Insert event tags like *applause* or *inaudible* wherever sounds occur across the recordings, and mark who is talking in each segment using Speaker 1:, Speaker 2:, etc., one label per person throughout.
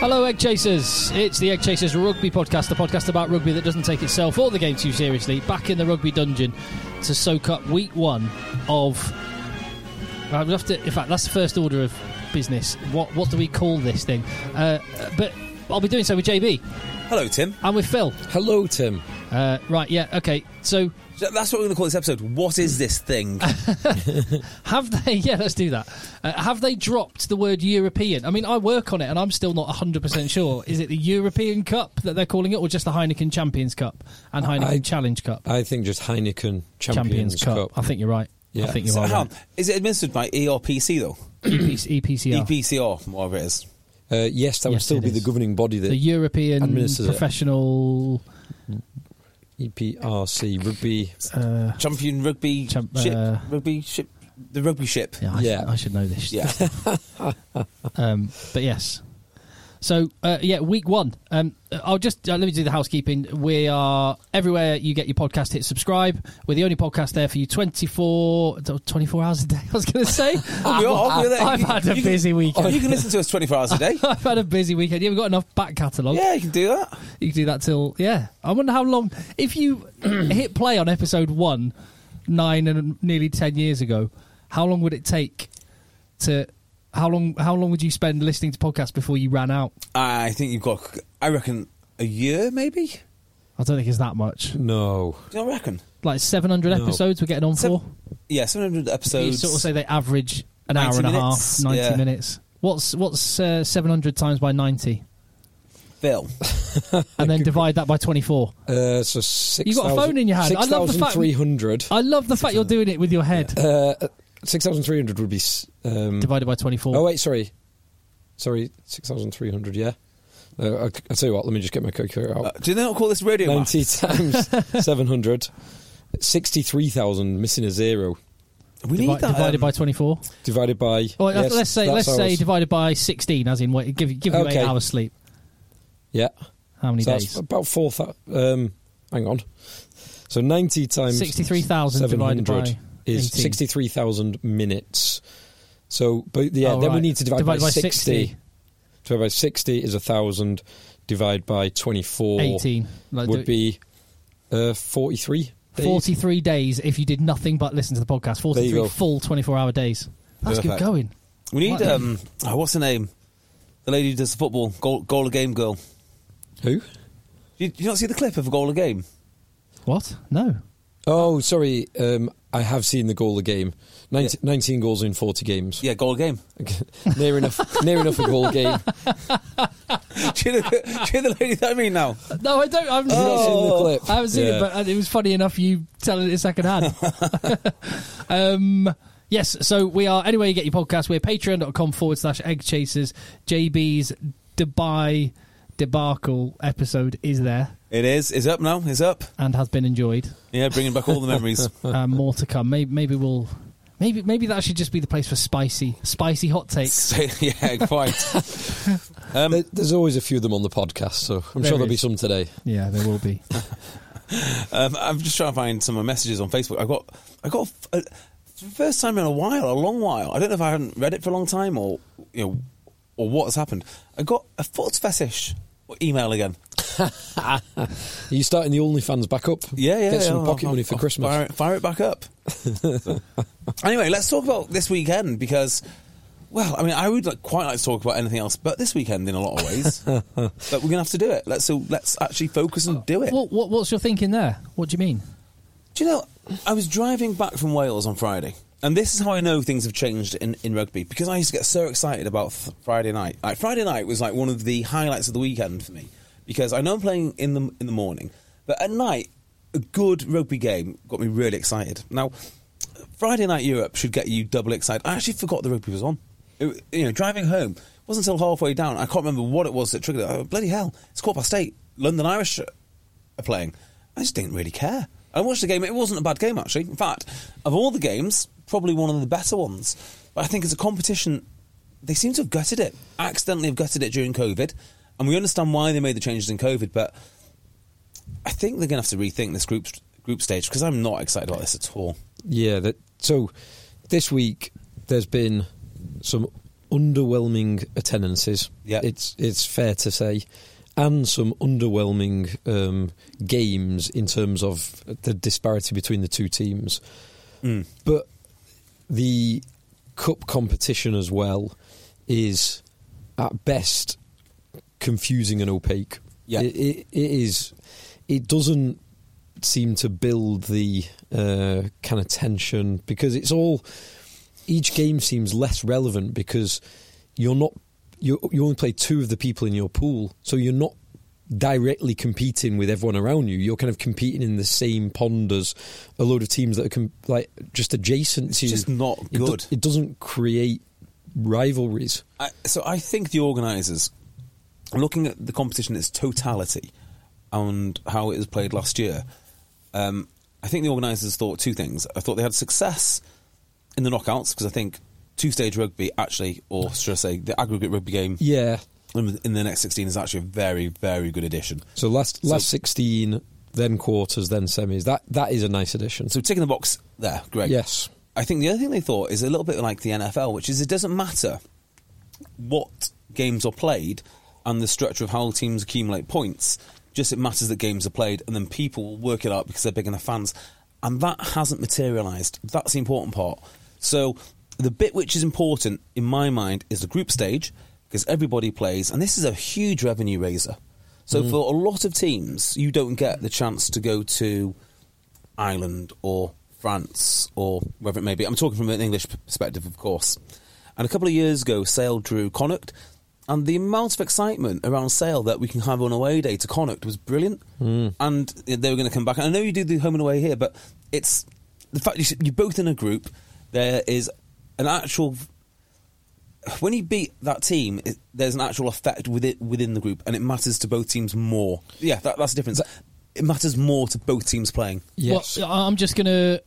Speaker 1: Hello, Egg Chasers. It's the Egg Chasers Rugby Podcast, the podcast about rugby that doesn't take itself or the game too seriously. Back in the rugby dungeon to soak up week one of. I would have to. In fact, that's the first order of business. What what do we call this thing? Uh, but I'll be doing so with JB
Speaker 2: Hello, Tim.
Speaker 1: and with Phil.
Speaker 2: Hello, Tim.
Speaker 1: Uh, right? Yeah. Okay. So
Speaker 2: That's what we're going to call this episode. What is
Speaker 1: *laughs*
Speaker 2: this thing?
Speaker 1: have they? *laughs* Yeah. Let's do that. Uh, have they dropped the word European? I mean, I work on it, and I'm still not 100 percent sure. Is it the European Cup that they're calling it, or just the Heineken Champions Cup and Heineken
Speaker 3: I-
Speaker 1: Challenge Cup?
Speaker 3: I think just Heineken Champions,
Speaker 1: Champions, Cup.
Speaker 3: Cup.
Speaker 1: I think you're right. I
Speaker 3: Yeah.
Speaker 1: think you
Speaker 2: So,
Speaker 1: are
Speaker 2: hang on.
Speaker 1: right. E
Speaker 2: Is it administered by E ERPC though? E
Speaker 1: EPC,
Speaker 3: E
Speaker 1: EPCR.
Speaker 2: EPCR, whatever it is.
Speaker 3: Uh, yes,
Speaker 1: Yes,
Speaker 3: that would still
Speaker 1: it
Speaker 3: be the
Speaker 1: is.
Speaker 3: governing body
Speaker 1: the
Speaker 3: that
Speaker 1: European
Speaker 3: Administers it.
Speaker 1: Professional
Speaker 3: E EPRC rugby.
Speaker 1: uh,
Speaker 2: Champion rugby
Speaker 1: Champ-
Speaker 2: ship,
Speaker 1: uh,
Speaker 2: rugby ship, the rugby ship.
Speaker 1: yeah, I,
Speaker 3: Yeah.
Speaker 1: Should, I should know this.
Speaker 2: Yeah, *laughs*
Speaker 1: Um, but yes. So uh, yeah, week one. Um, I'll just uh, let me do the housekeeping. We are everywhere you get your podcast. Hit subscribe. We're the only podcast there for you 24, 24 hours a day. *laughs* I was going to
Speaker 2: *laughs*
Speaker 1: say.
Speaker 2: we are, we are there.
Speaker 1: I've had a busy
Speaker 2: Oh,
Speaker 1: weekend.
Speaker 2: you can listen to us 24 hours a day.
Speaker 1: *laughs* I've had a busy weekend. Yeah, we've got enough back catalogue.
Speaker 2: yeah, you can do that.
Speaker 1: You can do that till yeah. I wonder how long if
Speaker 2: *clears throat*
Speaker 1: you hit play on episode one nine and nearly ten years ago, how long would it take to how long how long would you spend listening to podcasts before you ran out?
Speaker 2: I think you've got, I reckon, a year maybe. Do
Speaker 1: I don't think it's that much.
Speaker 3: No.
Speaker 2: you know what I reckon?
Speaker 1: Like seven hundred
Speaker 3: No.
Speaker 1: episodes we're getting on
Speaker 2: Sev-
Speaker 1: for.
Speaker 2: Yeah, 700
Speaker 1: So you
Speaker 2: episodes.
Speaker 1: sort of say they average an hour
Speaker 2: 90
Speaker 1: and a half,
Speaker 2: minutes,
Speaker 1: ninety
Speaker 2: yeah.
Speaker 1: minutes. What's what's uh, seven hundred times by ninety?
Speaker 2: Phil.
Speaker 1: And then divide that by twenty four.
Speaker 3: Uh, so six.
Speaker 1: You got a phone in your hand. I love the fact-
Speaker 3: 6,300.
Speaker 1: I love the fact you're doing it with your head.
Speaker 2: Um,
Speaker 3: Uh, 6,300 would be. s- Um,
Speaker 1: Divided by twenty four.
Speaker 3: oh, wait, sorry. Sorry, 6,300, yeah. Uh, I, I tell you what, let me just get my calculator out.
Speaker 2: Uh, do they not call this radio?
Speaker 3: 90
Speaker 2: maths? *laughs*
Speaker 3: times 700. 63,000, missing a zero.
Speaker 2: We need
Speaker 1: Divi-
Speaker 2: that.
Speaker 1: divided
Speaker 2: um,
Speaker 1: by twenty four.
Speaker 3: Divided by.
Speaker 1: Well,
Speaker 3: yes,
Speaker 1: let's say
Speaker 3: that's
Speaker 1: let's say
Speaker 3: ours.
Speaker 1: divided by sixteen, as in wait, give give you
Speaker 3: Okay.
Speaker 1: eight hours sleep.
Speaker 3: Yeah.
Speaker 1: How many
Speaker 3: So that's
Speaker 1: days?
Speaker 3: about four thousand. Um, hang on. So ninety times
Speaker 1: 63,000 divided by
Speaker 3: 700 is
Speaker 1: 18.
Speaker 3: sixty-three thousand minutes. So, but yeah,
Speaker 1: Oh,
Speaker 3: then we
Speaker 1: right.
Speaker 3: need to divide,
Speaker 1: Divide
Speaker 3: by,
Speaker 1: by
Speaker 3: 60.
Speaker 1: 60.
Speaker 3: Divide by sixty is a thousand. Divide by twenty-four
Speaker 1: Eighteen like, do-
Speaker 3: would be uh, forty-three. days.
Speaker 1: forty-three days if you did nothing but listen to the podcast.
Speaker 3: There you
Speaker 1: Forty-three
Speaker 3: go.
Speaker 1: full twenty-four hour days. That's
Speaker 2: Perfect.
Speaker 1: good going.
Speaker 2: We need
Speaker 1: What?
Speaker 2: um, oh, what's her name? The lady who does the football goal, goal a game girl.
Speaker 3: Who?
Speaker 2: Did you not see the clip of a goal a game?
Speaker 1: What? No.
Speaker 3: Oh, sorry. Um, I have seen the goal of the game. 19, 19 goals in forty games.
Speaker 2: Yeah, goal a game.
Speaker 3: *laughs*
Speaker 2: *laughs*
Speaker 3: near enough. Near enough a goal game.
Speaker 2: do, you know, do you know the lady that I mean now?
Speaker 1: Uh, No, I don't. I haven't, Oh.
Speaker 3: You've not seen the clip?
Speaker 1: I haven't seen
Speaker 3: Yeah.
Speaker 1: it, but it was funny enough you telling it
Speaker 3: *laughs*
Speaker 1: secondhand. *laughs* um, yes, so we are, anyway, you get your podcast, we're patreon.com forward slash egg chasers. JB's Dubai debacle episode is there
Speaker 2: It is. It's up now. It's up.
Speaker 1: and has been enjoyed.
Speaker 2: Yeah, bringing back all the memories.
Speaker 1: *laughs* uh, more to come. Maybe, maybe we'll. Maybe maybe that should just be the place for spicy spicy hot takes.
Speaker 2: So, yeah, quite. Um,
Speaker 3: There- There's always a few of them on the podcast, so I'm
Speaker 1: There
Speaker 3: sure there'll be
Speaker 1: is.
Speaker 3: some today.
Speaker 1: *laughs* Yeah, there will be.
Speaker 2: um, I'm just trying to find some of my messages on Facebook. I got, I got a, for the first time in a while, a long while. I don't know if I haven't read it for a long time or you know, or what's happened. I got a foot's fetish. email again.
Speaker 3: Are you starting the OnlyFans back up?
Speaker 2: Yeah, yeah.
Speaker 3: Get some
Speaker 2: yeah,
Speaker 3: pocket
Speaker 2: I'll-
Speaker 3: money for
Speaker 2: I'll
Speaker 3: Christmas.
Speaker 2: Fire it, fire it back up. *laughs* anyway, let's talk about this weekend because, well, I mean, I would like, quite like to talk about anything else, but this weekend in a lot of
Speaker 3: *laughs*
Speaker 2: ways, but we're gonna have to do it. Let's so let's actually focus and do
Speaker 1: *laughs*
Speaker 2: it.
Speaker 1: What, what, what's your thinking there? What do you mean?
Speaker 2: Do you know, I was driving back from Wales on Friday, and this is how I know things have changed in, in rugby because I used to get so excited about th- Friday night. Like Friday night was like one of the highlights of the weekend for me because I know I'm playing in the in the morning, but at night, a good rugby game got me really excited. Now, Friday night Europe should get you double excited. I actually forgot the rugby was on. It- you know, driving home it wasn't until halfway down. I can't remember what it was that triggered it. Oh, bloody hell! It's quarter past eight. London Irish are playing. I just didn't really care. I watched the game. It wasn't a bad game, actually. In fact, of all the games, probably one of the better ones. But I think as a competition, they seem to have gutted it. Accidentally have gutted it during COVID. And we understand why they made the changes in COVID. But I think they're going to have to rethink this group, group stage because I'm not excited about this at all.
Speaker 3: Yeah, that so this week there's been some underwhelming attendances.
Speaker 2: Yeah.
Speaker 3: It's it's fair to say. And some underwhelming um, games in terms of the disparity between the two teams.
Speaker 2: Hmm.
Speaker 3: But the cup competition as well is at best confusing and opaque.
Speaker 2: Yeah.
Speaker 3: It, it, it is. It doesn't seem to build the uh, kind of tension because it's all. Each game seems less relevant because you're not. You you only play two of the people in your pool, so you're not directly competing with everyone around you. You're kind of competing in the same pond as a load of teams that are com- like just adjacent to you.
Speaker 2: just not
Speaker 3: It do-
Speaker 2: good.
Speaker 3: it doesn't create rivalries.
Speaker 2: I, so I think the organisers, looking at the competition in its totality and how it was played last year, um, I think the organisers thought two things. I thought they had success in the knockouts because I think two-stage rugby actually, or should I say, the aggregate rugby game
Speaker 3: Yeah.
Speaker 2: in in the next sixteen is actually a very, very good addition.
Speaker 3: So last last sixteen, then quarters, then semis. That that is a nice addition.
Speaker 2: So ticking the box there, great.
Speaker 3: Yes.
Speaker 2: I think the other thing they thought is a little bit like the NFL, which is it doesn't matter what games are played and the structure of how teams accumulate points. Just it matters that games are played, and then people will work it out because they're big enough fans, and that hasn't materialised. That's the important part. So the bit which is important in my mind is the group stage because everybody plays, and this is a huge revenue raiser. So for a lot of teams, you don't get the chance to go to Ireland or France or wherever it may be. I'm talking from an English p- perspective, of course. And a couple of years ago, Sale drew Connacht, and the amount of excitement around Sale that we can have on away day to Connacht was brilliant. And they were going to come back. And I know you do the home and away here, but it's the fact you s- you're both in a group. There is an actual when you beat that team, it, there's an actual effect with it within the group, and it matters to both teams more. Yeah, that, that's the difference. it matters more to both teams playing.
Speaker 3: Yes.
Speaker 1: Well, I- I'm just going to.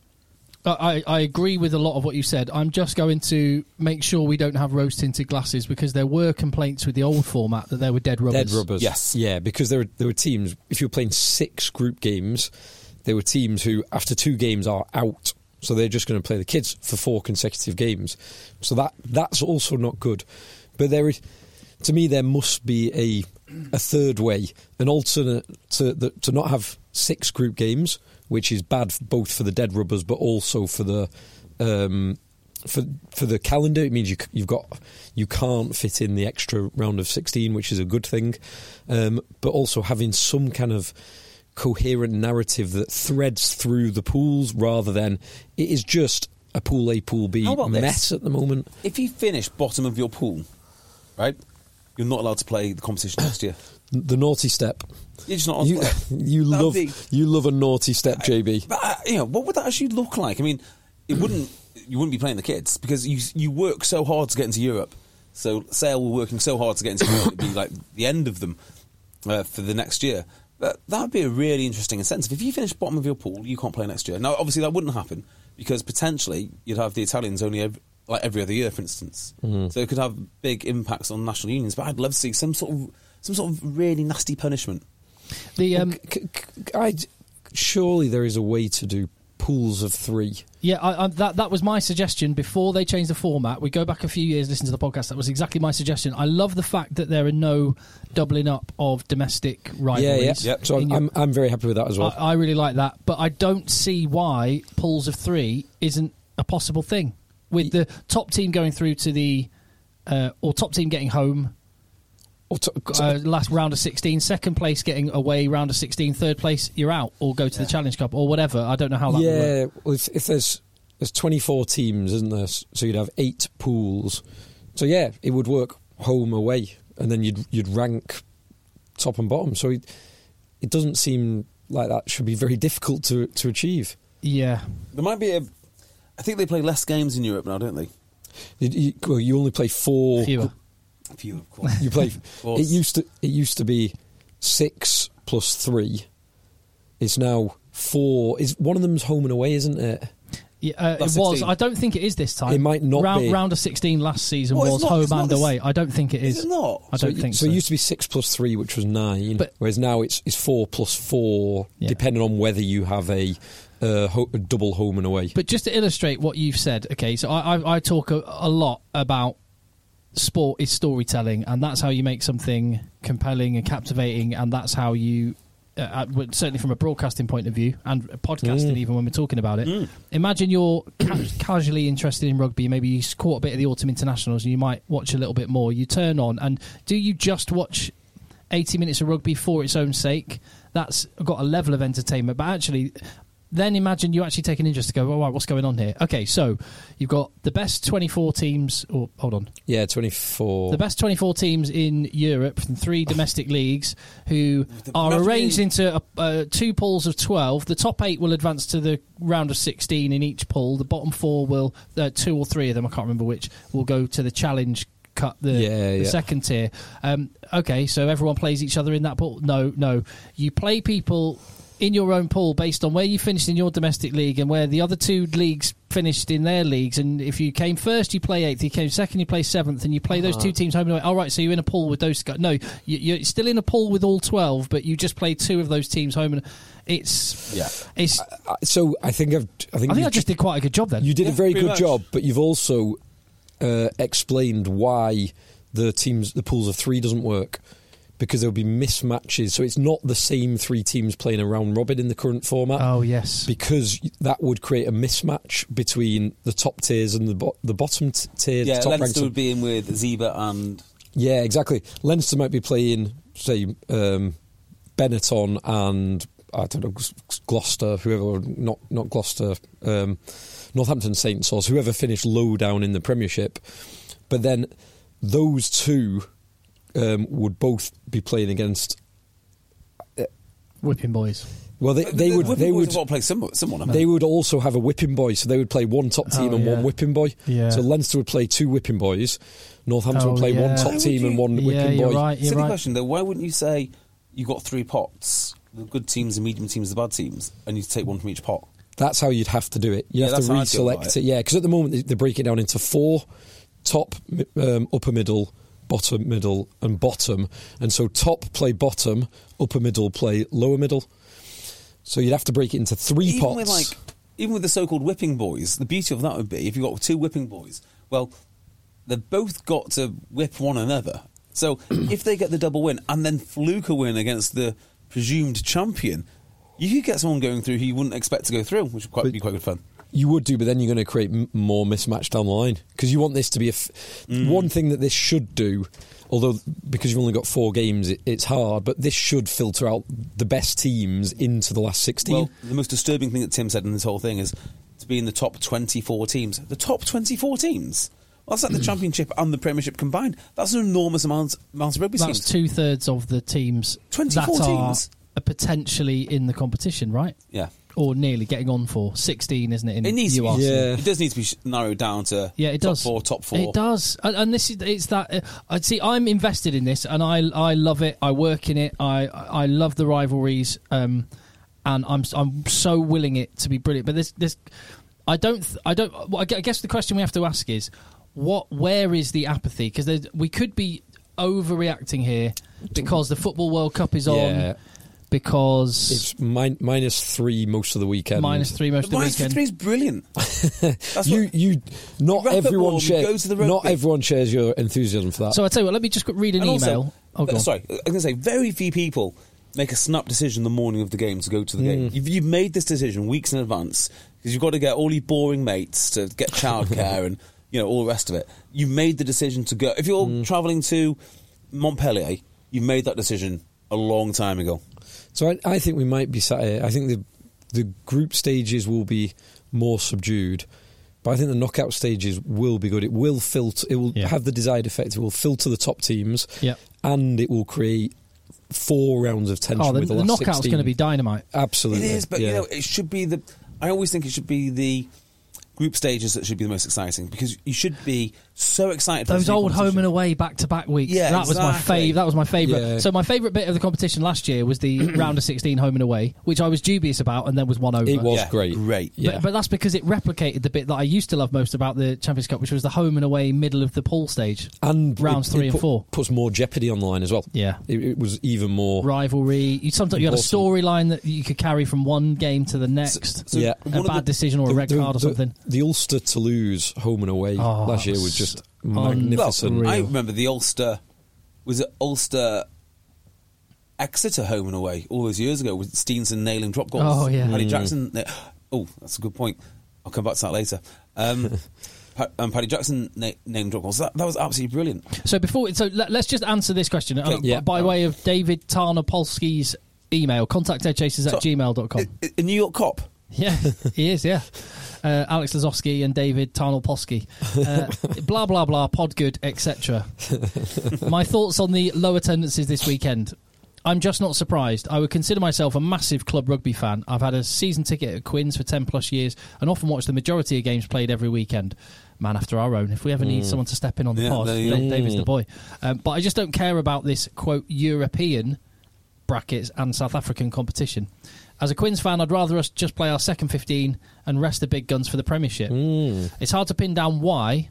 Speaker 1: I, I agree with a lot of what you said. I'm just going to make sure we don't have rose tinted glasses because there were complaints with the old format that there were dead rubbers.
Speaker 3: Dead rubbers.
Speaker 2: Yes.
Speaker 3: Yeah, because there were there were teams. If you were playing six group games, there were teams who after two games are out. So they're just going to play the kids for four consecutive games. So that that's also not good. But there is, to me, there must be a a third way, an alternate to the, to not have six group games, which is bad f- both for the dead rubbers, but also for the um, for for the calendar, it means you c- you've got you can't fit in the extra round of sixteen, which is a good thing, um, but also having some kind of coherent narrative that threads through the pools rather than it is just a pool A pool B
Speaker 2: How about this?
Speaker 3: mess at the moment.
Speaker 2: If you finish bottom of your pool, right, you're not allowed to play the competition next year.
Speaker 3: The naughty step.
Speaker 2: You're just not allowed
Speaker 3: You,
Speaker 2: to play.
Speaker 3: *laughs* you
Speaker 2: That'd
Speaker 3: love
Speaker 2: be-
Speaker 3: you love a naughty step, JB.
Speaker 2: But uh, you know, what would that actually look like? I mean, it wouldn't. *clears throat* You wouldn't be playing the kids because you you work so hard to get into Europe. So Sale were working so hard to get into Europe. It'd be like the end of them uh, for the next year. But that'd be a really interesting incentive. If you finish bottom of your pool, you can't play next year. Now, obviously, that wouldn't happen because potentially you'd have the Italians only ev like every other year, for instance. So it could have big impacts on national unions. But I'd love to see some sort of some sort of really nasty punishment.
Speaker 1: The um,
Speaker 3: C- c- c- I- surely there is a way to do pools of three.
Speaker 1: Yeah, I, I, that that was my suggestion before they changed the format. We go back a few years, listen to the podcast. That was exactly my suggestion. I love the fact that there are no doubling up of domestic
Speaker 3: Yeah, yeah.
Speaker 1: rivalries.
Speaker 2: Yep.
Speaker 3: So
Speaker 1: in
Speaker 3: I'm,
Speaker 1: your-
Speaker 3: I'm, I'm very happy with that as well.
Speaker 1: I, I really like that, but I don't see why pools of three isn't a possible thing with the top team going through to the uh, or top team getting home
Speaker 3: Or to- to-
Speaker 1: uh, last round of 16, second place getting away round of 16, third place you're out or go to the Challenge Cup or whatever. I don't know how that would work.
Speaker 3: yeah, well, if, if there's there's 24 teams, isn't there? S- So you'd have eight pools. So yeah, it would work home away, and then you'd you'd rank top and bottom. So it, it doesn't seem like that should be very *laughs* difficult to to achieve.
Speaker 1: Yeah.
Speaker 2: There might be a. I think they play less games in Europe now, don't they?
Speaker 3: You, you, well, you only play four.
Speaker 1: Fewer.
Speaker 2: Few,
Speaker 3: *laughs*
Speaker 2: of course. *laughs*
Speaker 3: You play.
Speaker 2: course.
Speaker 3: it used to it used to be six plus three. It's now four. Is one of them's home and away, isn't it?
Speaker 1: Yeah, uh, it
Speaker 2: That's
Speaker 1: was.
Speaker 2: 16.
Speaker 1: I don't think it is this time.
Speaker 3: It might not
Speaker 1: round,
Speaker 3: be.
Speaker 1: Round of 16 last season
Speaker 2: Well, it's
Speaker 1: was
Speaker 2: not-
Speaker 1: home
Speaker 2: it's not
Speaker 1: and
Speaker 2: this-
Speaker 1: away. I don't think it is.
Speaker 2: Is it not?
Speaker 1: I don't
Speaker 3: so,
Speaker 1: think
Speaker 3: so.
Speaker 1: so.
Speaker 3: It used to be six plus three, which was nine,
Speaker 1: But-
Speaker 3: whereas now it's it's four plus four,
Speaker 1: Yeah.
Speaker 3: depending on whether you have a, uh, ho- a double home and away.
Speaker 1: But just to illustrate what you've said, okay, so I, I, I talk a, a lot about sport is storytelling, and that's how you make something compelling and captivating, and that's how you, uh, uh, well, certainly from a broadcasting point of view and podcasting, even when we're talking about it. Imagine you're ca- *coughs* casually interested in rugby, maybe you s- caught a bit of the autumn internationals, and you might watch a little bit more. You turn on, and do you just watch 80 minutes of rugby for its own sake. That's got a level of entertainment. But actually, then imagine you actually take an interest to go, all right, what's going on here? Okay, so you've got the best 24 teams, or hold on,
Speaker 3: yeah, twenty four.
Speaker 1: the best 24 teams in Europe from three domestic leagues who are
Speaker 2: bloody-
Speaker 1: arranged into uh uh, two pools of 12. The top eight will advance to the round of 16 in each pool. The bottom four will, uh, two or three of them, I can't remember which, will go to the challenge cut, the,
Speaker 3: Yeah,
Speaker 1: the
Speaker 3: yeah.
Speaker 1: second tier. Um, okay, so everyone plays each other in that pool? No, no. You play people in your own pool based on where you finished in your domestic league and where the other two leagues finished in their leagues. And if you came first, you play eighth. You came second, you play seventh, and you play
Speaker 3: Uh-huh.
Speaker 1: those two teams home and away. All right, so you're in a pool with those guys. No, you- you're still in a pool with all twelve, but you just play two of those teams home and it's
Speaker 2: Yeah.
Speaker 1: It's.
Speaker 3: Uh, so I think I've I think,
Speaker 1: I think
Speaker 3: you
Speaker 1: I just did quite a good job then.
Speaker 3: You did
Speaker 2: Yeah,
Speaker 3: a very
Speaker 2: pretty
Speaker 3: good
Speaker 2: much.
Speaker 3: job, but you've also uh, explained why the teams, the pools of three, doesn't work because there'll be mismatches. So it's not the same three teams playing a round robin in the current format.
Speaker 1: oh yes.
Speaker 3: Because that would create a mismatch between the top tiers and the bo- the bottom t- tiers.
Speaker 2: Yeah,
Speaker 3: the top ranked-
Speaker 2: Leinster would be in with Zebra and
Speaker 3: yeah, exactly. Leinster might be playing, say, um, Benetton and I don't know Gl- Gloucester, whoever, not not Gloucester, um, Northampton Saints, or whoever finished low down in the Premiership. But then those two um, would both be playing against.
Speaker 1: Whipping boys.
Speaker 3: Well, they, they would
Speaker 2: Liverpool
Speaker 3: they would
Speaker 2: have got to play someone. someone haven't
Speaker 3: they would also have a whipping boy, so they would play one top team
Speaker 1: Oh,
Speaker 3: and
Speaker 1: yeah.
Speaker 3: one whipping boy.
Speaker 1: Yeah.
Speaker 3: So Leinster would play two whipping boys, Northampton
Speaker 1: Oh,
Speaker 3: would play
Speaker 1: yeah.
Speaker 3: one
Speaker 1: Why
Speaker 3: top
Speaker 2: would
Speaker 3: team and
Speaker 2: you-
Speaker 3: one
Speaker 1: Yeah,
Speaker 3: whipping
Speaker 1: you're
Speaker 3: boy.
Speaker 1: right. You're
Speaker 2: Silly
Speaker 1: right.
Speaker 2: question though. Why wouldn't you say you've got three pots, the good teams, the medium teams, the bad teams, and you take one from each pot?
Speaker 3: That's how you'd have to do it. You
Speaker 2: Yeah,
Speaker 3: have
Speaker 2: that's
Speaker 3: to
Speaker 2: how I'd feel about
Speaker 3: reselect
Speaker 2: it.
Speaker 3: it. Yeah, because at the moment they, they break it down into four top, mi- um, upper middle, bottom middle, and bottom. And so top play bottom, upper middle play lower middle. So you'd have to break it into three
Speaker 2: even
Speaker 3: pots.
Speaker 2: with like even with the so-called whipping boys, the beauty of that would be if you got two whipping boys, well, they've both got to whip one another. So if they get the double win and then fluke a win against the presumed champion, you could get someone going through who you wouldn't expect to go through, which would quite,
Speaker 3: But-
Speaker 2: be quite good fun.
Speaker 3: You would do, but then you're going to create m- more mismatch down the line because you want this to be a f-
Speaker 2: Mm.
Speaker 3: one thing that this should do. Although because you've only got four games, it, it's hard. But this should filter out the best teams into the last sixteen.
Speaker 2: Well, the most disturbing thing that Tim said in this whole thing is to be in the top 24 teams. The top 24 teams? Well, that's like the championship and the premiership combined. That's an enormous amount, amount of rugby
Speaker 1: That's
Speaker 2: teams.
Speaker 1: two thirds of the teams
Speaker 2: 24
Speaker 1: that are
Speaker 2: teams.
Speaker 1: are potentially in the competition, right?
Speaker 2: yeah.
Speaker 1: Or nearly getting on for sixteen, isn't it? In
Speaker 2: It needs to be,
Speaker 1: URC?
Speaker 3: Yeah.
Speaker 2: It does need to be sh- narrowed down to
Speaker 1: Yeah, it
Speaker 2: top
Speaker 1: does.
Speaker 2: four, top four.
Speaker 1: It does, and, and this is it's that. uh, I see. I'm invested in this, and I I love it. I work in it. I I love the rivalries, um, and I'm I'm so willing it to be brilliant. But this this, I don't th- I don't. well, I gue- I guess the question we have to ask is, what where is the apathy? Because we could be overreacting here because the football World Cup is on.
Speaker 3: Yeah.
Speaker 1: because
Speaker 3: It's min- minus three most of the weekend.
Speaker 1: minus three most of the
Speaker 2: Minus
Speaker 1: weekend.
Speaker 2: three
Speaker 1: *laughs*
Speaker 2: is brilliant. That's
Speaker 3: you,
Speaker 2: what-
Speaker 3: you, not
Speaker 2: wrap up
Speaker 3: everyone
Speaker 2: warm, go
Speaker 3: shares.
Speaker 2: to the
Speaker 3: Not
Speaker 2: rugby.
Speaker 3: everyone shares your enthusiasm for that.
Speaker 1: So I tell you what, let me just read an
Speaker 2: And also-
Speaker 1: email. oh,
Speaker 2: uh,
Speaker 1: go on.
Speaker 2: sorry, I was going to say very few people make a snap decision the morning of the game to go to the game. You've, you've made this decision weeks in advance because you've got to get all your boring mates to get childcare and you know all the rest of it. You've made the decision to go. If you're travelling to Montpellier, you made that decision a long time ago.
Speaker 3: So I, I think we might be sat here. I think the the group stages will be more subdued, but I think the knockout stages will be good. It will filter. It will
Speaker 1: Yeah.
Speaker 3: have the desired effect. It will filter the top teams.
Speaker 1: Yeah.
Speaker 3: and it will create four rounds of tension.
Speaker 1: Oh, the,
Speaker 3: with the,
Speaker 1: the
Speaker 3: last
Speaker 1: knockout's
Speaker 3: 16.
Speaker 1: going to be dynamite.
Speaker 2: It
Speaker 3: absolutely.
Speaker 2: is, but
Speaker 3: yeah.
Speaker 2: you know, it should be the. I always think it should be the group stages that should be the most exciting because you should be so excited. for
Speaker 1: Those
Speaker 2: this new
Speaker 1: old home
Speaker 2: competition.
Speaker 1: and away back to back weeks.
Speaker 2: Yeah,
Speaker 1: that was my
Speaker 2: exactly.
Speaker 1: fave. That was my favorite.
Speaker 3: Yeah.
Speaker 1: So my favorite bit of the competition last year was
Speaker 3: *clears throat*
Speaker 1: the round of sixteen home and away, which I was dubious about, and then was won over.
Speaker 3: it was
Speaker 2: Yeah,
Speaker 3: great.
Speaker 2: great.
Speaker 3: Yeah.
Speaker 1: But, but that's because it replicated the bit that I used to love most about the Champions Cup, which was the home and away middle of the pool stage
Speaker 3: and
Speaker 1: rounds
Speaker 3: it-
Speaker 1: three and
Speaker 3: it put-
Speaker 1: four.
Speaker 3: puts more jeopardy on the line as well.
Speaker 1: Yeah.
Speaker 3: it, it was even more.
Speaker 1: rivalry. You sometimes you had a
Speaker 3: Important.
Speaker 1: storyline that you could carry from one game to the next.
Speaker 3: so Yeah.
Speaker 1: a
Speaker 2: one of
Speaker 1: bad
Speaker 2: the-
Speaker 1: decision or a
Speaker 3: The-
Speaker 1: red
Speaker 3: the-
Speaker 1: card or
Speaker 3: the-
Speaker 1: something.
Speaker 3: The Ulster to lose home and away
Speaker 1: Oh, that
Speaker 3: last year was
Speaker 1: was
Speaker 3: just
Speaker 2: Well,
Speaker 3: magnificent.
Speaker 1: Unreal.
Speaker 2: I remember the Ulster. Was it Ulster? Exeter home and away all those years ago with Steenson nailing drop goals.
Speaker 1: Oh, yeah.
Speaker 2: Paddy Jackson. na- Oh, that's a good point. I'll come back to that later. Um, pa- um, Paddy Jackson na- nailing drop goals. That, that was absolutely brilliant.
Speaker 1: So before, so let, us just answer this question uh,
Speaker 3: Yeah.
Speaker 1: by way of David Tarnopolsky's email. Contact headchasers at
Speaker 2: So-
Speaker 1: gmail.com.
Speaker 2: A- A, a New York cop.
Speaker 1: Yeah, he is. Yeah, uh, Alex Lazowski and David Tarnopolsky.
Speaker 2: *laughs*
Speaker 1: Uh, blah blah blah. Pod good, etc. My thoughts on the low attendances this weekend. I'm just not surprised. I would consider myself a massive club rugby fan. I've had a season ticket at Quinns for 10 plus years and often watch the majority of games played every weekend. Man after our own. If we ever need someone to step in on the
Speaker 2: Mm. Yeah,
Speaker 1: pod,
Speaker 2: there you go. Mm.
Speaker 1: Da- David's the boy. Um, but I just don't care about this, quote, European brackets and South African competition. As a Quins fan, I'd rather us just play our second 15 and rest the big guns for the Premiership. It's hard to pin down why.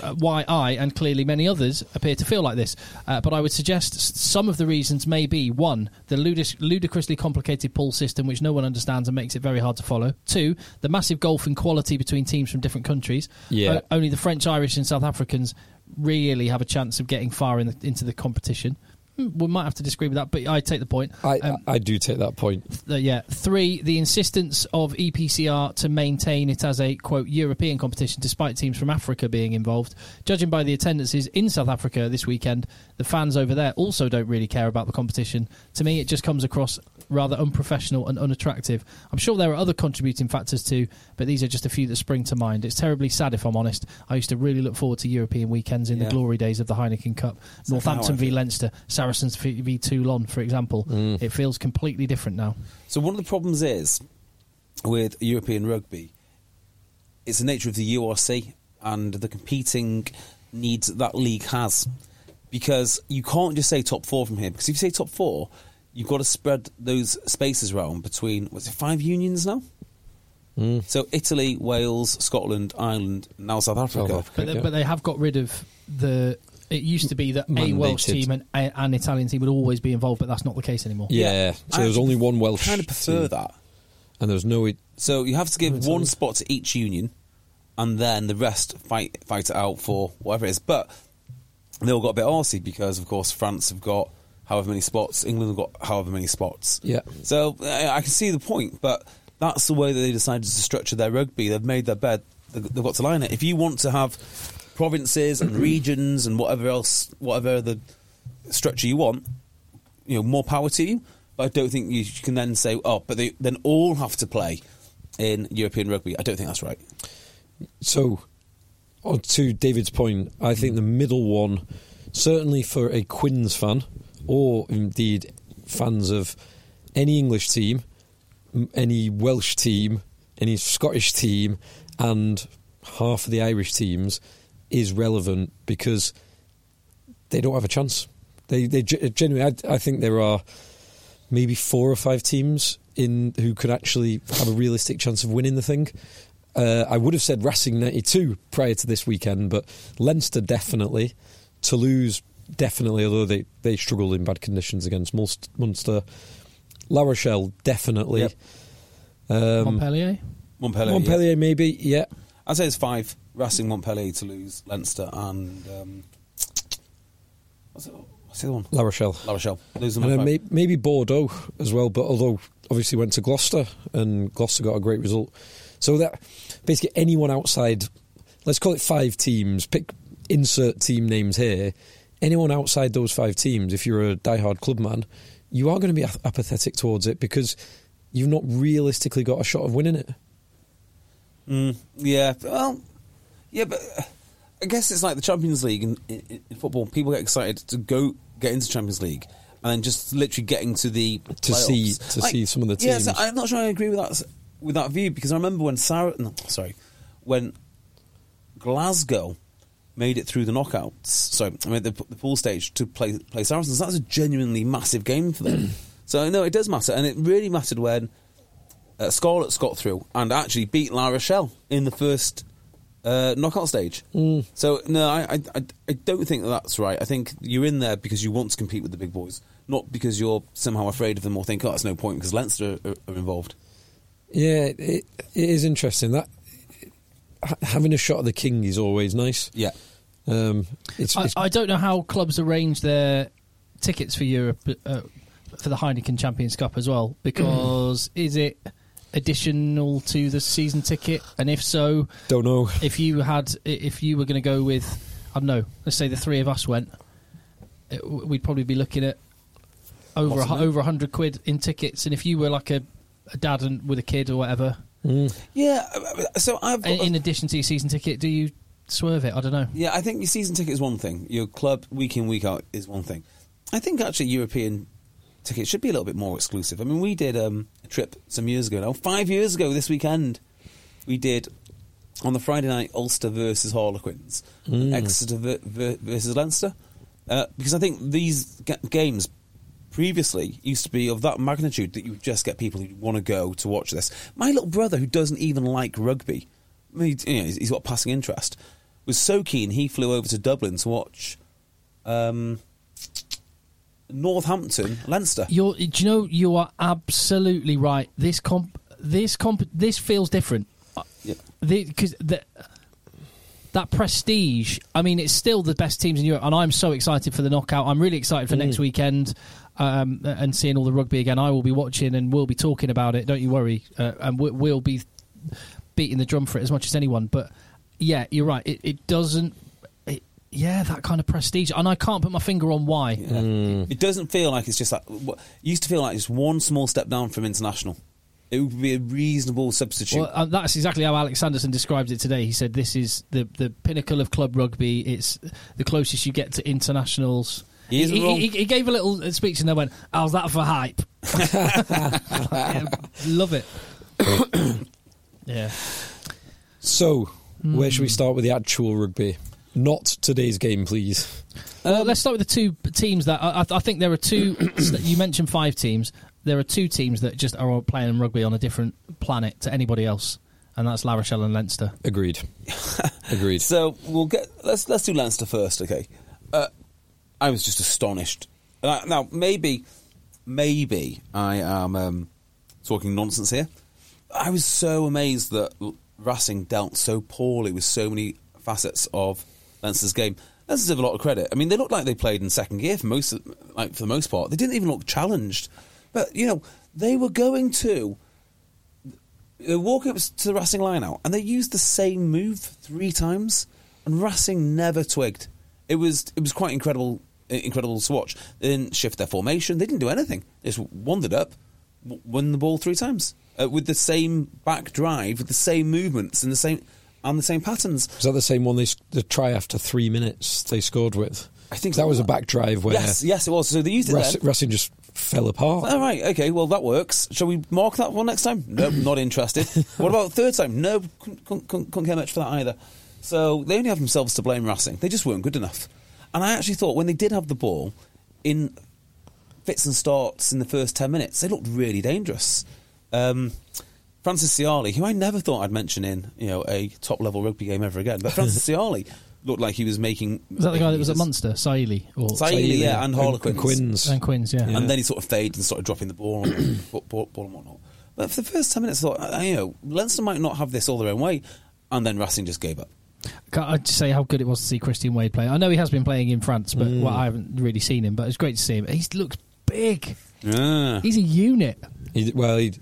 Speaker 1: Uh, why I and clearly many others appear to feel like this, uh, but I would suggest s- some of the reasons may be one, the ludic- ludicrously complicated pool system which no one understands and makes it very hard to follow, two, the massive gulf in quality between teams from different countries,
Speaker 3: Yeah.
Speaker 1: O- only the French, Irish, and South Africans really have a chance of getting far in the, into the competition. Hmm, We might have to disagree with that, but I take the point.
Speaker 3: I,
Speaker 1: Um,
Speaker 3: I do take that point.
Speaker 1: uh, yeah. Three, the insistence of E EPCR to maintain it as a quote European competition, despite teams from Africa being involved. Judging by the attendances in South Africa this weekend, the fans over there also don't really care about the competition. To me, it just comes across rather unprofessional and unattractive. I'm sure there are other contributing factors too, but these are just a few that spring to mind. It's terribly sad if I'm honest. I used to really look forward to European weekends in the
Speaker 2: Yeah.
Speaker 1: glory days of the Heineken Cup. Northampton
Speaker 2: how I
Speaker 1: v
Speaker 2: feel. Mm.
Speaker 1: Leinster, Saracens v Toulon, for example. It feels completely different now.
Speaker 2: So one of the problems is with European rugby, it's the nature of the URC and the competing needs that, that league has. Because you can't just say top four from here. Because if you say top four, you've got to spread those spaces around between what's it five unions now?
Speaker 3: Hmm.
Speaker 2: So Italy, Wales, Scotland, Ireland, now South Africa.
Speaker 3: South Africa.
Speaker 1: But, they,
Speaker 3: Yeah.
Speaker 1: but they have got rid of the. It used to be that a Welsh
Speaker 3: Mandated.
Speaker 1: team and a, an Italian team would always be involved, but that's not the case anymore.
Speaker 3: Yeah. So
Speaker 2: I
Speaker 3: there's only one Welsh.
Speaker 2: kind of prefer
Speaker 3: team.
Speaker 2: that.
Speaker 3: And there's no.
Speaker 2: So you have to give one spot to each union, and then the rest fight fight it out for whatever it is. But they all got a bit arsy because, of course, France have got however many spots, England have got however many spots.
Speaker 3: Yeah.
Speaker 2: So uh, I I can see the point, but that's the way that they decided to structure their rugby. They've made their bed. They've they've got to line it. If you want to have provinces and regions and whatever else, whatever the structure you want, you know, more power to you. But I don't think you can then say, oh, but they then all have to play in European rugby. I don't think that's right.
Speaker 3: So, on to David's point, I think the middle one, certainly for a Quins fan, or indeed fans of any English team, m- any Welsh team, any Scottish team, and half of the Irish teams, is relevant because they don't have a chance. They, they ge- genuinely, I, I think there are maybe four or five teams in who could actually have a realistic chance of winning the thing. Uh, I would have said Racing 92 prior to this weekend, but Leinster definitely, Toulouse definitely, although they, they struggled in bad conditions against Mulst- Munster. La Rochelle, definitely.
Speaker 2: Yep.
Speaker 3: Um,
Speaker 1: Montpellier.
Speaker 2: Montpellier. yeah.
Speaker 3: Montpellier, maybe. Yeah.
Speaker 2: I'd say it's five. Racing, Montpellier, Toulouse, Leinster, and um, what's, it, what's the other one?
Speaker 3: La Rochelle.
Speaker 2: La Rochelle. Those are my
Speaker 3: And then
Speaker 2: five.
Speaker 3: may, maybe Bordeaux as well, but although obviously went to Gloucester and Gloucester got a great result. So that basically anyone outside, let's call it five teams, pick insert team names here. Anyone outside those five teams, if you're a diehard clubman, you are going to be ath- apathetic towards it because you've not realistically got a shot of winning it.
Speaker 2: Mm, yeah. Well, yeah, but uh, I guess it's like the Champions League in, in, in football. People get excited to go get into Champions League, and then just literally getting to the
Speaker 3: To see-
Speaker 2: playoffs.
Speaker 3: to see some of the
Speaker 2: Yes,
Speaker 3: teams.
Speaker 2: I'm not sure I agree with that with that view because I remember when Sarah, no, sorry, when Glasgow made it through the knockouts. Sorry, I mean the, the pool stage to play play Saracens. That was a genuinely massive game for
Speaker 3: *clears throat*
Speaker 2: them. so no, it does matter, and it really mattered when uh, Scarlets got through and actually beat La Rochelle in the first uh, knockout stage. So no, I, I- I I don't think that that's right. I think you're in there because you want to compete with the big boys, not because you're somehow afraid of them or think, oh, it's no point because Leinster are, are involved.
Speaker 3: Yeah, it, it is interesting that ha- having a shot at the king is always nice.
Speaker 2: Yeah.
Speaker 3: Um, it's,
Speaker 1: I,
Speaker 3: it's
Speaker 1: I don't know how clubs arrange their tickets for Europe uh, for the Heineken Champions Cup as well, because is it additional to the season ticket? And if so,
Speaker 3: don't know.
Speaker 1: if you had, i- if you were going to go with, I don't know, let's say the three of us went, it, w- we'd probably be looking at over a,
Speaker 2: Lots of
Speaker 1: hu- over a hundred quid in tickets. And if you were like a, a dad and with a kid or whatever,
Speaker 2: Yeah. uh, So I've got
Speaker 1: in, in addition to your season ticket, do you swerve it? I don't know.
Speaker 2: Yeah, I think your season ticket is one thing. Your club week in week out is one thing. I think actually European tickets should be a little bit more exclusive. I mean, we did um, a trip some years ago now, five years ago this weekend. We did on the Friday night Ulster versus Harlequins, and Exeter ver- ver- versus Leinster, uh, because I think these ga- games previously used to be of that magnitude that you would just get people who want to go to watch this. My little brother, who doesn't even like rugby, I mean, he- you know, he's- he's got passing interest, was so keen he flew over to Dublin to watch um, Northampton Leinster.
Speaker 1: You're, do you know you are absolutely right. This comp, this comp, this feels different
Speaker 2: Yeah.
Speaker 1: because the, that prestige. I mean, it's still the best teams in Europe, and I'm so excited for the knockout. I'm really excited for next weekend um, and seeing all the rugby again. I will be watching and we'll be talking about it. Don't you worry, uh, and we, we'll be beating the drum for it as much as anyone. But yeah, you're right. It, it doesn't. It, yeah, that kind of prestige, and I can't put my finger on why.
Speaker 2: Yeah. It doesn't feel like it's just like what- it used to feel like it's one small step down from international. It would be a reasonable substitute.
Speaker 1: Well, uh, that's exactly how Alex Sanderson describes it today. He said this is the, the pinnacle of club rugby. It's the closest you get to internationals.
Speaker 2: He isn't wrong.
Speaker 1: he, he gave a little uh, speech and then went, "How's that for hype?" *laughs* Yeah, love it. *coughs* yeah,
Speaker 3: So,
Speaker 2: Hmm.
Speaker 3: where should we start with the actual rugby? Not today's game, please.
Speaker 1: Well,
Speaker 2: Um,
Speaker 1: let's start with the two teams that I, I- I think there are two. *coughs* you mentioned five teams. There are two teams that just are all playing rugby on a different planet to anybody else, and that's La Rochelle and Leinster.
Speaker 2: *laughs*
Speaker 3: Agreed. Agreed.
Speaker 2: So we'll get let's let's do Leinster first, okay? Uh, I was just astonished. Uh, now maybe maybe I am um, talking nonsense here. I was so amazed that L- Racing dealt so poorly with so many facets of Leinster's game. Leinster deserve a lot of credit. I mean, they looked like they played in second gear for most of, like for the most part. They didn't even look challenged, but you know they were going to they walk up to the Racing line out and they used the same move three times, and Racing never twigged. It was it was quite incredible incredible to watch. They didn't shift their formation. They didn't do anything. They just wandered up, w- won the ball three times uh, with the same back drive, with the same movements and the same and the same patterns.
Speaker 3: Is that the same one they, s- the try after three minutes they scored with?
Speaker 2: I think
Speaker 3: that
Speaker 2: so.
Speaker 3: was a back drive where
Speaker 2: yes, yes, it was. So they used it.
Speaker 3: Rass-
Speaker 2: then.
Speaker 3: Racing just fell apart.
Speaker 2: Oh, All right, okay, well, that works. Shall we mark that one next time?
Speaker 1: *laughs*
Speaker 2: Nope, not interested. what about third time? No, couldn't, couldn't, couldn't couldn't care much for that either. So they only have themselves to blame, Racing. They just weren't good enough. And I actually thought when they did have the ball in fits and starts in the first 10 minutes, they looked really dangerous. Um, Francis Ciali, who I never thought I'd mention in you know a top level rugby game ever again, but Francis
Speaker 1: *laughs*
Speaker 2: Ciali looked like he was making.
Speaker 1: Was that the guy that was at Munster, Saili or
Speaker 2: Saili, yeah, and Harlequins.
Speaker 3: Quinns.
Speaker 1: and Quinns? Yeah.
Speaker 2: And then he sort of faded and started dropping the ball and, *coughs* ball, ball, ball and whatnot. But for the first 10 minutes, I thought, uh, you know, Leinster might not have this all their own way. And then Racing just gave up.
Speaker 1: Can't I just say how good it was to see Christian Wade play? I know he has been playing in France, but well, I haven't really seen him. But it's great to see him. He looks big.
Speaker 2: Yeah.
Speaker 1: He's a unit.
Speaker 3: He, well, he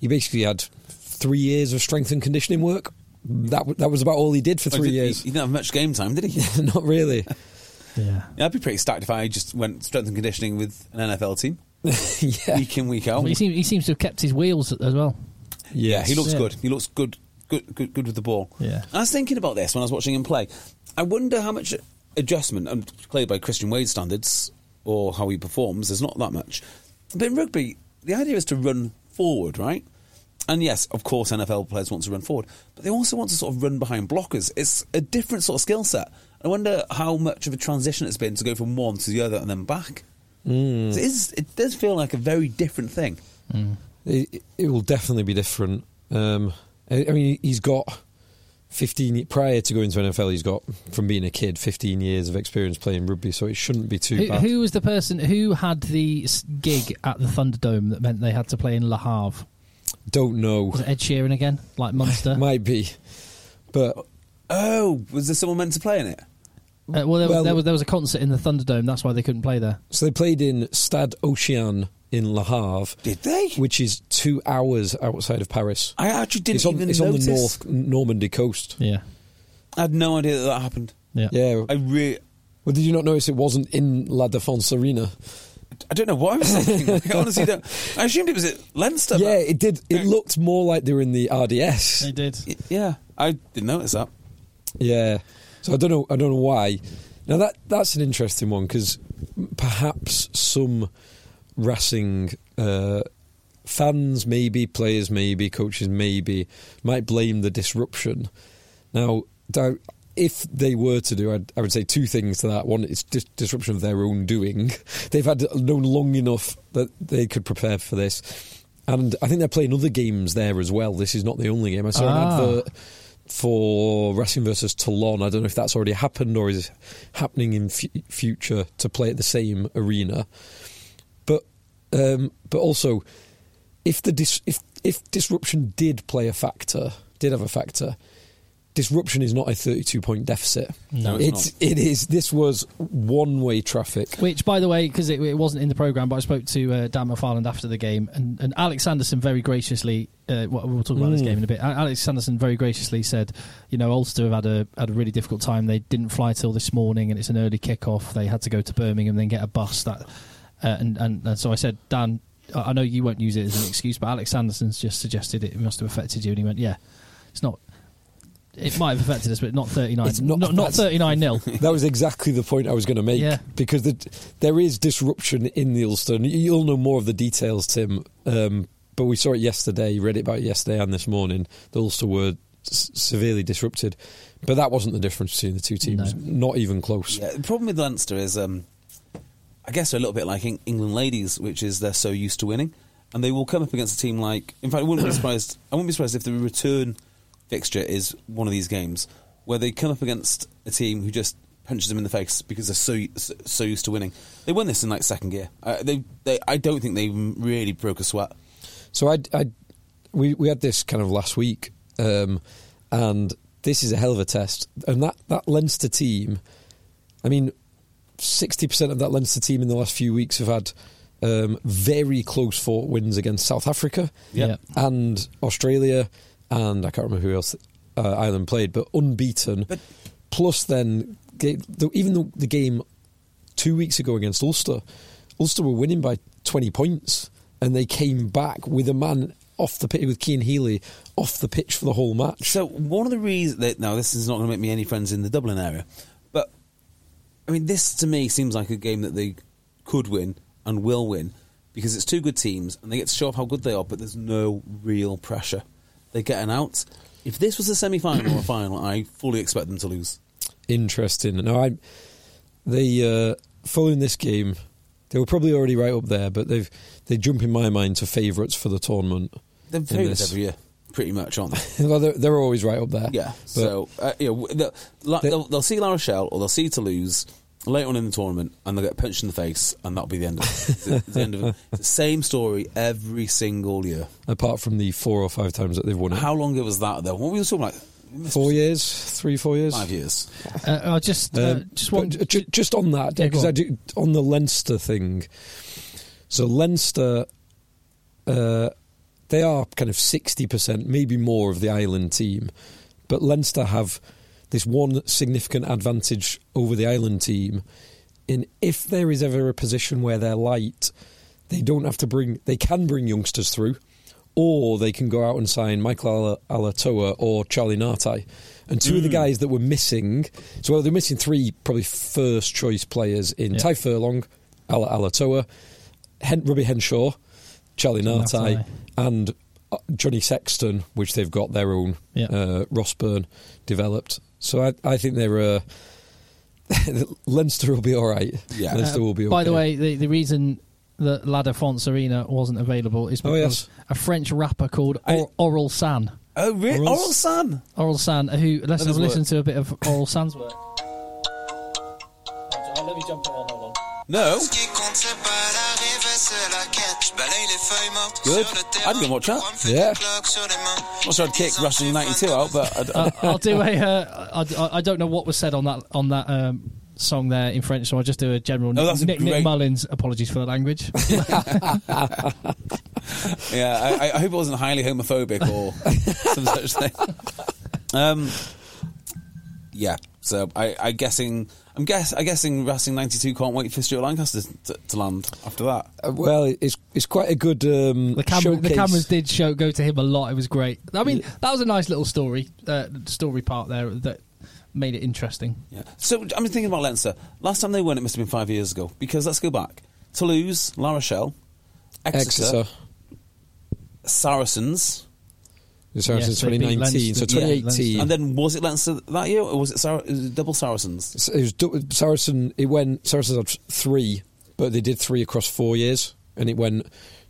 Speaker 3: he basically had three years of strength and conditioning work. That w- that was about all he did for
Speaker 2: Like,
Speaker 3: three
Speaker 2: did-
Speaker 3: years.
Speaker 2: He, he didn't have much game time,
Speaker 3: *laughs*
Speaker 2: did Oh, he? yeah, *laughs*
Speaker 3: Not really.
Speaker 1: Yeah.
Speaker 2: I'd be pretty stacked if I just went strength and conditioning with an NFL team
Speaker 3: *laughs* yeah.
Speaker 2: week in, week out.
Speaker 1: He seems he seems to have kept his wheels as well.
Speaker 2: Yeah, he
Speaker 3: Yes.
Speaker 2: looks
Speaker 1: Yeah.
Speaker 2: good. He looks good, good, good, good with the ball.
Speaker 1: Yeah.
Speaker 2: And I was thinking about this when I was watching him play. I wonder how much adjustment, and played by Christian Wade standards or how he performs, there's not that much. But in rugby, the idea is to run forward, right? And yes, of course, NFL players want to run forward, but they also want to sort of run behind blockers. It's a different sort of skill set. I wonder how much of a transition it's been to go from one to the other and then back. So it, is, it does feel like a very different thing.
Speaker 3: It, it will definitely be different. Um, I, I mean, he's got 15 ye- prior to going to NFL. He's got from being a kid 15 years of experience playing rugby, so it shouldn't be too
Speaker 1: Who,
Speaker 3: bad.
Speaker 1: who was the person who had the s- gig at the Thunderdome that meant they had to play in Le Havre?
Speaker 3: Don't know.
Speaker 1: Was it Ed Sheeran again, like *laughs* Munster?
Speaker 3: *laughs* Might be, but
Speaker 2: Oh, was there someone meant to play in it?
Speaker 1: Uh, well, there,
Speaker 3: Well-
Speaker 1: was, there was there was a concert in the Thunderdome. That's why they couldn't play there.
Speaker 3: so they played in Stade Ocean in Le Havre,
Speaker 2: Did they?
Speaker 3: which is two hours outside of Paris.
Speaker 2: I actually didn't
Speaker 3: it's on,
Speaker 2: even
Speaker 3: it's on
Speaker 2: notice.
Speaker 3: the North Normandy coast.
Speaker 1: Yeah,
Speaker 2: I had no idea that that happened.
Speaker 1: yeah.
Speaker 3: Yeah.
Speaker 2: I really,
Speaker 3: Well, did you not notice it wasn't in La Défense Arena?
Speaker 2: I don't know what I was thinking. I honestly don't. I assumed it was at Leinster.
Speaker 3: yeah,
Speaker 2: but-
Speaker 3: it did. It looked more like they were in the RDS.
Speaker 1: They did.
Speaker 2: Y- Uh, yeah. I didn't notice that.
Speaker 3: Yeah. So I don't know. I don't know why. Now that that's an interesting one because perhaps some Racing uh, fans, maybe players, maybe coaches, maybe might blame the disruption. Now, da- if they were to do, I'd, I would say two things to that. One, it's dis- disruption of their own doing. *laughs* They've had uh, known long enough that they could prepare for this, and I think they're playing other games there as well. This is not the only game. I saw
Speaker 1: Ah.
Speaker 3: an advert for Racing versus Toulon. I don't know if that's already happened or is happening in f- future to play at the same arena. But um, but also, if the dis- if if disruption did play a factor, did have a factor, disruption is not a thirty-two point deficit.
Speaker 2: No, it's
Speaker 3: it's it is. This was one-way traffic.
Speaker 1: Which, by the way, because it, it wasn't in the program, but I spoke to uh, Dan McFarland after the game, and, and Alex Anderson very graciously. Uh, well, we'll talk about
Speaker 3: Mm.
Speaker 1: this game in a bit. A- Alex Anderson very graciously said, "You know, Ulster have had a had a really difficult time. They didn't fly till this morning, and it's an early kick-off. They had to go to Birmingham, then get a bus. That, uh, and, and and so I said, Dan, I I know you won't use it as an excuse, but Alex Anderson's just suggested it must have affected you, and he went, yeah, it's not." It might have affected us, but not thirty nine.
Speaker 3: It's not-
Speaker 1: Not not
Speaker 3: that's-
Speaker 1: thirty nine
Speaker 3: *laughs*
Speaker 1: nil.
Speaker 3: That was exactly the point I was going to make.
Speaker 1: Yeah.
Speaker 3: Because the, there is disruption in the Ulster. and You'll know more of the details, Tim. Um, but we saw it yesterday, read it about it yesterday and this morning. The Ulster were s- severely disrupted. But that wasn't the difference between the two teams. Not even close.
Speaker 2: Yeah, the problem with Leinster is, um, I guess, they're a little bit like Eng- England ladies, which is they're so used to winning, and they will come up against a team like. In fact, I wouldn't be *coughs* surprised. I wouldn't be surprised if the return fixture is one of these games where they come up against a team who just punches them in the face because they're so so, so used to winning. They won this in like second gear. Uh, they, they, I don't think they really broke a sweat.
Speaker 3: So I, I, we we had this kind of last week, um, and this is a hell of a test. And that that Leinster team, I mean, sixty percent of that Leinster team in the last few weeks have had um, very close fought wins against South Africa,
Speaker 1: Yeah.
Speaker 3: and Australia, and I can't remember who else uh, Ireland played, but unbeaten.
Speaker 2: But-
Speaker 3: Plus, then ga- the, even the, the game two weeks ago against Ulster, Ulster were winning by twenty points, and they came back with a man off the pitch with Keane Healy off the pitch for the whole match.
Speaker 2: So one of the reasons that now this is not going to make me any friends in the Dublin area, but I mean this to me seems like a game that they could win and will win because it's two good teams and they get to show off how good they are, but there's no real pressure. They're getting out. If this was a semi-final or a final, I fully expect them to lose.
Speaker 3: Interesting. Now, I they uh, following this game, they were probably already right up there, but they've they jump in my mind to favourites for the tournament.
Speaker 2: They're
Speaker 3: in
Speaker 2: very good
Speaker 3: this.
Speaker 2: every year. pretty much, aren't they?
Speaker 3: *laughs* well, they're, they're always right up there.
Speaker 2: Yeah.
Speaker 3: But
Speaker 2: so uh, yeah, w- they'll, like,
Speaker 3: They-
Speaker 2: they'll, they'll see La Rochelle or they'll see Toulouse later on in the tournament, and they'll get punched in the face, and that'll be the end of it. It's the, it's the end of it. It's the same story every single year.
Speaker 3: apart from the four or five times that they've won it,
Speaker 2: How long it was that though? What were we talking like?
Speaker 3: four years, three, four years.
Speaker 2: Five years.
Speaker 1: Uh, I just, uh,
Speaker 3: Um,
Speaker 1: just
Speaker 3: but
Speaker 1: want
Speaker 3: ju- ju- just on that
Speaker 1: Yeah, go
Speaker 3: because I
Speaker 1: on.
Speaker 3: do on the Leinster thing. So Leinster, uh, they are kind of sixty percent, maybe more of the island team, but Leinster have this one significant advantage over the island team. In if there is ever a position where they're light, they don't have to bring. They can bring youngsters through, or they can go out and sign Michael Ala- Alatoa or Charlie Nartai. And two of the guys that were missing, so well, they're missing three probably first choice players in
Speaker 1: Yeah.
Speaker 3: Ty Furlong, Ala Alatoa, Hen- Robbie Henshaw, Charlie Nartai,
Speaker 1: Nartai.
Speaker 3: and uh, Johnny Sexton, which they've got their own
Speaker 1: Yeah.
Speaker 3: uh, Ross Byrne developed. So I, I think they're. Uh, *laughs* Leinster will be all right.
Speaker 2: Yeah.
Speaker 3: Leinster will be.
Speaker 1: By the
Speaker 3: okay.
Speaker 1: way, the, the reason that La Défense Arena wasn't available is
Speaker 3: Oh,
Speaker 1: because
Speaker 3: yes.
Speaker 1: a French rapper called
Speaker 2: I-
Speaker 1: or- Oral San,
Speaker 2: Oh, really?
Speaker 3: Or else-
Speaker 2: Oral San.
Speaker 1: Oral San, uh, who let's
Speaker 2: That
Speaker 1: have a
Speaker 2: doesn't
Speaker 1: listen
Speaker 2: work.
Speaker 1: to a bit of Oral San's work. Let me jump it on. Hold on.
Speaker 2: No.
Speaker 4: Ce qui compte, c'est pas l'arrivée, c'est la quête. Je balaye les feuilles mortes
Speaker 2: Good.
Speaker 4: sur le
Speaker 2: I
Speaker 4: terrain.
Speaker 2: didn't watch that.
Speaker 4: Moi, me fait
Speaker 3: Yeah.
Speaker 4: des cloques sur les mains.
Speaker 2: Not sure I'd kick
Speaker 4: Disons que
Speaker 2: Russian
Speaker 4: j'ai
Speaker 2: 92
Speaker 4: vingt-deux
Speaker 2: out, but I'd,
Speaker 1: Uh, I'll do a. Uh, I, I- I don't know what was said on that on that um, song there in French, so I'll just do a general.
Speaker 2: No, Oh, that's
Speaker 1: Nick,
Speaker 2: a
Speaker 1: Nick
Speaker 2: great-
Speaker 1: Mullins. Apologies for the
Speaker 2: *laughs*
Speaker 1: language.
Speaker 2: yeah, I, I- I hope it wasn't highly homophobic or some such thing. Um, yeah, so I, I guessing, I'm guess, I guessing Racing ninety two can't wait for Stuart Lancaster to, to land after that.
Speaker 3: Uh, well, it's it's quite a good um,
Speaker 1: The, camera, the
Speaker 3: showcase.
Speaker 1: cameras did show go to him a lot. It was great. I mean, that was a nice little story uh, story part there that made it interesting.
Speaker 2: Yeah. So I'm just thinking about Leinster. Last time they won, it must have been five years ago. Because let's go back: Toulouse, La Rochelle, Exeter,
Speaker 3: Exeter.
Speaker 2: Saracens,
Speaker 3: It's around
Speaker 1: Yes,
Speaker 3: since
Speaker 1: they beat
Speaker 3: 2019, so
Speaker 1: Leinster. Yeah,
Speaker 3: 2018.
Speaker 1: Leinster.
Speaker 2: and then was it Leinster that year, or was it, Sar- it was double Saracens?
Speaker 3: So it was du- Saracen. It went Saracens had three, but they did three across four years, and it went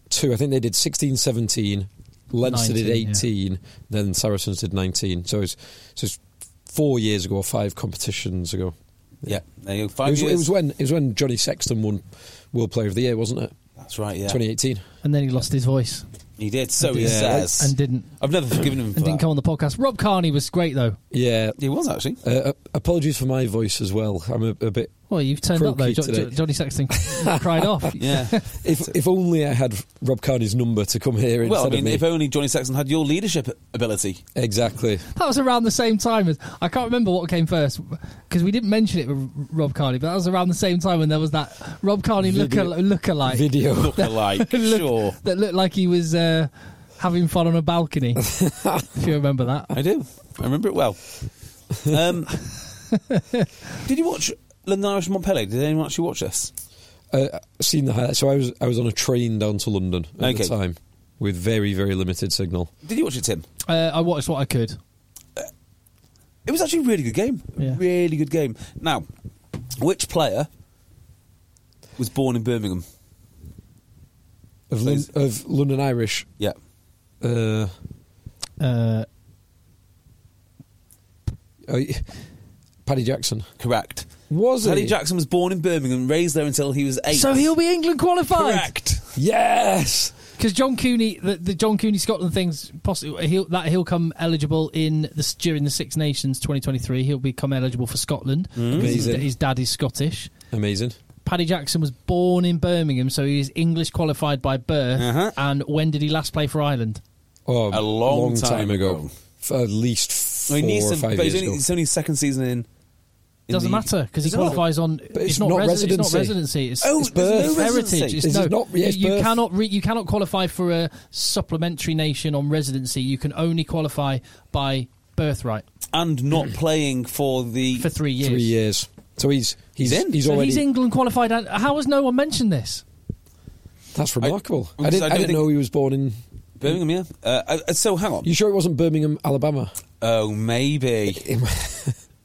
Speaker 3: two. I think they did 16, 17. Leinster did
Speaker 1: 19, yeah.
Speaker 3: 18, then Saracens did 19. So it's so it's four years ago or five competitions ago.
Speaker 2: Yeah, there you go.
Speaker 3: It
Speaker 2: Five
Speaker 3: was,
Speaker 2: years.
Speaker 3: it was when it was when Johnny Sexton won World Player of the Year, wasn't it?
Speaker 2: That's right. Yeah,
Speaker 3: 2018.
Speaker 1: And then he lost his voice
Speaker 2: he did. So he
Speaker 3: Yeah.
Speaker 2: says.
Speaker 1: and didn't
Speaker 2: I've never forgiven him for
Speaker 1: and didn't
Speaker 2: that.
Speaker 1: come on the podcast. Rob Carney was great though.
Speaker 3: Yeah.
Speaker 2: He was actually.
Speaker 3: Uh, apologies for my voice as well. I'm a, a
Speaker 2: *laughs*
Speaker 3: bit
Speaker 1: Well, you've turned up though.
Speaker 3: Croaky
Speaker 1: Jo-
Speaker 3: today.
Speaker 1: Jo- Johnny Sexton cried off.
Speaker 2: Yeah.
Speaker 3: If if only I had Rob Carney's number to come here instead
Speaker 2: well, I
Speaker 3: of
Speaker 2: mean,
Speaker 3: me.
Speaker 2: if only Johnny Sexton had your leadership ability.
Speaker 3: exactly.
Speaker 1: That was around the same time as I can't remember what came first because we didn't mention it with Rob Carney, but that was around the same time when there was that Rob Carney look
Speaker 3: Video-
Speaker 1: lookalike
Speaker 3: Video.
Speaker 2: Look alike,
Speaker 1: Look-
Speaker 2: sure.
Speaker 1: that looked like he was uh, having fun on a balcony. if you remember that,
Speaker 2: I do. I remember it well. Um, did you watch London Irish Montpellier? Did anyone actually watch this?
Speaker 3: Uh, seen the highlight. So I was I was on a train down to London at
Speaker 2: Okay.
Speaker 3: the time with very very limited signal.
Speaker 2: Did you watch it, Tim?
Speaker 1: uh, I watched what I could.
Speaker 2: It was actually a really good game.
Speaker 1: Yeah.
Speaker 2: Really good game. Now, which player was born in Birmingham?
Speaker 3: Of, Lon-
Speaker 2: Please.
Speaker 3: of London Irish,
Speaker 2: Yeah.
Speaker 3: uh,
Speaker 1: Uh,
Speaker 3: oh, *laughs* Paddy Jackson
Speaker 2: Correct.
Speaker 3: was
Speaker 2: Teddy
Speaker 3: he?
Speaker 2: Jackson was born in Birmingham, raised there until he was eight.
Speaker 1: so he'll be England qualified
Speaker 2: correct.
Speaker 3: Yes.
Speaker 1: because John Cooney, the, the John Cooney Scotland things, possibly he'll, that he'll come eligible in this during the Six Nations 2023. He'll become eligible for Scotland. because his-
Speaker 3: Mm. Amazing.
Speaker 1: His dad is Scottish.
Speaker 3: Amazing.
Speaker 1: Paddy Jackson was born in Birmingham, so he is English qualified by birth.
Speaker 2: Uh-huh.
Speaker 1: And when did he last play for Ireland?
Speaker 3: Oh,
Speaker 2: A long
Speaker 3: time,
Speaker 2: time
Speaker 3: ago.
Speaker 2: ago.
Speaker 3: For at least four
Speaker 2: I mean, he's
Speaker 3: or
Speaker 2: some-
Speaker 3: five
Speaker 2: but he's
Speaker 3: years
Speaker 2: only,
Speaker 3: ago.
Speaker 2: it's only his second season in. in
Speaker 1: Doesn't
Speaker 2: the-
Speaker 1: matter because he
Speaker 2: Does it matter?
Speaker 1: qualifies on.
Speaker 3: it's not
Speaker 1: resi- It's
Speaker 3: residency.
Speaker 1: not residency. It's,
Speaker 2: Oh,
Speaker 1: it's
Speaker 2: there's
Speaker 3: no
Speaker 2: residency.
Speaker 1: heritage. It's
Speaker 3: Is
Speaker 1: no,
Speaker 3: it not- yeah, it's
Speaker 1: you, you
Speaker 3: birth.
Speaker 1: cannot re, you cannot qualify for a supplementary nation on residency. You can only qualify by birthright
Speaker 2: and
Speaker 1: *clears throat*
Speaker 2: not playing for the
Speaker 1: for three years.
Speaker 3: three years. So he's he's
Speaker 2: He's in.
Speaker 3: he's
Speaker 1: so
Speaker 3: already
Speaker 1: he's England qualified. and How has no one mentioned this?
Speaker 3: that's remarkable.
Speaker 2: I
Speaker 3: I, didn't,
Speaker 2: don't
Speaker 3: I didn't
Speaker 2: think-
Speaker 3: know he was born in.
Speaker 2: Birmingham. Yeah. Uh, uh, so hang on.
Speaker 3: You sure it wasn't Birmingham, Alabama?
Speaker 2: oh, maybe,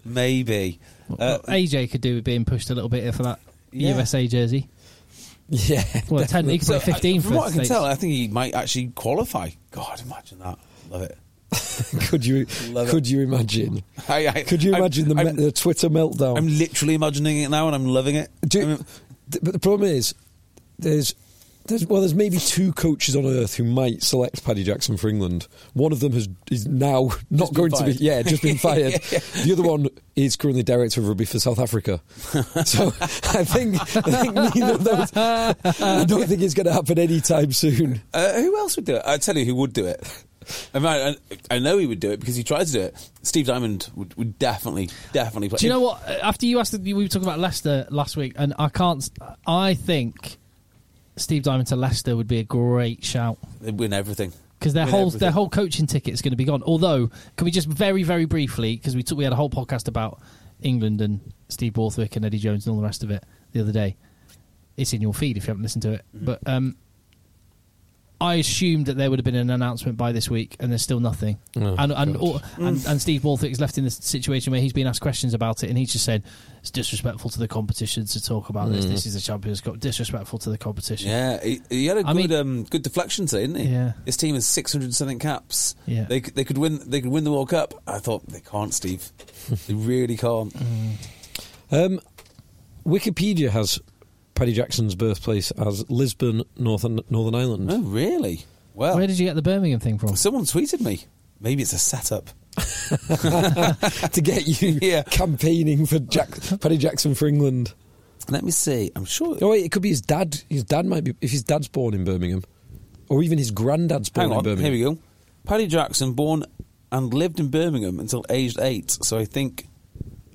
Speaker 2: maybe. Uh,
Speaker 1: AJ could do with being pushed a little bit for that
Speaker 2: Yeah.
Speaker 1: USA jersey.
Speaker 3: *laughs* yeah.
Speaker 1: Well, ten, he could play
Speaker 2: so, uh,
Speaker 1: fifteen.
Speaker 2: From
Speaker 1: for
Speaker 2: what I can
Speaker 1: States.
Speaker 2: tell, I think he might actually qualify. God, imagine that. Love it.
Speaker 3: *laughs* could you
Speaker 2: Love it.
Speaker 3: could you imagine?
Speaker 2: I- I-
Speaker 3: could you
Speaker 2: I'm-
Speaker 3: imagine the,
Speaker 2: I'm-
Speaker 3: me- the Twitter meltdown?
Speaker 2: I'm literally imagining it now, and I'm loving it.
Speaker 3: Oh. Do,
Speaker 2: I mean,
Speaker 3: th- but the problem is, there's, there's well, there's maybe two coaches on earth who might select Paddy Jackson for England. One of them has is now *laughs* not
Speaker 2: been
Speaker 3: going to
Speaker 2: fired.
Speaker 3: be, yeah, just been
Speaker 2: *laughs*
Speaker 3: fired. The other one is currently director of rugby for South
Speaker 2: *laughs*
Speaker 3: Africa. So I think, I think neither of those. I don't think it's going to happen anytime soon.
Speaker 2: uh, who else would do it? I tell you, who would do it? I, mean, I, I know he would do it because he tried to do it. Steve Diamond would, would definitely, definitely play.
Speaker 1: Do you know what? Uh, After you asked, we were talking about Leicester last week, and I can't. I think Steve Diamond to Leicester would be a great shout
Speaker 2: They'd win everything
Speaker 1: because their
Speaker 2: Win
Speaker 1: whole
Speaker 2: everything.
Speaker 1: their whole coaching ticket is going to be gone. Although, can we just very very briefly because we took we had a whole podcast about England and Steve Borthwick and Eddie Jones and all the rest of it the other day. It's in your feed if you haven't listened to it.
Speaker 2: Mm-hmm.
Speaker 1: But um, I assumed that there would have been an announcement by this week, and there's still nothing.
Speaker 2: Oh,
Speaker 1: and and, all, and
Speaker 2: Mm.
Speaker 1: and Steve Borthwick's left in this situation where he's been asked questions about it, and he's just said it's disrespectful to the competition to talk about this. This is the Champions Cup, disrespectful to the competition.
Speaker 2: Mm. Yeah, he, he had a
Speaker 1: I
Speaker 2: good
Speaker 1: mean-
Speaker 2: um, good deflection today, didn't he?
Speaker 1: Yeah.
Speaker 2: His team has six hundred something caps.
Speaker 1: Yeah.
Speaker 2: They c- they could win they could win the World Cup. I thought they
Speaker 1: *laughs*
Speaker 2: can't, Steve. they really can't.
Speaker 1: Mm.
Speaker 3: Um, Wikipedia has Paddy Jackson's birthplace as Lisbon, Northern Northern Ireland.
Speaker 2: *laughs*
Speaker 3: *laughs*
Speaker 2: Oh, really? Well,
Speaker 1: Where did you get the Birmingham thing from?
Speaker 2: someone tweeted me. Maybe it's a setup.
Speaker 3: to get you
Speaker 2: Yeah.
Speaker 3: campaigning for Jack- Paddy Jackson for England.
Speaker 2: Let me see. I'm sure.
Speaker 3: Oh wait, it could be his dad. His dad might be if his dad's born in Birmingham, or even his granddad's born
Speaker 2: Hang
Speaker 3: in
Speaker 2: on. Here
Speaker 3: Birmingham.
Speaker 2: we go. Paddy Jackson, born and lived in Birmingham until aged eight. So I think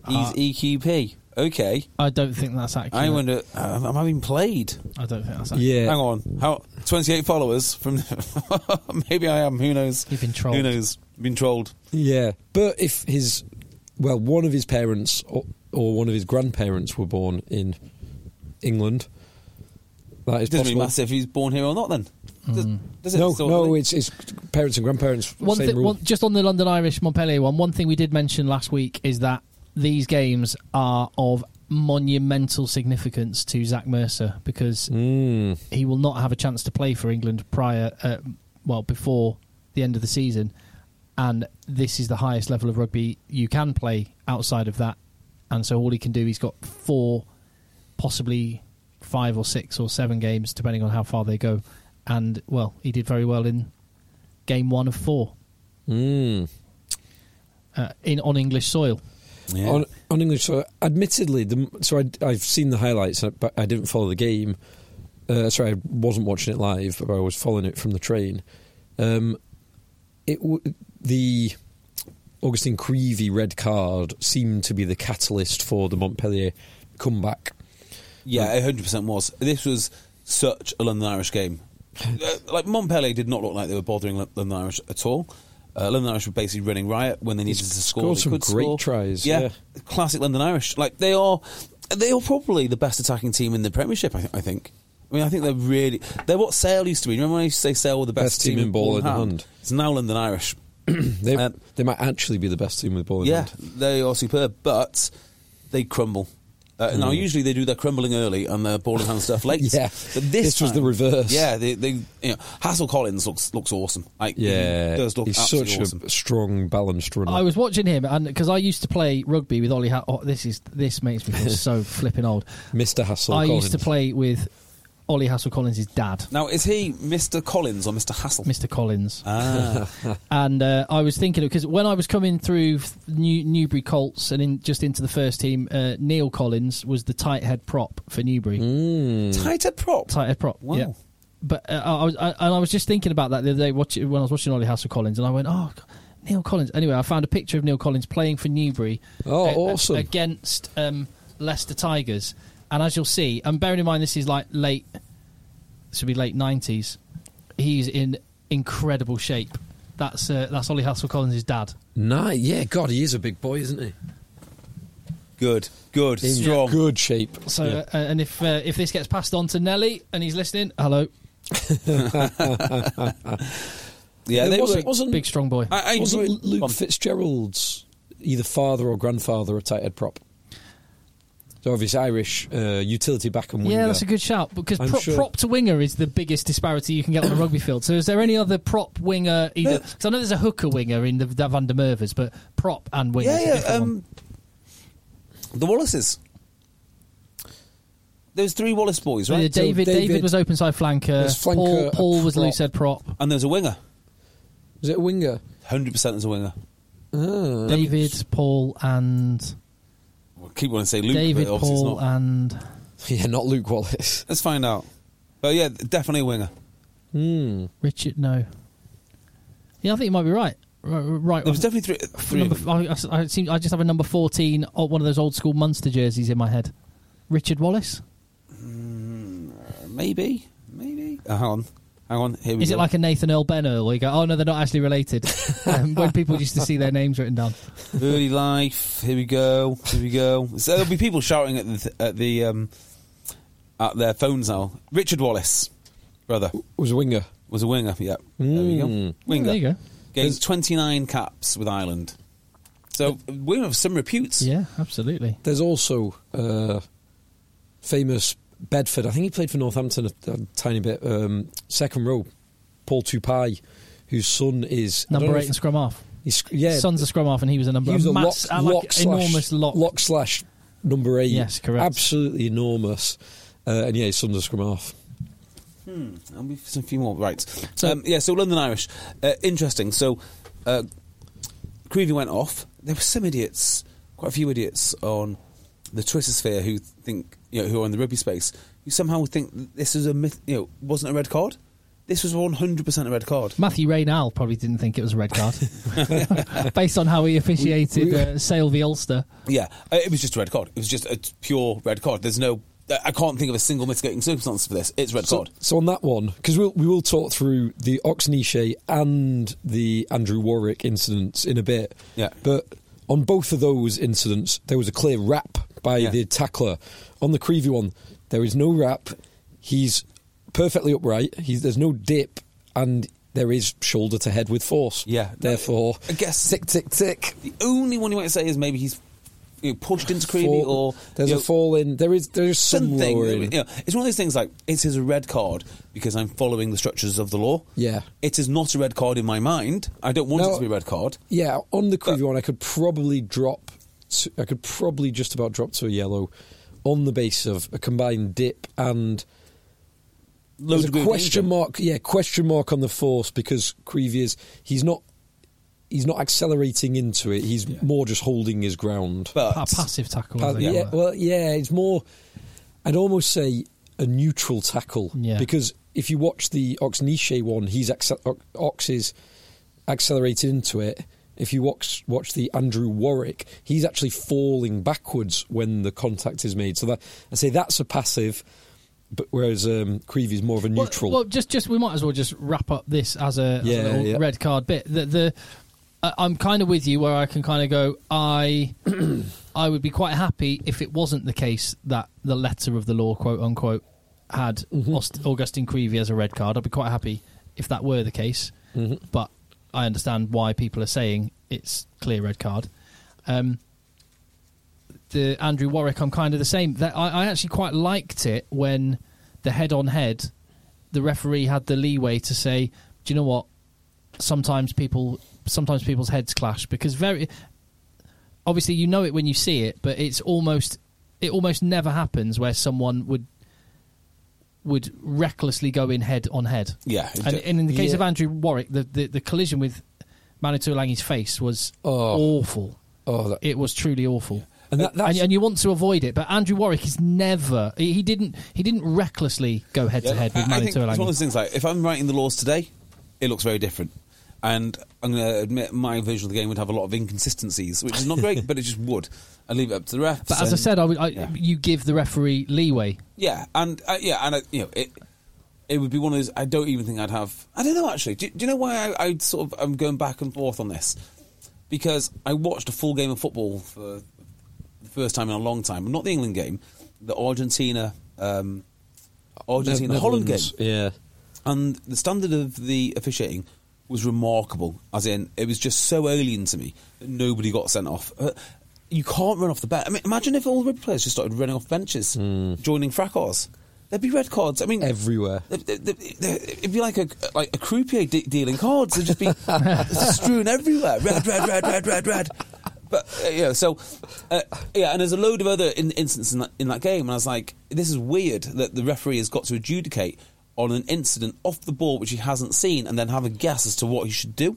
Speaker 2: he's
Speaker 1: Ah.
Speaker 2: EQP. Okay.
Speaker 1: I don't think that's accurate.
Speaker 2: I wonder. Uh, am I being played?
Speaker 1: I don't think that's accurate.
Speaker 3: Yeah,
Speaker 2: Hang on. How 28 followers from *laughs* Maybe I am, who knows.
Speaker 1: You've been trolled.
Speaker 2: Who knows? Been trolled.
Speaker 3: yeah. But if his, well, one of his parents or, or one of his grandparents were born in England, that is
Speaker 2: It doesn't really
Speaker 3: possible.
Speaker 2: matter if he's born here or not then. Does,
Speaker 1: Mm-hmm.
Speaker 2: does it
Speaker 3: No,
Speaker 2: sort of
Speaker 3: no,
Speaker 2: thing?
Speaker 3: it's, it's parents and grandparents.
Speaker 1: One
Speaker 3: same
Speaker 1: thing,
Speaker 3: rule.
Speaker 1: one, just on the London Irish Montpellier one. One thing we did mention last week is that these games are of monumental significance to Zach Mercer because
Speaker 3: Mm.
Speaker 1: he will not have a chance to play for England prior, uh, well, before the end of the season. And this is the highest level of rugby you can play outside of that. And so all he can do, he's got four, possibly five or six or seven games, depending on how far they go. And, well, he did very well in game one of four
Speaker 3: Mm.
Speaker 1: uh, in on English soil.
Speaker 2: Yeah.
Speaker 3: on, on English soil. Admittedly, the, so I, I've seen the highlights, but I didn't follow the game. Uh, sorry, I wasn't watching it live, but I was following it from the train. Um, it w- the Augustine Creevy red card seemed to be the catalyst for the Montpellier comeback.
Speaker 2: Yeah, it 100% was. This was such a London Irish
Speaker 3: *laughs*
Speaker 2: game. Uh, like, Montpellier did not look like they were bothering Lo- London Irish at all. Uh, London Irish were basically running riot when they needed to score.
Speaker 3: scored
Speaker 2: They
Speaker 3: some
Speaker 2: could
Speaker 3: great
Speaker 2: score.
Speaker 3: tries, yeah.
Speaker 2: classic London Irish. Like, they are they are probably the best attacking team in the Premiership, I, th- I think. I mean, I think they're really. They're what Sale used to be. Remember when I used to say Sale were the best,
Speaker 3: Best team in ball in hand.
Speaker 2: It's now London Irish.
Speaker 3: They,
Speaker 2: Um,
Speaker 3: they might actually be the best team with ball in
Speaker 2: Yeah,
Speaker 3: hand.
Speaker 2: they are superb, but they crumble. Uh, Now, usually they do their crumbling early and their ball in hand stuff late.
Speaker 3: Hmm. *laughs* Yeah.
Speaker 2: but this,
Speaker 3: This was
Speaker 2: time-
Speaker 3: the reverse.
Speaker 2: Yeah, they, they you know, Hassel Collins looks looks awesome. Like, he
Speaker 3: Yeah,
Speaker 2: does look
Speaker 3: he's
Speaker 2: absolutely
Speaker 3: such
Speaker 2: awesome.
Speaker 3: a strong, balanced runner.
Speaker 1: I was watching him, and because I used to play rugby with Ollie. Ha- oh, this is this makes me feel so flipping old.
Speaker 3: Mr. Hassel.
Speaker 1: I
Speaker 3: Collins.
Speaker 1: used to play with Ollie Hassel Collins' dad,
Speaker 2: Now, is he Mr. Collins or Mr. Hassel?
Speaker 1: Mr. Collins.
Speaker 2: Ah,
Speaker 1: and uh, I was thinking because when I was coming through New- Newbury Colts and in, just into the first team, uh, Neil Collins was the tight head prop for Newbury.
Speaker 3: Hmm.
Speaker 2: tight at prop.
Speaker 1: Tight head prop.
Speaker 2: Wow.
Speaker 1: Yeah. But uh, I was, I, and I was just thinking about that the other day watch, when I was watching Ollie Hassel Collins, and I went, oh. God, Neil Collins. Anyway, I found a picture of Neil Collins playing for Newbury.
Speaker 3: Oh,
Speaker 1: a-
Speaker 3: awesome.
Speaker 1: Against um, Leicester Tigers, and as you'll see, and bearing in mind this is like late, this would be late nineties. He's in incredible shape. That's uh, that's Ollie Hassel Collins' dad.
Speaker 3: Nah, yeah, God, he is a big boy, isn't he?
Speaker 2: Good, good,
Speaker 3: In
Speaker 2: strong.
Speaker 3: good shape.
Speaker 1: So,
Speaker 3: Yeah.
Speaker 1: uh, and if uh, if this gets passed on to Nelly and he's listening, hello,
Speaker 2: Yeah, they
Speaker 3: wasn't,
Speaker 2: were-
Speaker 3: wasn't-
Speaker 1: big strong boy.
Speaker 2: I- I
Speaker 3: wasn't
Speaker 2: enjoyed-
Speaker 3: Luke
Speaker 2: Come on.
Speaker 3: Fitzgerald's either father or grandfather a tight head prop? the obvious Irish uh, utility back and winger.
Speaker 1: Yeah, that's a good shout because
Speaker 3: I'm
Speaker 1: prop,
Speaker 3: sure-
Speaker 1: prop to winger is the biggest disparity you can get on a rugby field. So, is there any other prop winger? Either because I know there's a hooker winger in the, the Van der Merwes, but prop and winger. is a
Speaker 2: Yeah, yeah.
Speaker 1: different one.
Speaker 2: Um, the Wallaces. There's three Wallace boys,
Speaker 1: So
Speaker 2: right?
Speaker 3: So
Speaker 1: David, David,
Speaker 3: David-
Speaker 1: was open side flanker.
Speaker 3: Was flanker,
Speaker 1: Paul,
Speaker 3: a
Speaker 1: Paul was
Speaker 3: prop.
Speaker 1: loose head prop.
Speaker 2: And there's a winger.
Speaker 3: Is it a winger? *laughs*
Speaker 2: 100% there's a winger.
Speaker 3: Ah.
Speaker 1: David, Paul, and
Speaker 2: I keep wanting to say Luke,
Speaker 1: David,
Speaker 2: but obviously
Speaker 1: Paul,
Speaker 2: it's not.
Speaker 1: and
Speaker 3: Yeah, not Luke Wallace.
Speaker 2: Let's find out. But yeah, definitely a winger.
Speaker 3: Hmm.
Speaker 1: Richard. No, yeah, I think you might be right. Right, right.
Speaker 2: There was
Speaker 1: I-
Speaker 2: definitely three. three
Speaker 1: number,
Speaker 2: of them.
Speaker 1: I, I, I seem, I just have a number fourteen, oh, one of those old school Munster jerseys in my head. Richard Wallace.
Speaker 2: Maybe. Maybe. Uh, hang on. Hang on. Here we
Speaker 1: Is
Speaker 2: go.
Speaker 3: Mm-hmm.
Speaker 1: it like a Nathan Earl Ben Earl? Where you go, oh no, they're not actually
Speaker 3: *laughs*
Speaker 1: related. um, when people used to see their names written down.
Speaker 2: Early life. Here we go. Here we go. So there'll be people shouting at the at the um, at their phones now. Richard Wallace, brother,
Speaker 3: Was a winger.
Speaker 2: was a winger. Yeah. There we go.
Speaker 3: Mm.
Speaker 2: Winger.
Speaker 1: There you go.
Speaker 2: Gained 29 caps with Ireland. So women of some repute.
Speaker 1: Yeah, absolutely.
Speaker 3: There's also uh, famous Bedford. I think he played for Northampton a, a tiny bit. Um, second row, Paul Tupai, whose son is I don't
Speaker 1: Number
Speaker 3: know
Speaker 1: eight
Speaker 3: if-
Speaker 1: and scrum half.
Speaker 3: He's, yeah,
Speaker 1: Son's a scrum half, and he was a number.
Speaker 3: he was a
Speaker 1: mass-
Speaker 3: lock,
Speaker 1: uh, like
Speaker 3: lock slash,
Speaker 1: enormous lock.
Speaker 3: lock slash number eight.
Speaker 1: Yes, correct.
Speaker 3: Absolutely enormous. Uh, and yeah, his son's a scrum half.
Speaker 2: There'll be some few more. Right.
Speaker 1: So-
Speaker 2: um, yeah, so London Irish. Uh, interesting. So uh, Creevy went off. There were some idiots, quite a few idiots on the Twitter sphere who think, you know, who are in the rugby space, who somehow would think that this is a myth, you know, wasn't a red card. This was 100% a red card.
Speaker 1: Matthew Raynal probably didn't think it was a red card, *laughs*
Speaker 3: *laughs*
Speaker 1: based on how he officiated uh, Sale the Ulster.
Speaker 2: Yeah, uh, it was just a red card. It was just a t- pure red card. There's no. uh, I- I can't think of a single mitigating circumstance for this. It's red
Speaker 3: So,
Speaker 2: card.
Speaker 3: so on that one, because we'll, we will talk through the Oxniche and the Andrew Warwick incidents in a bit.
Speaker 2: Yeah.
Speaker 3: But on both of those incidents, there was a clear rap by
Speaker 2: Yeah.
Speaker 3: the tackler. On the Creevy one, there is no rap. He's perfectly upright. He's, there's no dip, and there is shoulder to head with force.
Speaker 2: Yeah.
Speaker 3: Therefore,
Speaker 2: I guess-
Speaker 3: tick tick tick.
Speaker 2: The only one you might say is maybe he's you know, pushed into Creevy
Speaker 3: Fall-
Speaker 2: or
Speaker 3: there's
Speaker 2: you
Speaker 3: a
Speaker 2: know,
Speaker 3: fall in. There is there is some
Speaker 2: something.
Speaker 3: lowering.
Speaker 2: You know, it's one of those things like it is a red card because I'm following the structures of the law.
Speaker 3: Yeah.
Speaker 2: It is not a red card in my mind. I don't want it
Speaker 3: No.
Speaker 2: to be a red card.
Speaker 3: Yeah, on the Creevy
Speaker 2: But-
Speaker 3: one, I could probably drop. To, I could probably just about drop to a yellow, on the basis of a combined dip and
Speaker 2: Low
Speaker 3: there's
Speaker 2: degree
Speaker 3: a
Speaker 2: of
Speaker 3: question
Speaker 2: danger.
Speaker 3: mark. Yeah, question mark on the force because Creevy is he's not he's not accelerating into it. He's more just holding his ground.
Speaker 2: But
Speaker 1: A passive tackle.
Speaker 3: Pa-
Speaker 1: I think.
Speaker 3: Uh, yeah, well, yeah, it's more. I'd almost say a neutral tackle
Speaker 1: Yeah.
Speaker 3: because if you watch the Ox Niche one, he's acce- O- Ox is accelerated into it. If you watch watch the Andrew Warwick, he's actually falling backwards when the contact is made. So that I say that's a passive, but whereas um, Creevy's more of a
Speaker 1: Well-
Speaker 3: neutral.
Speaker 1: Well, just just we might as well just wrap up this as a, as a
Speaker 3: Yeah,
Speaker 1: little
Speaker 3: yeah.
Speaker 1: red card bit. The, the I- I'm kind of with you where I can kind of go.
Speaker 3: *clears throat*
Speaker 1: I I would be quite happy if it wasn't the case that the letter of the law, quote unquote, had
Speaker 3: Mm-hmm.
Speaker 1: Aust- Augustine Creevy as a red card. I'd be quite happy if that were the case.
Speaker 3: Mm-hmm.
Speaker 1: But I understand why people are saying it's clear red card. Um, the uh, Andrew Warwick, I'm kind of the same. That I, I actually quite liked it when the head-on-head, the referee had the leeway to say, "Do you know what? Sometimes people, sometimes people's heads clash because very obviously you know it when you see it, but it's almost it almost never happens where someone would would recklessly go in head on head.
Speaker 2: Yeah, it
Speaker 1: and,
Speaker 2: do-
Speaker 1: and in the case
Speaker 3: Yeah.
Speaker 1: of Andrew Warwick, the, the the collision with Manitou Langi's face was
Speaker 3: Oh.
Speaker 1: awful.
Speaker 3: oh, that,
Speaker 1: It was truly awful.
Speaker 3: and that, that's
Speaker 1: And, and you want to avoid it, but Andrew Warwick is never. He, he didn't. He didn't recklessly go head
Speaker 2: yeah,
Speaker 1: to head with
Speaker 2: I, I
Speaker 1: Manu
Speaker 2: think it's one of those
Speaker 1: Tuolangi.
Speaker 2: things like if I'm writing the laws today, it looks very different. And I'm going to admit my version of the game would have a lot of inconsistencies, which is
Speaker 1: *laughs*
Speaker 2: not great, but it just would. I leave it up to the refs.
Speaker 1: But as I
Speaker 2: and-
Speaker 1: said, I, would, I,
Speaker 2: Yeah.
Speaker 1: you give the referee leeway.
Speaker 2: Yeah, and uh, yeah, and uh, you know it. It would be one of those. I don't even think I'd have. I don't know actually. Do, do you know why I, I sort of I'm going back and forth on this? Because I watched a full game of football for the first time in a long time. Not the England game, the Argentina, um, Argentina Holland game,
Speaker 3: Netherlands, Yeah,
Speaker 2: and the standard of the officiating was remarkable. As in, it was just so alien to me that nobody got sent off. Uh, you can't run off the bench. I mean, imagine if all the rugby players just started running off benches, joining fracas. There'd be red cards. I mean,
Speaker 3: Everywhere.
Speaker 2: th- th- th- th- It'd be like a like a croupier de- dealing cards. They'd just
Speaker 1: *laughs*
Speaker 2: be strewn everywhere. Red, red, red, red, red, red. But uh, yeah, so uh, yeah, and there's a load of other in- incidents in that, in that game, and I was like, this is weird that the referee has got to adjudicate on an incident off the ball which he hasn't seen, and then have a guess as to what he should do.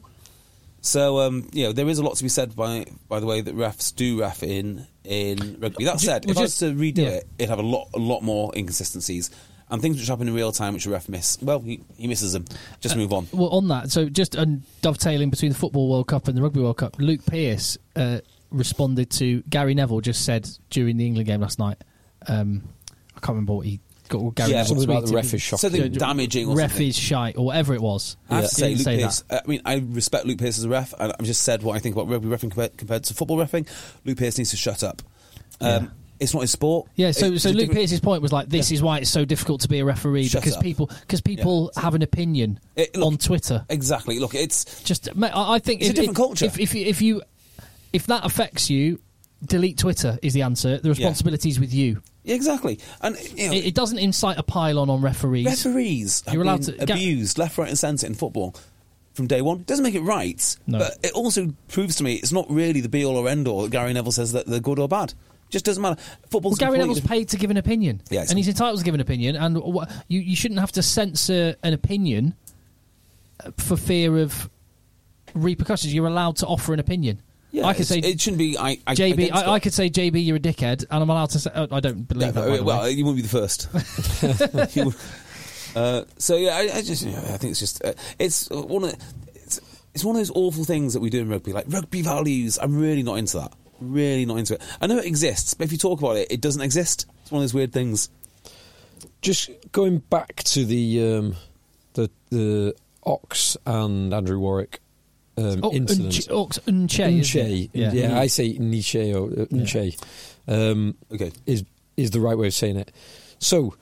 Speaker 2: So um, you know, there is a lot to be said by by the way that refs do ref in in rugby. That
Speaker 1: Would you-
Speaker 2: said,
Speaker 1: would
Speaker 2: if I
Speaker 1: you-
Speaker 2: was to redo
Speaker 1: yeah.
Speaker 2: it, it'd have a lot a lot more inconsistencies and things which happen in real time which a ref miss. Well, he, he misses them. Just
Speaker 3: Uh,
Speaker 2: move on.
Speaker 1: Well, on that, so just um, dovetailing between the Football World Cup and the Rugby World Cup, Luke Pierce uh, responded to Gary Neville just said during the England game last night. Um, I can't remember what he got. what Gary
Speaker 2: Yeah,
Speaker 1: Neville
Speaker 2: something
Speaker 3: about the
Speaker 1: tweeted.
Speaker 3: ref is shocking.
Speaker 2: Something
Speaker 1: Yeah,
Speaker 2: damaging or
Speaker 1: ref
Speaker 2: something.
Speaker 1: is shite or whatever it was.
Speaker 2: I have to
Speaker 1: He
Speaker 2: say,
Speaker 1: didn't
Speaker 2: Luke
Speaker 1: that.
Speaker 2: Pierce. I mean, I respect Luke Pierce as a ref, and I've just said what I think about rugby refing compared, compared to football refing. Luke Pierce needs to shut up. Um,
Speaker 1: Yeah.
Speaker 2: It's not his sport.
Speaker 1: Yeah, so,
Speaker 2: It's
Speaker 1: so
Speaker 2: a
Speaker 1: Luke
Speaker 2: different-
Speaker 1: Pierce's point was like, this is why it's so difficult to be a referee
Speaker 2: Shut
Speaker 1: because
Speaker 2: up.
Speaker 1: people because people have an opinion
Speaker 2: It- look-
Speaker 1: on Twitter.
Speaker 2: Exactly. Look, it's
Speaker 1: Just, mate, I I think
Speaker 2: It's a
Speaker 1: if- if-
Speaker 2: different culture.
Speaker 1: If, if, you- if you if that affects you, delete Twitter is the answer. The responsibility's with you.
Speaker 2: yeah, exactly, and you know,
Speaker 1: It, it doesn't incite a pile on on referees.
Speaker 2: referees have
Speaker 1: You're allowed
Speaker 2: been
Speaker 1: to get-
Speaker 2: abused left, right, and centre in football from day one. It doesn't make it right,
Speaker 1: No.
Speaker 2: but it also proves to me it's not really the be all or end all that Gary Neville says that they're good or bad. Just doesn't matter.
Speaker 1: Well,
Speaker 2: Football's
Speaker 1: Gary
Speaker 2: completely
Speaker 1: Neville's
Speaker 2: different.
Speaker 1: paid to give an opinion,
Speaker 2: Yeah,
Speaker 1: and he's
Speaker 2: exactly.
Speaker 1: entitled to give an opinion. And what, you you shouldn't have to censor an opinion uh, for fear of repercussions. You're allowed to offer an opinion.
Speaker 2: Yeah,
Speaker 1: I could say
Speaker 2: it's- it shouldn't be. I, I,
Speaker 1: JB.
Speaker 2: against
Speaker 1: I, I
Speaker 2: it.
Speaker 1: could say JB, you're a dickhead, and I'm allowed to say. Oh, I don't believe that.
Speaker 2: No,
Speaker 1: by
Speaker 2: uh,
Speaker 1: the
Speaker 2: well,
Speaker 1: way.
Speaker 2: you won't be the first. You won't- uh, so yeah, I, I just you know, I think it's just uh, it's uh, one of the- it's, it's one of those awful things that we do in rugby, like rugby values. I'm really not into that. Really not into it. I know it exists, but if you talk about it, it doesn't exist. It's one of those weird things.
Speaker 3: Just going back to the um, the the Ox and Andrew Warwick um,
Speaker 1: oh,
Speaker 3: incident.
Speaker 1: Unche, Ox- Unche, isn't
Speaker 3: Unche,
Speaker 1: it?
Speaker 3: yeah. I say Nietzsche or uh, Unche, um,
Speaker 2: Okay,
Speaker 3: is is the right way of saying it. So,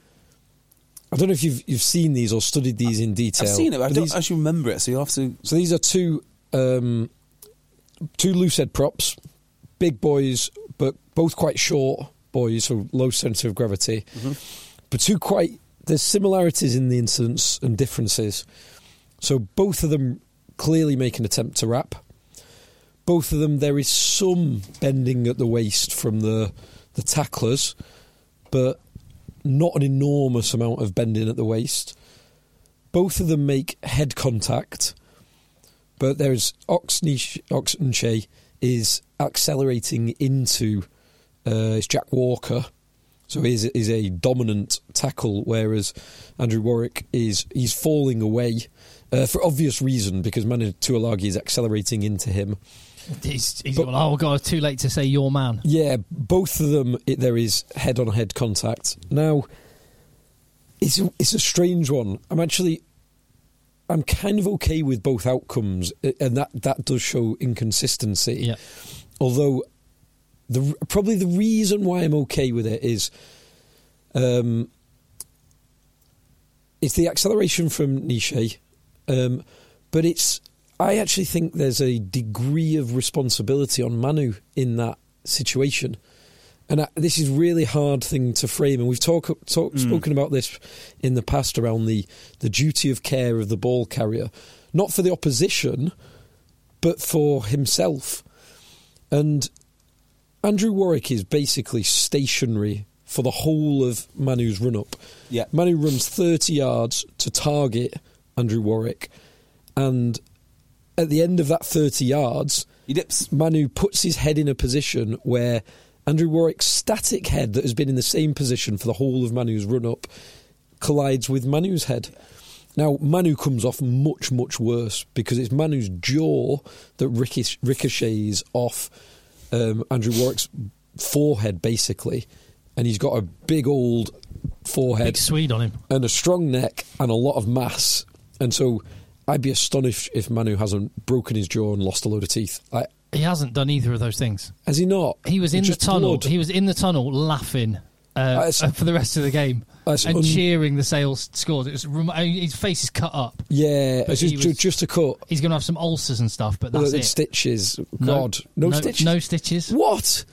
Speaker 3: I don't know if you've you've seen these or studied these in detail.
Speaker 2: I've seen it. But I
Speaker 3: but
Speaker 2: don't
Speaker 3: these-
Speaker 2: actually remember it, so you'll have to.
Speaker 3: So these are two um, two loose head props, big boys, but both quite short boys, so low centre of gravity. But two quite there's similarities in the incidents and differences. So both of them clearly make an attempt to wrap. Both of them there is some bending at the waist from the the tacklers, but not an enormous amount of bending at the waist. Both of them make head contact but there's Oxnish Oxenche is accelerating into uh, it's Jack Walker, so he's is a dominant tackle, whereas Andrew Warwick is he's falling away uh, for obvious reason because Manu Tuolagi is accelerating into him.
Speaker 1: He's, he's
Speaker 3: But-
Speaker 1: well, oh god, it's too late to say your man.
Speaker 3: Yeah, both of them it, there is head on head contact. Now, it's a, it's a strange one. I'm actually I'm kind of okay with both outcomes, uh, and that that does show inconsistency.
Speaker 1: Yeah.
Speaker 3: Although, the probably the reason why I'm okay with it is, um, it's the acceleration from Niche, um, but it's I actually think there's a degree of responsibility on Manu in that situation, and I, this is really hard thing to frame. And we've talked talk,
Speaker 2: Mm.
Speaker 3: spoken about this in the past around the the duty of care of the ball carrier, not for the opposition, but for himself, and Andrew Warwick is basically stationary for the whole of Manu's run up.
Speaker 2: Yeah.
Speaker 3: Manu runs 30 yards to target Andrew Warwick. And at the end of that 30 yards,
Speaker 2: He dips.
Speaker 3: Manu puts his head in a position where Andrew Warwick's static head, that has been in the same position for the whole of Manu's run up, collides with Manu's head. Now, Manu comes off much, much worse because it's Manu's jaw that ricochet- ricochets off um, Andrew Warwick's forehead, basically. And he's got a big old forehead
Speaker 1: Big Swede on him.
Speaker 3: and a strong neck and a lot of mass. And so I'd be astonished if Manu hasn't broken his jaw and lost a load of teeth. I,
Speaker 1: He hasn't done either of those things.
Speaker 3: has he not?
Speaker 1: He was in
Speaker 3: It's
Speaker 1: the
Speaker 3: just
Speaker 1: tunnel.
Speaker 3: blood.
Speaker 1: He was in the tunnel laughing uh,
Speaker 3: That's-
Speaker 1: uh, for the rest of the game
Speaker 3: That's
Speaker 1: and
Speaker 3: un-
Speaker 1: cheering the sales scores. It was rem- I mean, his face is cut up.
Speaker 3: yeah,
Speaker 1: But
Speaker 3: it's
Speaker 1: he
Speaker 3: just, ju-
Speaker 1: was-
Speaker 3: just a cut.
Speaker 1: He's going to have some ulcers and stuff, but that's
Speaker 3: Look,
Speaker 1: it.
Speaker 3: Stitches.
Speaker 1: No-
Speaker 3: God, no,
Speaker 1: no
Speaker 3: stitches.
Speaker 1: No stitches.
Speaker 3: What?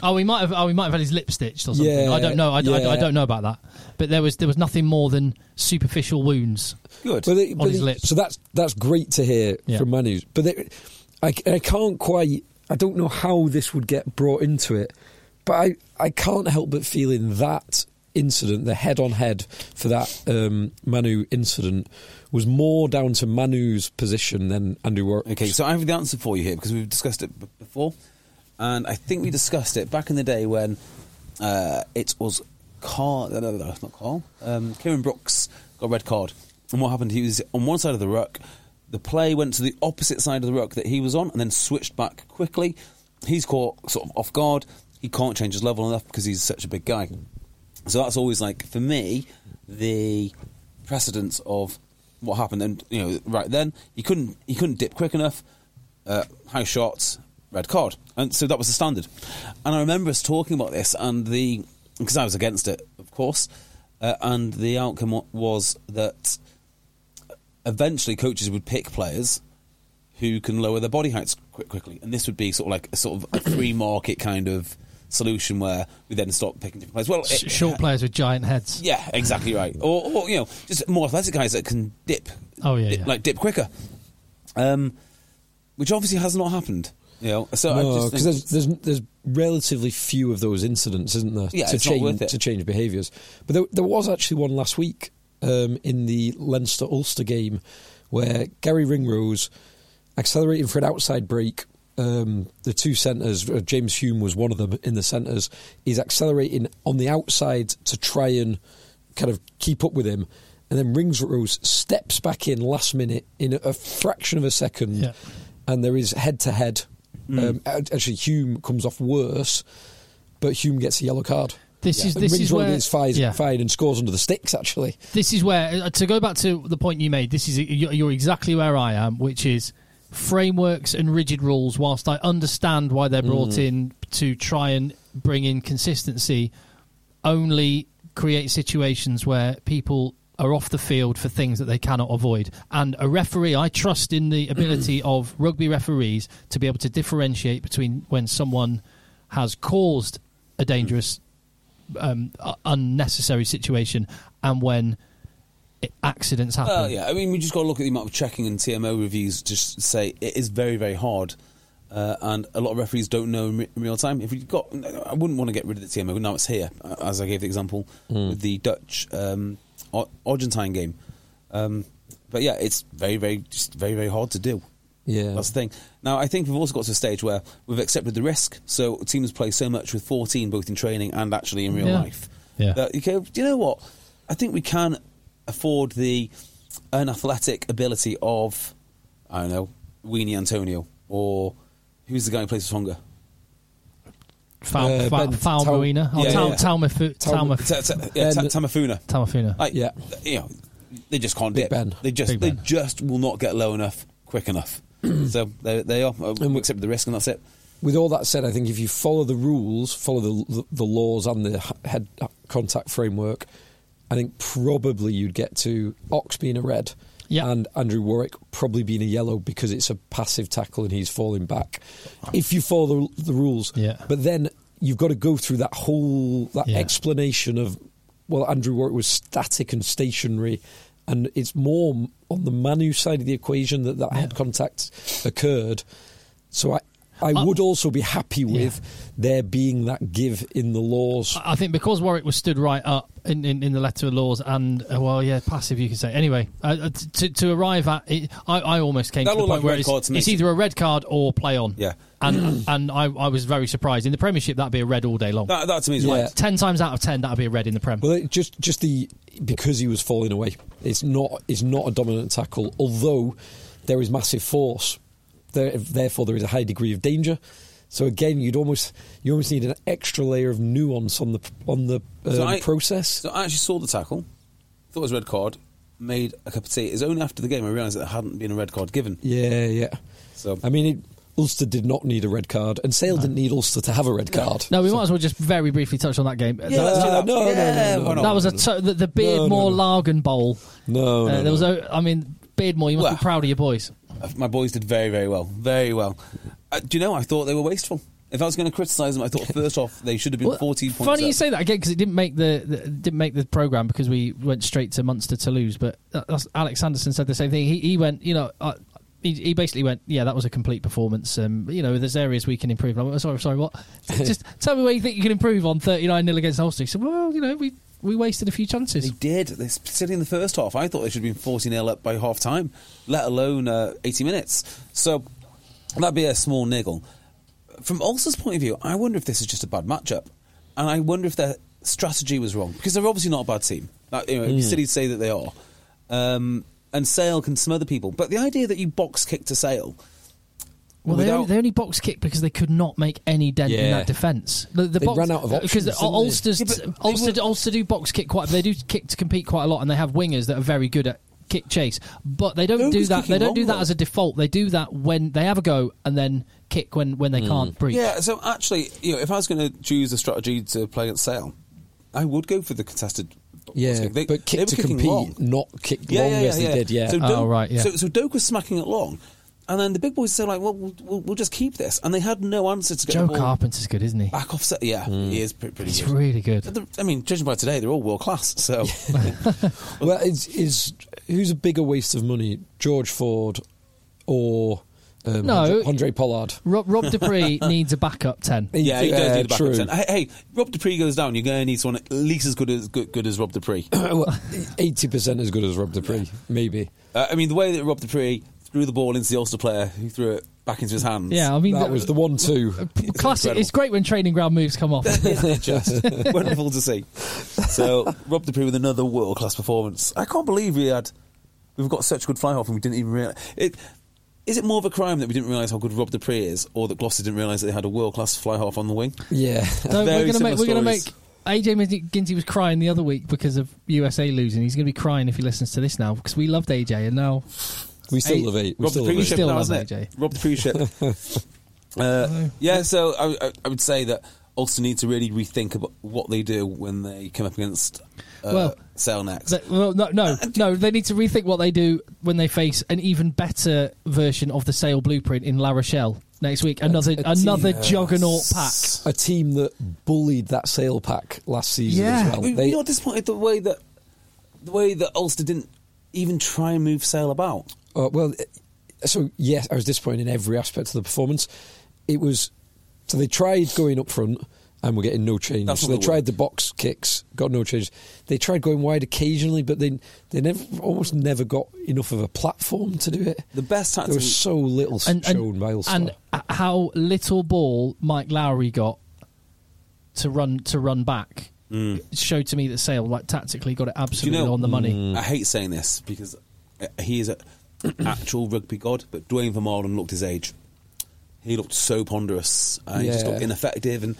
Speaker 1: Oh, we might have. Oh, we might have had his lip stitched or something.
Speaker 3: Yeah,
Speaker 1: I don't know. I, I- I
Speaker 3: yeah.
Speaker 1: don't know about that. But there was there was nothing more than superficial wounds.
Speaker 2: Good.
Speaker 3: But they-
Speaker 1: on
Speaker 3: but
Speaker 1: his
Speaker 3: they-
Speaker 1: lips.
Speaker 3: So that's that's great to hear
Speaker 1: Yeah.
Speaker 3: from Manu. But they, I, I can't quite. I don't know how this would get brought into it, but I, I can't help but feeling that incident, the head on head for that um, Manu incident, was more down to Manu's position than Andrew Warwick's.
Speaker 2: Okay, so I have the answer for you here because we've discussed it b- before, and I think we discussed it back in the day when uh, it was Carl, no, no, no, not Carl, um, Kieran Brooks got a red card, and what happened? He was on one side of the ruck. The play went to the opposite side of the ruck that he was on, and then switched back quickly. He's caught sort of off guard. He can't change his level enough because he's such a big guy. So that's always like for me the precedence of what happened. And you know, right then he couldn't he couldn't dip quick enough. Uh, high shots, red card, and so that was the standard. And I remember us talking about this, and the because I was against it, of course, uh, and the outcome wa- was that eventually coaches would pick players who can lower their body heights quick, quickly, and this would be sort of like a sort of a free market kind of solution where we then stop picking different players. Well,
Speaker 3: Eh,
Speaker 1: Sh-
Speaker 2: it-
Speaker 1: Short players with giant heads.
Speaker 2: yeah, exactly right. Or, or you know, just more athletic guys that can dip.
Speaker 1: Oh, yeah,
Speaker 2: dip-
Speaker 1: yeah.
Speaker 2: like dip quicker. Um, which obviously has not happened. You know, so I
Speaker 3: No,
Speaker 2: just think-
Speaker 3: because there's, there's there's relatively few of those incidents, isn't there?
Speaker 2: Yeah,
Speaker 3: to
Speaker 2: it's not
Speaker 3: change
Speaker 2: worth it.
Speaker 3: to change behaviours. But there, there was actually one last week um, in the Leinster Ulster game where Gary Ringrose accelerating for an outside break. Um, the two centres, uh, James Hume was one of them in the centres. He's accelerating on the outside to try and kind of keep up with him. And then Ringrose steps back in last minute in a, a fraction of a second
Speaker 1: Yeah.
Speaker 3: and there is head to head. Actually, Hume comes off worse, but Hume gets a yellow card.
Speaker 1: This is
Speaker 3: And
Speaker 1: this
Speaker 3: rings
Speaker 1: is
Speaker 3: one
Speaker 1: where
Speaker 3: against Fide,
Speaker 1: yeah.
Speaker 3: Fide and scores under the sticks. Actually,
Speaker 1: This is where uh, to go back to the point you made. This is you're you're exactly where I am, which is frameworks and rigid rules. Whilst I understand why they're brought in to try and bring in consistency, only create situations where people are off the field for things that they cannot avoid. And a referee, I trust in the ability of rugby referees to be able to differentiate between when someone has caused a dangerous um, u- unnecessary situation and when it, accidents happen.
Speaker 2: Well, yeah, I mean, we just got to look at the amount of checking and TMO reviews. Just to say it is very, very hard, uh, and a lot of referees don't know in, re- in real time. If we have got, I wouldn't want to get rid of the TMO. Now it's here, uh, as I gave the example with the Dutch um, Ar- Argentine game. Um, but yeah, it's very, very, just very, very hard to do.
Speaker 3: Yeah.
Speaker 2: that's the thing. Now I think we've also got to a stage where we've accepted the risk. So teams play so much with fourteen, both in training and actually in real
Speaker 1: Yeah.
Speaker 2: life.
Speaker 1: Yeah.
Speaker 2: that you go, do you know what? I think we can afford the unathletic ability of, I don't know, Weenie Antonio or who's the guy who plays for Tonga?
Speaker 1: Foul,
Speaker 3: Uh,
Speaker 1: foul,
Speaker 3: Ben-
Speaker 1: foul
Speaker 3: Tal-
Speaker 1: Marina. Oh,
Speaker 2: Yeah,
Speaker 1: Tal-
Speaker 2: yeah.
Speaker 1: Talmafu-
Speaker 3: Tal-
Speaker 1: Talmaf-
Speaker 2: Ta- ta- yeah, Ta-
Speaker 3: Ben-
Speaker 2: Tamafuna.
Speaker 1: Talmafuna.
Speaker 2: Like,
Speaker 3: Yeah.
Speaker 2: you know, they just can't
Speaker 3: Big
Speaker 2: dip.
Speaker 3: Ben.
Speaker 2: They just
Speaker 1: Big
Speaker 2: they
Speaker 1: Ben.
Speaker 2: just will not get low enough quick enough. so they, they are. Uh, we accept the risk and that's it.
Speaker 3: with all that said, I think if you follow the rules, follow the the, the laws and the h- head uh, contact framework, I think probably you'd get to Ox being a red.
Speaker 1: Yeah.
Speaker 3: And Andrew Warwick probably being a yellow because it's a passive tackle and he's falling back. If you follow the, the rules,
Speaker 1: Yeah.
Speaker 3: but then you've got to go through that whole that
Speaker 1: Yeah.
Speaker 3: explanation of well, Andrew Warwick was static and stationary, and it's more on the Manu side of the equation that that head contact occurred. So I, I
Speaker 1: I-
Speaker 3: would also be happy with there being that give in the laws.
Speaker 1: I I think because Warwick was stood right up in, in, in the letter of laws and, uh, well, yeah, passive, you could say. Anyway, uh, uh, t- to, to arrive at it, I, I almost came
Speaker 2: That
Speaker 1: to the
Speaker 2: looked
Speaker 1: point
Speaker 2: like
Speaker 1: where
Speaker 2: red
Speaker 1: it's,
Speaker 2: card to me.
Speaker 1: it's either a red card or play on.
Speaker 2: Yeah.
Speaker 1: And *clears throat* and I, I was very surprised. In the Premiership, that'd be a red all day long.
Speaker 2: That, that to me is
Speaker 3: Yeah.
Speaker 2: right.
Speaker 1: ten times out of ten, that'd be a red in the Prem.
Speaker 3: Well, it just just the because he was falling away. It's not it's not a dominant tackle, although there is massive force. There, therefore, there is a high degree of danger. So again, you'd almost you almost need an extra layer of nuance on the on the um,
Speaker 2: So I-
Speaker 3: process.
Speaker 2: So I actually saw the tackle, thought it was a red card, made a cup of tea. It was only after the game I realised that there hadn't been a red card given.
Speaker 3: yeah, yeah.
Speaker 2: So-
Speaker 3: I mean, it, Ulster did not need a red card, and Sale didn't need Ulster to have a red card.
Speaker 1: no, we might as well just very briefly touch on that game.
Speaker 2: Yeah, let's do that.
Speaker 3: no, no, no,
Speaker 2: Yeah,
Speaker 3: no,
Speaker 2: why not?
Speaker 1: That was a t- the, the Beardmore
Speaker 3: no, no.
Speaker 1: Lagan Bowl.
Speaker 3: No,
Speaker 1: Uh,
Speaker 3: no,
Speaker 1: there was
Speaker 3: no.
Speaker 1: a, I mean, Beardmore, you must
Speaker 2: Well.
Speaker 1: be proud of your boys.
Speaker 2: My boys did very, very well. Very well. Uh, do you know, I thought they were wasteful. If I was going to criticise them, I thought first off they should have been
Speaker 1: Well,
Speaker 2: fourteen points.
Speaker 1: Funny you
Speaker 2: up.
Speaker 1: say that again because it didn't make the, the it didn't make the program because we went straight to Munster to lose. But that- that's, Alex Anderson said the same thing. He he went, you know. I, he, he basically went, yeah, that was a complete performance. Um, you know, there's areas we can improve. I'm sorry, sorry, what? *laughs* Just tell me where you think you can improve on 39 nil against Ulster. He said, well, you know, we we wasted a few chances.
Speaker 2: They did. They sitting in the first half. I thought they should have been 40 0 up by half time, let alone uh, 80 minutes. So that'd be a small niggle. From Ulster's point of view, I wonder if this is just a bad matchup. And I wonder if their strategy was wrong. Because they're obviously not a bad team. That, you know,
Speaker 3: Hmm.
Speaker 2: City say that they are. Um, and Sale can smother people. But the idea that you box kick to Sale.
Speaker 1: Well, they,
Speaker 2: without-
Speaker 1: only, they only box kicked because they could not make any dent in
Speaker 3: Yeah.
Speaker 1: that defence. The, the
Speaker 3: They
Speaker 1: box,
Speaker 3: ran out of options,
Speaker 1: Because
Speaker 3: didn't they?
Speaker 1: Ulster's,
Speaker 2: Yeah, but they
Speaker 1: Ulster,
Speaker 2: were-
Speaker 1: Ulster do box kick quite. They do kick to compete quite a lot, and they have wingers that are very good at kick chase. But they don't
Speaker 2: Who
Speaker 1: do
Speaker 2: was
Speaker 1: that. They
Speaker 2: kicking
Speaker 1: don't do
Speaker 2: long,
Speaker 1: that
Speaker 2: though?
Speaker 1: as a default. They do that when they have a go and then kick when, when they can't breathe.
Speaker 2: Hmm. Yeah, so actually, you know, if I was going to choose a strategy to play against Sale, I would go for the contested. box
Speaker 3: Yeah,
Speaker 2: kick. They-
Speaker 3: but
Speaker 2: they were
Speaker 3: kick to
Speaker 2: kicking
Speaker 3: compete,
Speaker 2: long.
Speaker 3: not kick long as they did. Yeah,
Speaker 2: So
Speaker 1: Oh,
Speaker 2: Doak,
Speaker 1: right, yeah.
Speaker 2: So, so Doak was smacking it long, and then the big boys said like, "Well, we'll, we'll, we'll just keep this," and they had no answer to get
Speaker 1: Joe
Speaker 2: the ball
Speaker 1: Carpenter's good, isn't he?
Speaker 2: back offset. Yeah,
Speaker 1: Hmm.
Speaker 2: he is pretty, pretty
Speaker 1: He's
Speaker 2: good.
Speaker 1: really good.
Speaker 2: But the- I mean, judging by today, they're all world class.
Speaker 1: *laughs*
Speaker 2: So
Speaker 3: Well, is, is who's a bigger waste of money, George Ford or um,
Speaker 1: No.
Speaker 3: Andre, Andre Pollard?
Speaker 1: Rob, Rob
Speaker 2: *laughs*
Speaker 1: Dupree needs a backup ten.
Speaker 2: yeah, he does
Speaker 3: Yeah,
Speaker 2: need a back
Speaker 3: true.
Speaker 2: offset. Hey, hey, Rob Dupree goes down. You're going to need someone at least as good as good, good as Rob Dupree.
Speaker 3: uh, Eighty percent as good as Rob Dupree, maybe.
Speaker 2: uh, I mean, the way that Rob Dupree threw the ball into the Ulster player, who threw it back into his hands.
Speaker 1: Yeah, I mean
Speaker 3: that was the one-two.
Speaker 1: classic.
Speaker 2: incredible.
Speaker 1: It's great when training ground moves come off.
Speaker 2: *laughs* just *laughs* wonderful to see. So Rob Dupree with another world class performance. I can't believe we had we've got such good fly half and we didn't even realise it. Is it more of a crime that we didn't realise how good Rob Dupree is, or that Gloucester didn't realise that they had a world class fly half on the wing?
Speaker 3: *laughs* Yeah,
Speaker 1: No, we're
Speaker 2: Very
Speaker 1: gonna
Speaker 2: similar
Speaker 1: make we're gonna make
Speaker 2: stories.
Speaker 1: AJ McGinty was crying the other week because of USA losing. He's gonna be crying if he listens to this now because we loved AJ and now
Speaker 3: we still
Speaker 1: Hey,
Speaker 3: love eight. We
Speaker 2: Rob
Speaker 3: still
Speaker 2: Dupree
Speaker 3: love
Speaker 2: ship
Speaker 3: eight.
Speaker 1: Still
Speaker 2: now,
Speaker 1: love
Speaker 2: isn't
Speaker 1: AJ.
Speaker 2: it? Rob Dupree ship. uh, yeah, so I, I, I would say that Ulster need to really rethink about what they do when they come up against uh,
Speaker 1: Well,
Speaker 2: Sale next.
Speaker 1: that- well, no no no they need to rethink what they do when they face an even better version of the sale blueprint in La Rochelle next week. Another
Speaker 3: a
Speaker 1: another
Speaker 3: team.
Speaker 1: juggernaut pack.
Speaker 3: A team that bullied that sale pack last season
Speaker 1: Yeah.
Speaker 3: as well.
Speaker 2: we,
Speaker 3: They-
Speaker 2: we are disappointed the way that the way that Ulster didn't even try and move Sale about.
Speaker 3: Uh, well, uh, so yes, I was disappointed in every aspect of the performance. It was so they tried going up front and were getting no changes.
Speaker 2: That's
Speaker 3: So
Speaker 2: not
Speaker 3: they
Speaker 2: gonna
Speaker 3: tried
Speaker 2: work.
Speaker 3: the box kicks, got no changes. They tried going wide occasionally, but they they never almost never got enough of a platform to do it.
Speaker 2: The best
Speaker 3: there was
Speaker 2: tactic-
Speaker 3: so little s- shown by Ulster.
Speaker 1: and h- how little ball Mike Lowry got to run to run back showed to me that Sale like tactically got it
Speaker 2: Mm. Do you
Speaker 1: absolutely
Speaker 2: know Mm.
Speaker 1: on the money.
Speaker 3: Mm.
Speaker 2: I hate saying this because uh, he is an *coughs* actual rugby god, but Dwayne Vermaelen looked his age. He looked so ponderous. Uh, He just
Speaker 3: Yeah.
Speaker 2: looked ineffective, and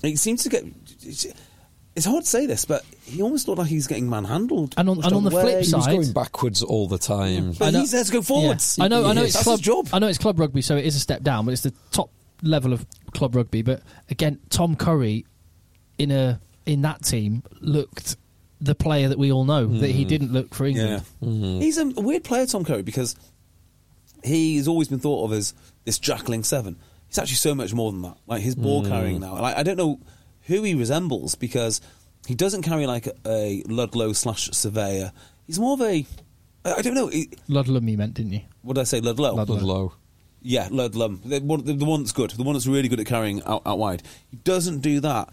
Speaker 2: he seems to get. It's hard to say this, but he almost looked like he's getting manhandled.
Speaker 1: And on-
Speaker 2: pushed
Speaker 1: and on the flip
Speaker 2: away.
Speaker 3: he was
Speaker 1: side-
Speaker 3: going backwards all the time.
Speaker 2: but
Speaker 1: I know-
Speaker 2: he's there to go forwards.
Speaker 1: Yeah. I know. I know
Speaker 3: He
Speaker 1: it's
Speaker 2: That's
Speaker 1: club.
Speaker 2: his job.
Speaker 1: I know it's club rugby, so it is a step down, but it's the top level of club rugby. But again, Tom Curry in a in that team looked the player that we all know that he didn't look for
Speaker 2: Yeah.
Speaker 1: England.
Speaker 2: Mm-hmm. He's a weird player, Tom Curry, because he's always been thought of as this Jackling Seven. He's actually so much more than that. Like his ball carrying now. Like, I don't know who he resembles because he doesn't carry like a, Ludlow slash surveyor. He's more of a. I I don't know. he-
Speaker 1: Ludlum, you meant, didn't you?
Speaker 2: What did I say? Ludlow?
Speaker 1: Ludlow.
Speaker 3: Ludlow.
Speaker 2: Yeah, Ludlum. The one, the, the one that's good. The one that's really good at carrying out, out wide. He doesn't do that.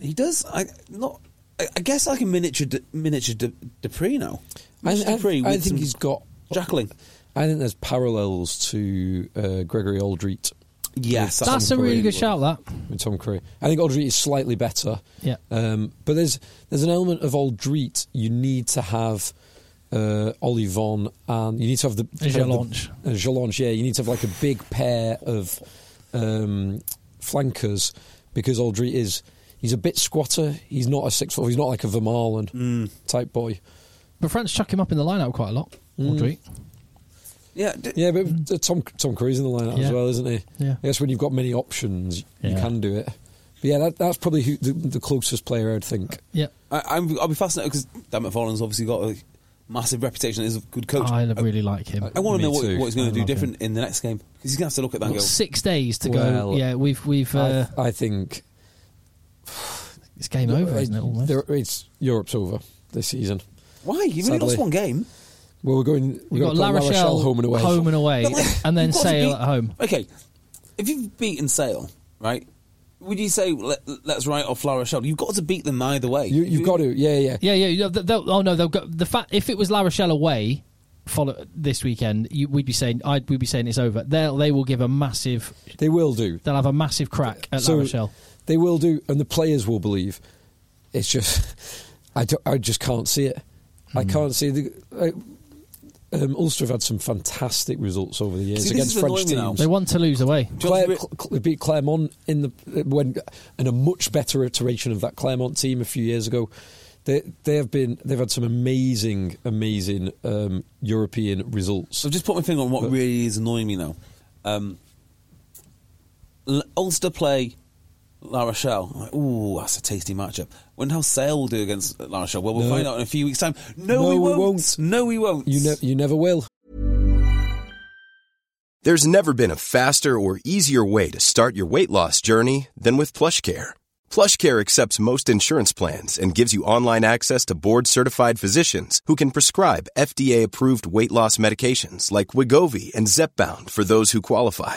Speaker 2: He does. I not. I, I guess like a miniature D- miniature D- Dupree now.
Speaker 3: I,
Speaker 2: Miniature
Speaker 3: I-
Speaker 2: Dupree
Speaker 3: I
Speaker 2: with some
Speaker 3: think he's got
Speaker 2: Jackling.
Speaker 3: I think there's parallels to uh, Gregory Aldrete.
Speaker 2: Yes,
Speaker 3: With
Speaker 1: That's
Speaker 3: Tom
Speaker 1: a really
Speaker 3: Curry.
Speaker 1: good shout. That
Speaker 3: with Tom Curry. I think Aldrete is slightly better.
Speaker 1: Yeah.
Speaker 3: Um, but there's there's an element of Aldrete you need to have uh, Olivon and you need to have the kind of the-
Speaker 1: Jalanche.
Speaker 3: uh, Jalanche, yeah. You need to have like a big pair of um, flankers because Aldrete is he's a bit squatter. He's not a six foot. He's not like a Vermaelen type boy.
Speaker 1: but France chuck him up in the lineup quite a lot. Aldrete.
Speaker 2: Yeah, d-
Speaker 3: Yeah, but uh, Tom Tom Curry's in the lineup
Speaker 1: Mm. Yeah.
Speaker 3: as well, isn't he?
Speaker 1: Yeah.
Speaker 3: I guess when you've got many options, you
Speaker 1: Yeah.
Speaker 3: can do it. But yeah, that, that's probably who, the, the closest player I'd think.
Speaker 1: Yeah.
Speaker 2: I, I'm, I'll be fascinated because Dan McFarlane's obviously got a massive reputation as a good coach. uh,
Speaker 1: I
Speaker 2: I,
Speaker 1: really like him.
Speaker 2: want to
Speaker 3: Me
Speaker 2: know what,
Speaker 3: too.
Speaker 2: what he's going
Speaker 3: I
Speaker 2: to do
Speaker 3: love him.
Speaker 2: different in the next game because he's going to have to look at that and
Speaker 1: Got
Speaker 2: go.
Speaker 1: six days to go.
Speaker 3: Well,
Speaker 1: Yeah, we've we've uh,
Speaker 3: I, I think
Speaker 1: it's game over, isn't it? Almost.
Speaker 3: there- it's Europe's over this season.
Speaker 2: Why? You've only lost
Speaker 3: Sadly.
Speaker 2: one game.
Speaker 3: Well, we're going. We're
Speaker 1: We've
Speaker 3: going
Speaker 1: got
Speaker 3: to play
Speaker 1: La Rochelle
Speaker 3: home and away.
Speaker 1: home and
Speaker 2: *laughs*
Speaker 1: away,
Speaker 2: But, like,
Speaker 1: and then
Speaker 2: you've got to
Speaker 1: Sale
Speaker 2: beat-
Speaker 1: at home.
Speaker 2: Okay, if you've beaten Sale, right? Would you say let, let's write off La Rochelle? You've got to beat them either way.
Speaker 3: You,
Speaker 2: If
Speaker 3: you've got to. Yeah, yeah.
Speaker 1: Yeah, yeah. yeah, th- they'll- oh no, they'll go. The fact if it was La Rochelle away, follow this weekend, you, we'd be saying I'd we'd be saying it's over. They'll they will give a massive.
Speaker 3: They will do.
Speaker 1: They'll have a massive crack at
Speaker 3: So-
Speaker 1: La Rochelle.
Speaker 3: They will do, and the players will believe. It's just, *laughs* I, don't- I just can't see it.
Speaker 1: Hmm.
Speaker 3: I can't see the. I, um, Ulster have had some fantastic results over the years
Speaker 2: See, this
Speaker 3: against
Speaker 2: is
Speaker 3: French
Speaker 2: annoying me now.
Speaker 3: teams.
Speaker 1: They want to lose away.
Speaker 2: Do you
Speaker 3: Claire,
Speaker 2: want to
Speaker 3: Cl- Cl- beat Claremont in the when in a much better iteration of that Claremont team a few years ago. They they have been they've had some amazing amazing um, European results.
Speaker 2: I've just put my finger on what really is annoying me now. Um, L- Ulster play La Rochelle. I'm like, Ooh, that's a tasty matchup. Wonder how Sale will do against La Rochelle. Well, we'll
Speaker 3: No.
Speaker 2: find out in a few weeks' time. No,
Speaker 3: No,
Speaker 2: we,
Speaker 3: we
Speaker 2: won't.
Speaker 3: won't.
Speaker 2: No, we won't.
Speaker 3: You ne- you never will.
Speaker 5: There's never been a faster or easier way to start your weight loss journey than with PlushCare. PlushCare accepts most insurance plans and gives you online access to board-certified physicians who can prescribe FDA-approved weight loss medications like Wigovi and Zepbound for those who qualify.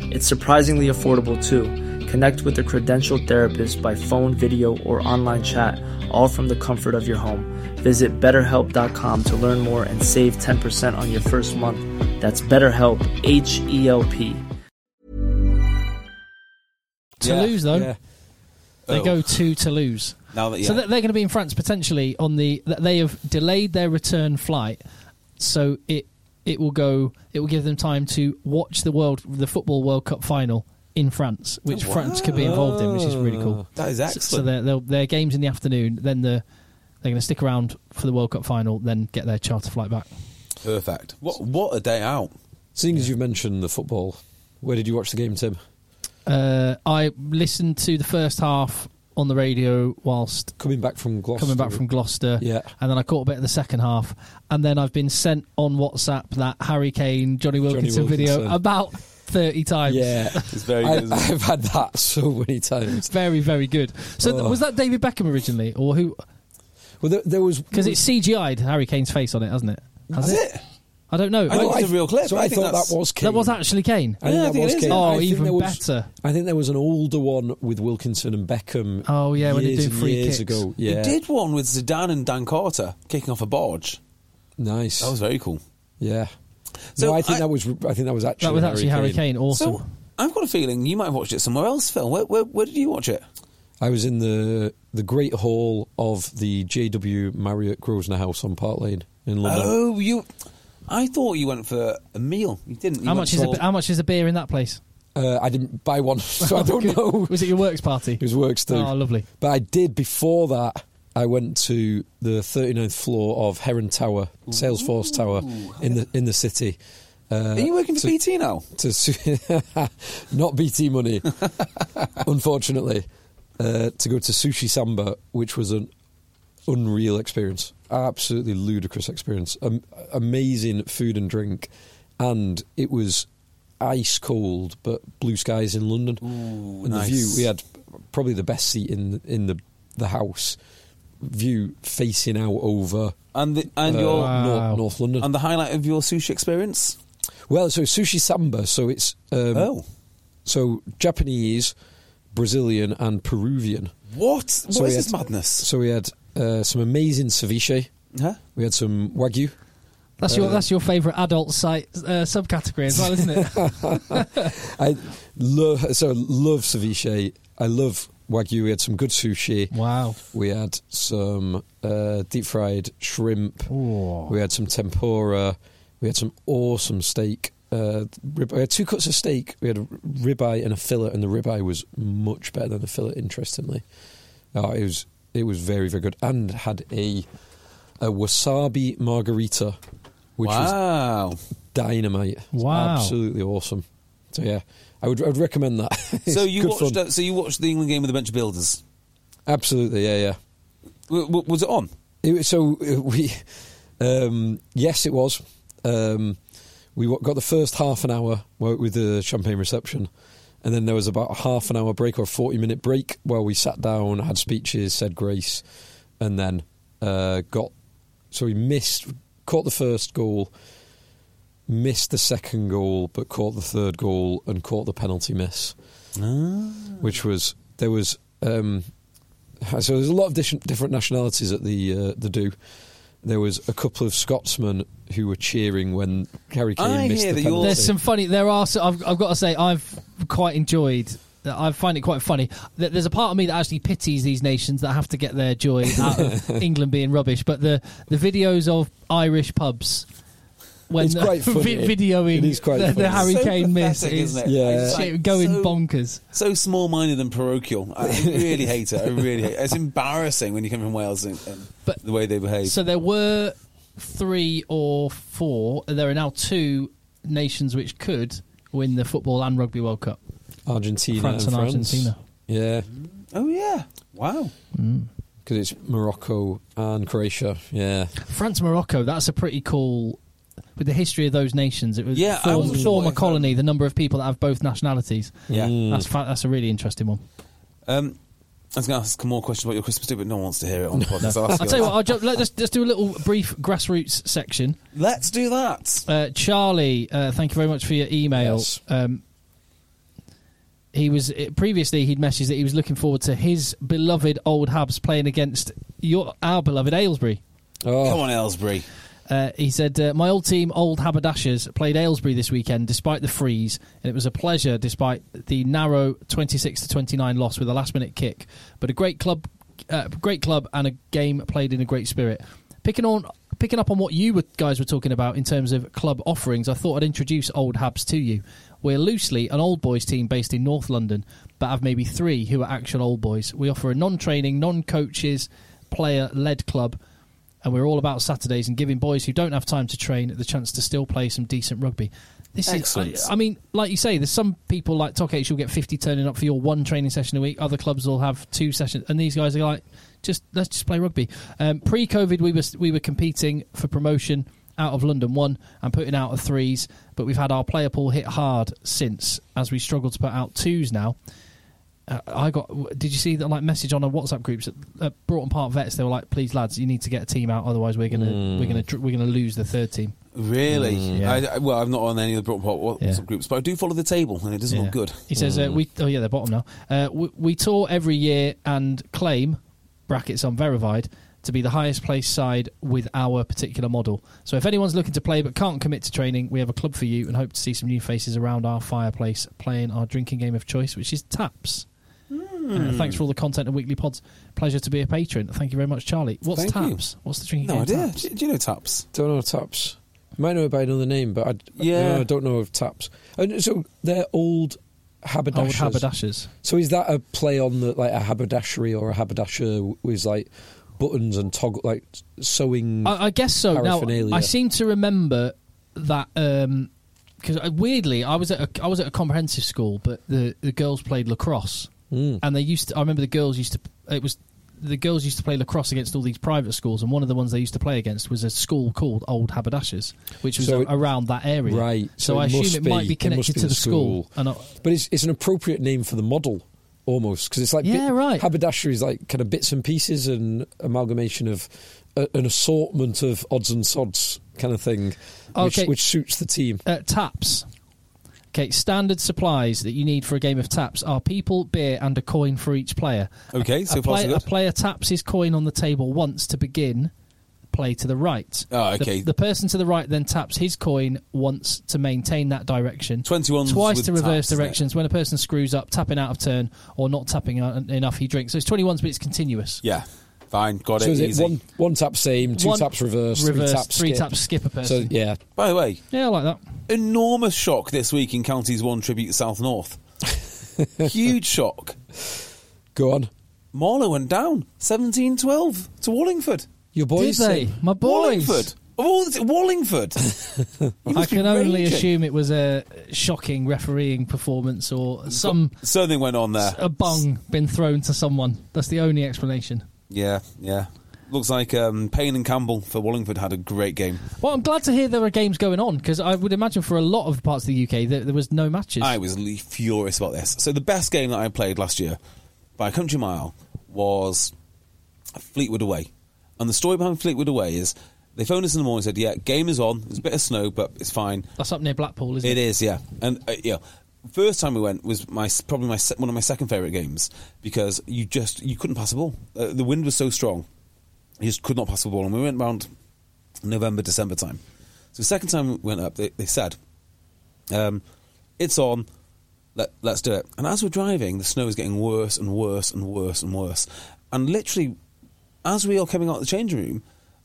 Speaker 6: It's surprisingly affordable too. Connect with a credentialed therapist by phone, video, or online chat, all from the comfort of your home. Visit betterhelp.com to learn more and save 10% on your first month. That's BetterHelp, H E L P.
Speaker 1: To
Speaker 2: Yeah,
Speaker 1: lose though,
Speaker 3: Yeah.
Speaker 1: they
Speaker 2: Oh.
Speaker 1: go to Toulouse.
Speaker 2: Now that, yeah.
Speaker 1: So they're going to be in France potentially on the. that They have delayed their return flight, so it it will go. It will give them time to watch the world, the football World Cup final in France, which
Speaker 2: Oh,
Speaker 1: France could be involved in, which is really cool.
Speaker 2: that is
Speaker 1: So-
Speaker 2: excellent.
Speaker 1: So their their- their games in the afternoon, then the they're going to stick around for the World Cup final, then get their charter flight back.
Speaker 2: Perfect. What, what a day out.
Speaker 3: Seeing as you've mentioned the football, where did you watch the game, Tim?
Speaker 1: Uh, I listened to the first half on the radio whilst
Speaker 3: Coming back from Gloucester.
Speaker 1: coming back from Gloucester.
Speaker 3: Yeah.
Speaker 1: And then I caught a bit of the second half. And then I've been sent on WhatsApp that Harry Kane, Johnny Wilkinson, video
Speaker 3: Wilkinson.
Speaker 1: about 30 times.
Speaker 3: Yeah,
Speaker 2: *laughs* It's very
Speaker 3: I,
Speaker 2: good, isn't it?
Speaker 3: I've had that so many times.
Speaker 1: Very, very good. So th-
Speaker 3: Oh.
Speaker 1: was that David Beckham originally? Or who?
Speaker 3: Well, there, there was
Speaker 1: Because it's CGI'd Harry Kane's face on it, hasn't it? Has it? I don't know.
Speaker 2: I thought it was a real clip.
Speaker 3: So I,
Speaker 2: I think
Speaker 3: thought
Speaker 2: that's-
Speaker 3: that was Kane.
Speaker 1: that was actually Kane.
Speaker 3: I think
Speaker 2: Yeah, I
Speaker 3: that
Speaker 2: think it
Speaker 3: was
Speaker 2: is,
Speaker 3: Kane.
Speaker 2: yeah.
Speaker 1: Oh,
Speaker 3: I think
Speaker 1: even
Speaker 3: there was-
Speaker 1: better.
Speaker 3: I think there was an older one with Wilkinson and Beckham.
Speaker 1: Oh, yeah, when they
Speaker 3: years
Speaker 1: do
Speaker 3: and
Speaker 1: free
Speaker 3: years
Speaker 1: kicks.
Speaker 3: ago.
Speaker 2: He
Speaker 3: Yeah,
Speaker 2: did one with Zidane and Dan Carter kicking off a barge.
Speaker 3: nice.
Speaker 2: That was very cool.
Speaker 3: yeah.
Speaker 2: So
Speaker 3: no, I think
Speaker 2: I-
Speaker 3: that was. I think that was actually
Speaker 1: That was actually Harry Kane. Awesome.
Speaker 2: So I've got a feeling you might have watched it somewhere else, Phil. Where, where, where did you watch it?
Speaker 3: I was in the the great hall of the JW Marriott Grosvenor House on Park Lane in London.
Speaker 2: Oh, you. I thought you went for a meal. You didn't. You
Speaker 1: how
Speaker 2: went
Speaker 1: much is
Speaker 2: for-
Speaker 1: a, how much is a beer in that place?
Speaker 3: Uh, I didn't buy one, *laughs* so I don't
Speaker 1: *laughs*
Speaker 3: know. *laughs*
Speaker 1: Was it your works party?
Speaker 3: It was works too.
Speaker 1: Oh, lovely.
Speaker 3: But I did before that. I went to the 39th floor of Heron Tower, Salesforce Tower, in the in the city. Uh,
Speaker 2: Are you working for
Speaker 3: to-
Speaker 2: BT now?
Speaker 3: to su- *laughs* not BT money, unfortunately, uh, to go to Sushi Samba, which was an unreal experience, absolutely ludicrous experience, um, amazing food and drink, and it was ice cold but blue skies in London. and
Speaker 2: nice.
Speaker 3: the view we had probably the best seat in in the the house, view facing out over
Speaker 2: And the, and
Speaker 3: uh,
Speaker 2: your
Speaker 1: Wow.
Speaker 3: North, North London.
Speaker 2: and the highlight of your sushi experience.
Speaker 3: Well, so sushi samba. So it's um,
Speaker 2: Oh.
Speaker 3: so Japanese, Brazilian, and Peruvian.
Speaker 2: What? What is
Speaker 3: so we
Speaker 2: this
Speaker 3: had-
Speaker 2: madness?
Speaker 3: So we had uh, some amazing ceviche.
Speaker 2: Huh?
Speaker 3: We had some wagyu.
Speaker 1: That's
Speaker 3: uh,
Speaker 1: your that's your favourite adult site uh, subcategory as well,
Speaker 3: *laughs*
Speaker 1: isn't it?
Speaker 3: I love so I love ceviche. I love wagyu. We had some good sushi.
Speaker 1: Wow.
Speaker 3: We had some uh, deep fried shrimp. We had some tempura. We had some awesome steak. Uh, rib- I had two cuts of steak. We had a ribeye and a fillet, and the ribeye was much better than the fillet. Interestingly, oh, it was it was very very good, and had a a wasabi margarita, which was
Speaker 1: *laughs*
Speaker 2: wow.
Speaker 3: dynamite. It's
Speaker 1: Wow.
Speaker 3: absolutely awesome. So yeah, I would I'd recommend that. *laughs*
Speaker 2: so
Speaker 3: It's
Speaker 2: you
Speaker 3: good
Speaker 2: watched.
Speaker 3: fun.
Speaker 2: Uh, so you watched the England game with a bunch of builders.
Speaker 3: absolutely yeah yeah.
Speaker 2: W- w- was it on?
Speaker 3: It, was- so uh, we um, yes it was. Um, we wa- got the first half an hour wa- with the champagne reception, and then there was about a half an hour break or a forty minute break where we sat down, had speeches, said grace, and then uh, got so we missed caught the first goal. Missed the second goal, but caught the third goal and caught the penalty miss.
Speaker 2: Ah.
Speaker 3: which was there was um, so there's a lot of different, different nationalities at the uh, the do. There was a couple of Scotsmen who were cheering when Harry Kane
Speaker 2: I
Speaker 3: missed
Speaker 2: hear that
Speaker 3: the
Speaker 2: you're-
Speaker 3: penalty.
Speaker 2: There's
Speaker 1: There's some funny. There are. So I've, I've got to say, I've quite enjoyed. I find it quite funny. Th- There's a part of me that actually pities these nations that have to get their
Speaker 3: *laughs*
Speaker 1: joy out of England being rubbish. But the the videos of Irish pubs when
Speaker 3: It's
Speaker 1: they're
Speaker 3: quite funny.
Speaker 1: *laughs* vi- videoing
Speaker 3: It is quite
Speaker 1: the, the
Speaker 3: funny.
Speaker 1: Harry
Speaker 2: So
Speaker 1: Kane miss
Speaker 2: pathetic,
Speaker 1: is
Speaker 2: isn't it?
Speaker 3: Yeah.
Speaker 2: It's
Speaker 1: shit,
Speaker 2: like
Speaker 1: going
Speaker 2: so-
Speaker 1: bonkers.
Speaker 2: So small-minded and parochial. I really hate it. I really hate it. It's embarrassing when you come from Wales and, and
Speaker 1: But-
Speaker 2: the way they behave.
Speaker 1: So there were three or four. There are now two nations which could win the football and rugby World Cup.
Speaker 3: Argentina
Speaker 1: France
Speaker 3: and
Speaker 1: and
Speaker 3: France.
Speaker 1: Argentina.
Speaker 3: Yeah,
Speaker 2: oh yeah. Wow.
Speaker 3: because it's Morocco and Croatia. Yeah,
Speaker 1: France Morocco. That's a pretty cool. With the history of those nations, it was
Speaker 2: Yeah, I
Speaker 1: form,
Speaker 2: wasn't sure
Speaker 1: former
Speaker 2: if that-
Speaker 1: colony. The number of people that have both nationalities.
Speaker 2: Yeah.
Speaker 1: That's fa- that's a really interesting one.
Speaker 2: Um, I was going to ask more questions about your Christmas too, but no one wants to hear it on the
Speaker 3: *laughs*
Speaker 2: podcast. I'll ask
Speaker 1: I'll tell
Speaker 2: you
Speaker 1: you
Speaker 2: that.
Speaker 1: what. I'll jump, let, us just do a little brief grassroots section.
Speaker 2: Let's do that.
Speaker 1: Uh, Charlie, uh, thank you very much for your email.
Speaker 3: Yes.
Speaker 1: Um, he was uh, previously he'd messaged that he was looking forward to his beloved old Habs playing against your our beloved Aylesbury.
Speaker 2: Come
Speaker 3: oh,
Speaker 2: on, Aylesbury.
Speaker 1: Uh, he said, uh, "My old team, Old Haberdashers, played Aylesbury this weekend despite the freeze, and it was a pleasure despite the narrow 26 to 29 loss with a last-minute kick. But a great club, uh, great club, and a game played in a great spirit. Picking on." Picking up on what you were, guys were talking about in terms of club offerings, I thought I'd introduce Old Habs to you. We're loosely an old boys team based in North London, but have maybe three who are actual old boys. We offer a non training, non coaches, player led club and we're all about Saturdays and giving boys who don't have time to train the chance to still play some decent rugby. This
Speaker 2: Excellent.
Speaker 1: is, I, I mean, like you say, there's some people like Tok H will get 50 turning up for your one training session a week. Other clubs will have two sessions, and these guys are like, just let's just play rugby. Um, Pre-COVID, we were we were competing for promotion out of London One and putting out a threes, but we've had our player pool hit hard since as we struggle to put out twos now. Uh, I got. w- Did you see that like message on a WhatsApp group at uh, Broughton Park Vets? They were like, "Please, lads, you need to get a team out, otherwise we're gonna we're gonna dr- we're gonna lose the third team."
Speaker 2: Really?
Speaker 1: Mm, Yeah.
Speaker 2: I, I- well, I'm not on any of the Broughton Park
Speaker 1: Yeah.
Speaker 2: WhatsApp groups, but I do follow the table, and it doesn't
Speaker 1: Yeah.
Speaker 2: look Oh, good. Mm.
Speaker 1: He says, uh, "We oh yeah, they're bottom now. Uh, we, we tour every year and claim brackets on verified to be the highest placed side with our particular model. So if anyone's looking to play but can't commit to training, we have a club for you and hope to see some new faces around our fireplace playing our drinking game of choice, which is taps." Uh,
Speaker 2: Hmm.
Speaker 1: thanks for all the content and weekly pods. Pleasure to be a patron. Thank you very much, Charlie. What's
Speaker 2: Thank you.
Speaker 1: taps? What's the drinking
Speaker 2: No
Speaker 1: game?
Speaker 2: idea.
Speaker 1: Taps?
Speaker 2: Do, do you know Taps?
Speaker 3: don't know taps. Might know it by another name, but I,
Speaker 2: Yeah.
Speaker 3: no, I don't know of taps. And so they're old
Speaker 1: Old
Speaker 3: haberdashers.
Speaker 1: haberdashers.
Speaker 3: So is that a play on the like a haberdashery or a haberdasher with like buttons and toggle like sewing?
Speaker 1: I, I guess so. Now,
Speaker 3: paraphernalia.
Speaker 1: I seem to remember that because weirdly, I was at a, I was at a comprehensive school, but the, the girls played lacrosse,
Speaker 3: Mm.
Speaker 1: and they used. To, I remember the girls used to. It was the girls used to play lacrosse against all these private schools, and one of the ones they used to play against was a school called Old Haberdashers, which was
Speaker 3: So
Speaker 1: a-
Speaker 3: it-
Speaker 1: around that area.
Speaker 3: Right.
Speaker 1: So,
Speaker 3: So
Speaker 1: I
Speaker 3: it
Speaker 1: assume
Speaker 3: must
Speaker 1: it might
Speaker 3: be-
Speaker 1: be
Speaker 3: it must
Speaker 1: connected to
Speaker 3: be the
Speaker 1: the school.
Speaker 3: school.
Speaker 1: And uh, I,
Speaker 3: But it's it's an appropriate name for the model almost because it's like
Speaker 1: Yeah, right.
Speaker 3: haberdashery is like kind of bits and pieces and amalgamation of a, an assortment of odds and sods kind of thing,
Speaker 1: Okay.
Speaker 3: which, which suits the team.
Speaker 1: uh, taps. Okay, standard supplies that you need for a game of taps are people, beer, and a coin for each player.
Speaker 2: Okay, so
Speaker 1: a,
Speaker 2: far so
Speaker 1: player, a
Speaker 2: good.
Speaker 1: player taps his coin on the table once to begin play to the right.
Speaker 2: Oh,
Speaker 1: The-
Speaker 2: okay.
Speaker 1: The, person to the right then taps his coin once to maintain that direction.
Speaker 2: 21s
Speaker 1: Twice
Speaker 2: with
Speaker 1: to reverse
Speaker 2: taps, isn't it?
Speaker 1: directions. When a person screws up, tapping out of turn, or not tapping out enough, he drinks. So it's 21s, but it's continuous.
Speaker 2: Yeah, fine, got
Speaker 3: So
Speaker 2: it.
Speaker 3: is it
Speaker 2: Easy.
Speaker 3: one one tap same, two
Speaker 1: One-
Speaker 3: taps reverse,
Speaker 1: reverse,
Speaker 3: three taps
Speaker 1: three
Speaker 3: skip.
Speaker 1: taps skip a
Speaker 3: So
Speaker 1: person.
Speaker 3: yeah,
Speaker 2: By the way,
Speaker 1: yeah, I like that.
Speaker 2: enormous shock this week in counties one tribute
Speaker 1: *laughs*
Speaker 2: South North. Huge shock.
Speaker 3: go on.
Speaker 2: Marlow went down 17-12 to Wallingford.
Speaker 3: Your boys
Speaker 1: Did they?
Speaker 3: say-
Speaker 1: My boys.
Speaker 2: Wallingford. Of all
Speaker 1: *laughs*
Speaker 2: the- Wallingford. You
Speaker 1: I
Speaker 2: must be
Speaker 1: can only
Speaker 2: raging.
Speaker 1: assume it was a shocking refereeing performance or some
Speaker 2: something went on there.
Speaker 1: a bung been thrown to someone. That's the only explanation.
Speaker 2: Yeah, yeah. Looks like um, Payne and Campbell for Wallingford had a great game.
Speaker 1: Well, I'm glad to hear there are games going on because I would imagine for a lot of parts of the UK there, there was no matches.
Speaker 2: I was le- furious about this. So the best game that I played last year by a country mile was Fleetwood away. And the story behind Fleetwood away is they phoned us in the morning and said, "Yeah, game is on. There's a bit of snow, but it's fine.
Speaker 1: That's up near Blackpool, isn't it?
Speaker 2: It is, yeah. And uh, yeah, first time we went was my probably my se- one of my second favorite games because you just you couldn't pass the ball. Uh, the wind was so strong, you just could not pass the ball. And we went round November December time. So the second time we went up, they, they said, um, "It's on." Let, let's do it. And as we're driving, the snow is getting worse and worse and worse and worse. And literally, as we are coming out of the change room,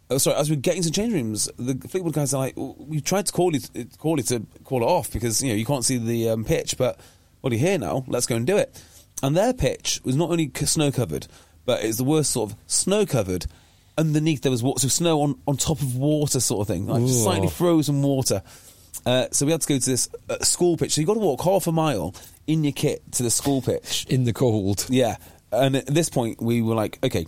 Speaker 2: oh, sorry, as we're getting to the change rooms, the Fleetwood guys are like, "Oh, "We tried to call you, to call you to call it off because you know you can't see the um, pitch, but well, you're here now. Let's go and do it." And their pitch was not only snow covered, but it's the worst sort of snow covered. Underneath there was lots of snow on, on top of water, sort of thing, like just slightly frozen water. Uh, so we had to go to this uh, school pitch. So you got to walk half a mile in your kit to the school pitch.
Speaker 3: in the cold.
Speaker 2: Yeah, and at this point we were like, okay,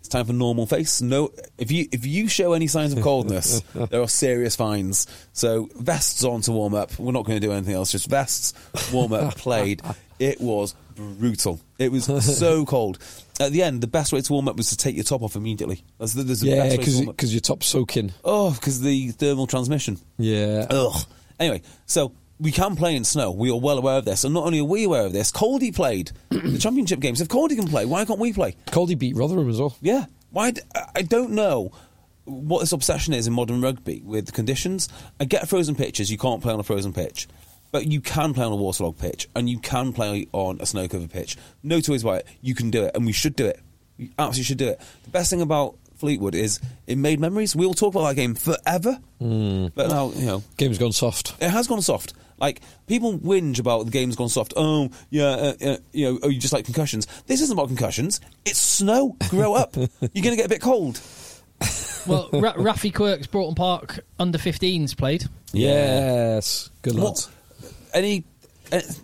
Speaker 2: it's time for normal face. No, if you if you show any signs of coldness, there are serious fines. So vests on to warm up. We're not going to do anything else. Just vests, warm up, played. It was brutal. It was so cold. At the end, the best way to warm up was to take your top off immediately. That's the, that's the
Speaker 3: Yeah,
Speaker 2: best way to warm up.
Speaker 3: because your top's soaking. Uh,
Speaker 2: Oh, because the thermal transmission.
Speaker 3: Yeah.
Speaker 2: Ugh. Anyway, so we can play in snow. We are well aware of this. And not only are we aware of this, Coldy played the championship games. If Coldy can play, why can't we play?
Speaker 3: Caldy beat Rotherham as well.
Speaker 2: Yeah. Why? d- I- I don't know what this obsession is in modern rugby with the conditions. I get frozen pitches. You can't play on a frozen pitch. But you can play on a waterlogged pitch and you can play on a snow covered pitch. No two ways about it. You can do it and we should do it. You absolutely should do it. The best thing about Fleetwood is it made memories. We'll talk about that game forever. But now, you know,
Speaker 3: Game's gone soft.
Speaker 2: it has gone soft. Like people whinge about the game's gone soft. Oh yeah, uh, uh, you know, oh you just like concussions. This isn't about concussions. It's snow. Grow
Speaker 3: *laughs*
Speaker 2: up. You're gonna get a bit cold.
Speaker 1: Well, Ra- Rafi Quirks, Broughton Park under 15s played.
Speaker 3: Yes. Good
Speaker 2: What?
Speaker 3: lads.
Speaker 2: Any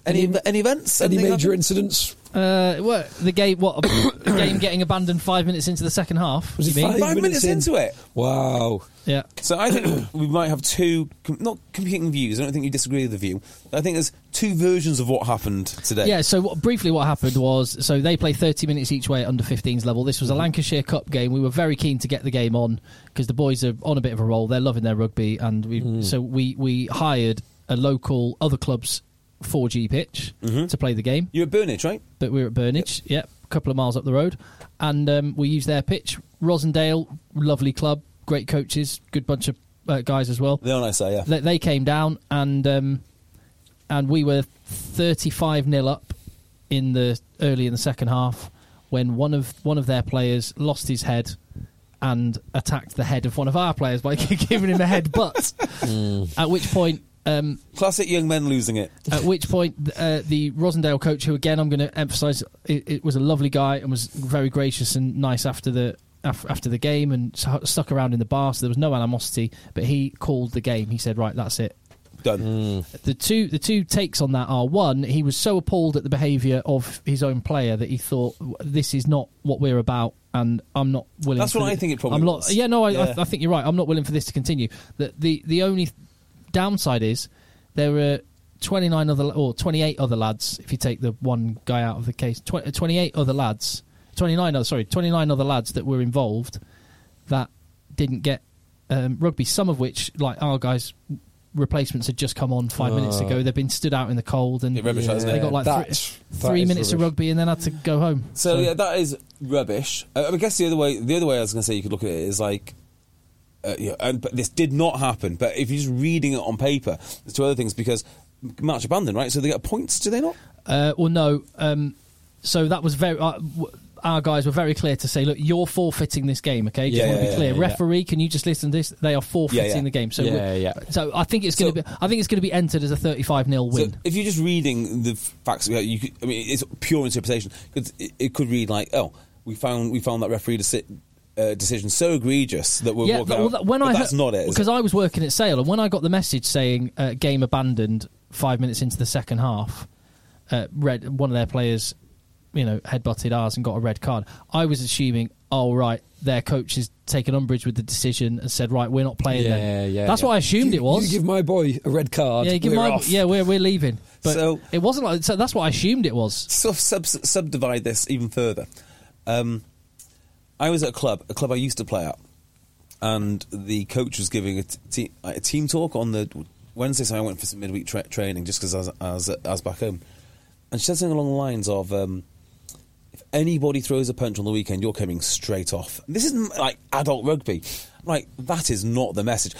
Speaker 2: any any, events?
Speaker 3: Any
Speaker 2: Anything
Speaker 3: major
Speaker 2: happen?
Speaker 3: incidents?
Speaker 1: Uh, what the game? What *coughs* a game getting abandoned five minutes into the second half?
Speaker 3: Was
Speaker 1: you
Speaker 3: it
Speaker 1: mean?
Speaker 3: five?
Speaker 2: Five minutes
Speaker 3: minutes in?
Speaker 2: into it.
Speaker 3: Wow.
Speaker 1: Yeah.
Speaker 2: So I think we might have two com- not competing views. I don't think you disagree with the view. I think there's two versions of what happened today.
Speaker 1: Yeah, so what, briefly what happened was so they play 30 minutes each way at under 15s level. This was a Lancashire Cup game. We were very keen to get the game on because the boys are on a bit of a roll. They're loving their rugby and we so we we hired a local other club's 4G pitch to play the game,
Speaker 2: You're at Burnage, right?
Speaker 1: but we were at Burnage, yep, a couple of miles up the road, and um, we used their pitch. Rosendale, lovely club, great coaches, good bunch of uh, guys as well
Speaker 2: They're on say yeah.
Speaker 1: they, they came down and um, and we were 35 nil up in the early in the second half when one of one of their players lost his head and attacked the head of one of our players by *laughs* giving him a headbutt at which point um,
Speaker 2: Classic young men losing it.
Speaker 1: at which point, uh, the Rosendale coach, who again I'm going to emphasise, it, it was a lovely guy and was very gracious and nice after the af- after the game and s- stuck around in the bar, so there was no animosity. But he called the game. He said, "Right, that's it.
Speaker 2: Done.
Speaker 3: Hmm.
Speaker 1: The two the two takes on that are one, he was so appalled at the behaviour of his own player that he thought this is not what we're about, and I'm not willing.
Speaker 2: That's
Speaker 1: for
Speaker 2: what
Speaker 1: thi-
Speaker 2: I think it probably
Speaker 1: I'm not.
Speaker 2: was.
Speaker 1: Yeah, no, I,
Speaker 2: Yeah.
Speaker 1: I, I think you're right. I'm not willing for this to continue. The the the only downside is there are 29 other or 28 other lads. If you take the one guy out of the case, tw- 28 other lads, 29 other sorry, 29 other lads that were involved that didn't get um, rugby. Some of which, like our guys, replacements had just come on five minutes ago. They've been stood out in the cold and
Speaker 2: Yeah, rubbish, isn't it?
Speaker 1: they got like three,
Speaker 3: That's- that
Speaker 1: three
Speaker 3: is
Speaker 1: minutes of
Speaker 3: rubbish.
Speaker 1: rugby and then had to go home.
Speaker 2: Uh, So yeah, that is rubbish. I, I guess the other way, the other way I was going to say you could look at it is like uh, you know, and, but this did not happen. But if you're just reading it on paper, there's two other things because March abandoned, right? So they get points, do they not?
Speaker 1: Uh, well, no. Um, so that was very. Uh, w- our guys were very clear to say, look, you're forfeiting this game, okay? Just
Speaker 2: Yeah,
Speaker 1: want to
Speaker 2: yeah,
Speaker 1: be clear.
Speaker 3: yeah, yeah.
Speaker 1: Referee, can you just listen to this? They are forfeiting
Speaker 2: yeah.
Speaker 1: the game. So,
Speaker 3: Yeah,
Speaker 1: we're-
Speaker 3: yeah.
Speaker 1: so I think it's going to
Speaker 2: So-
Speaker 1: be. I think it's going to be entered as a 35 0 win.
Speaker 2: So if you're just reading the f- facts, yeah, you could, I mean, it's pure interpretation. 'Cause It, it could read like, "Oh, we found we found that referee deci- uh, decision so egregious that we're
Speaker 1: yeah,
Speaker 2: walking
Speaker 1: but- well,
Speaker 2: out."
Speaker 1: that- when
Speaker 2: But
Speaker 1: I
Speaker 2: that's
Speaker 1: heard-
Speaker 2: not it. is
Speaker 1: because
Speaker 2: it?
Speaker 1: I was working at Sale, and when I got the message saying uh, game abandoned five minutes into the second half, uh, red one of their players, you know, headbutted ours and got a red card. I was assuming, oh right, their coach has taken umbrage with the decision and said, right, we're not playing.
Speaker 3: Yeah,
Speaker 1: then.
Speaker 3: yeah,
Speaker 1: That's
Speaker 3: yeah.
Speaker 1: what I assumed
Speaker 3: You-
Speaker 1: it was.
Speaker 3: You give my boy a red card.
Speaker 1: yeah, you give
Speaker 3: we're
Speaker 1: my-
Speaker 3: off.
Speaker 1: yeah, we're we're leaving. But
Speaker 2: So-
Speaker 1: it wasn't like so. That's what I assumed it was.
Speaker 2: sort of sub- subdivide this even further. Um, I was at a club, a club I used to play at, and the coach was giving a, t- a team talk on the Wednesday. So I went for some midweek tra- training just because I was, I, was, I was back home, and she said something along the lines of. Um, if anybody throws a punch on the weekend, you're coming straight off. This isn't like adult rugby. Like, that is not the message.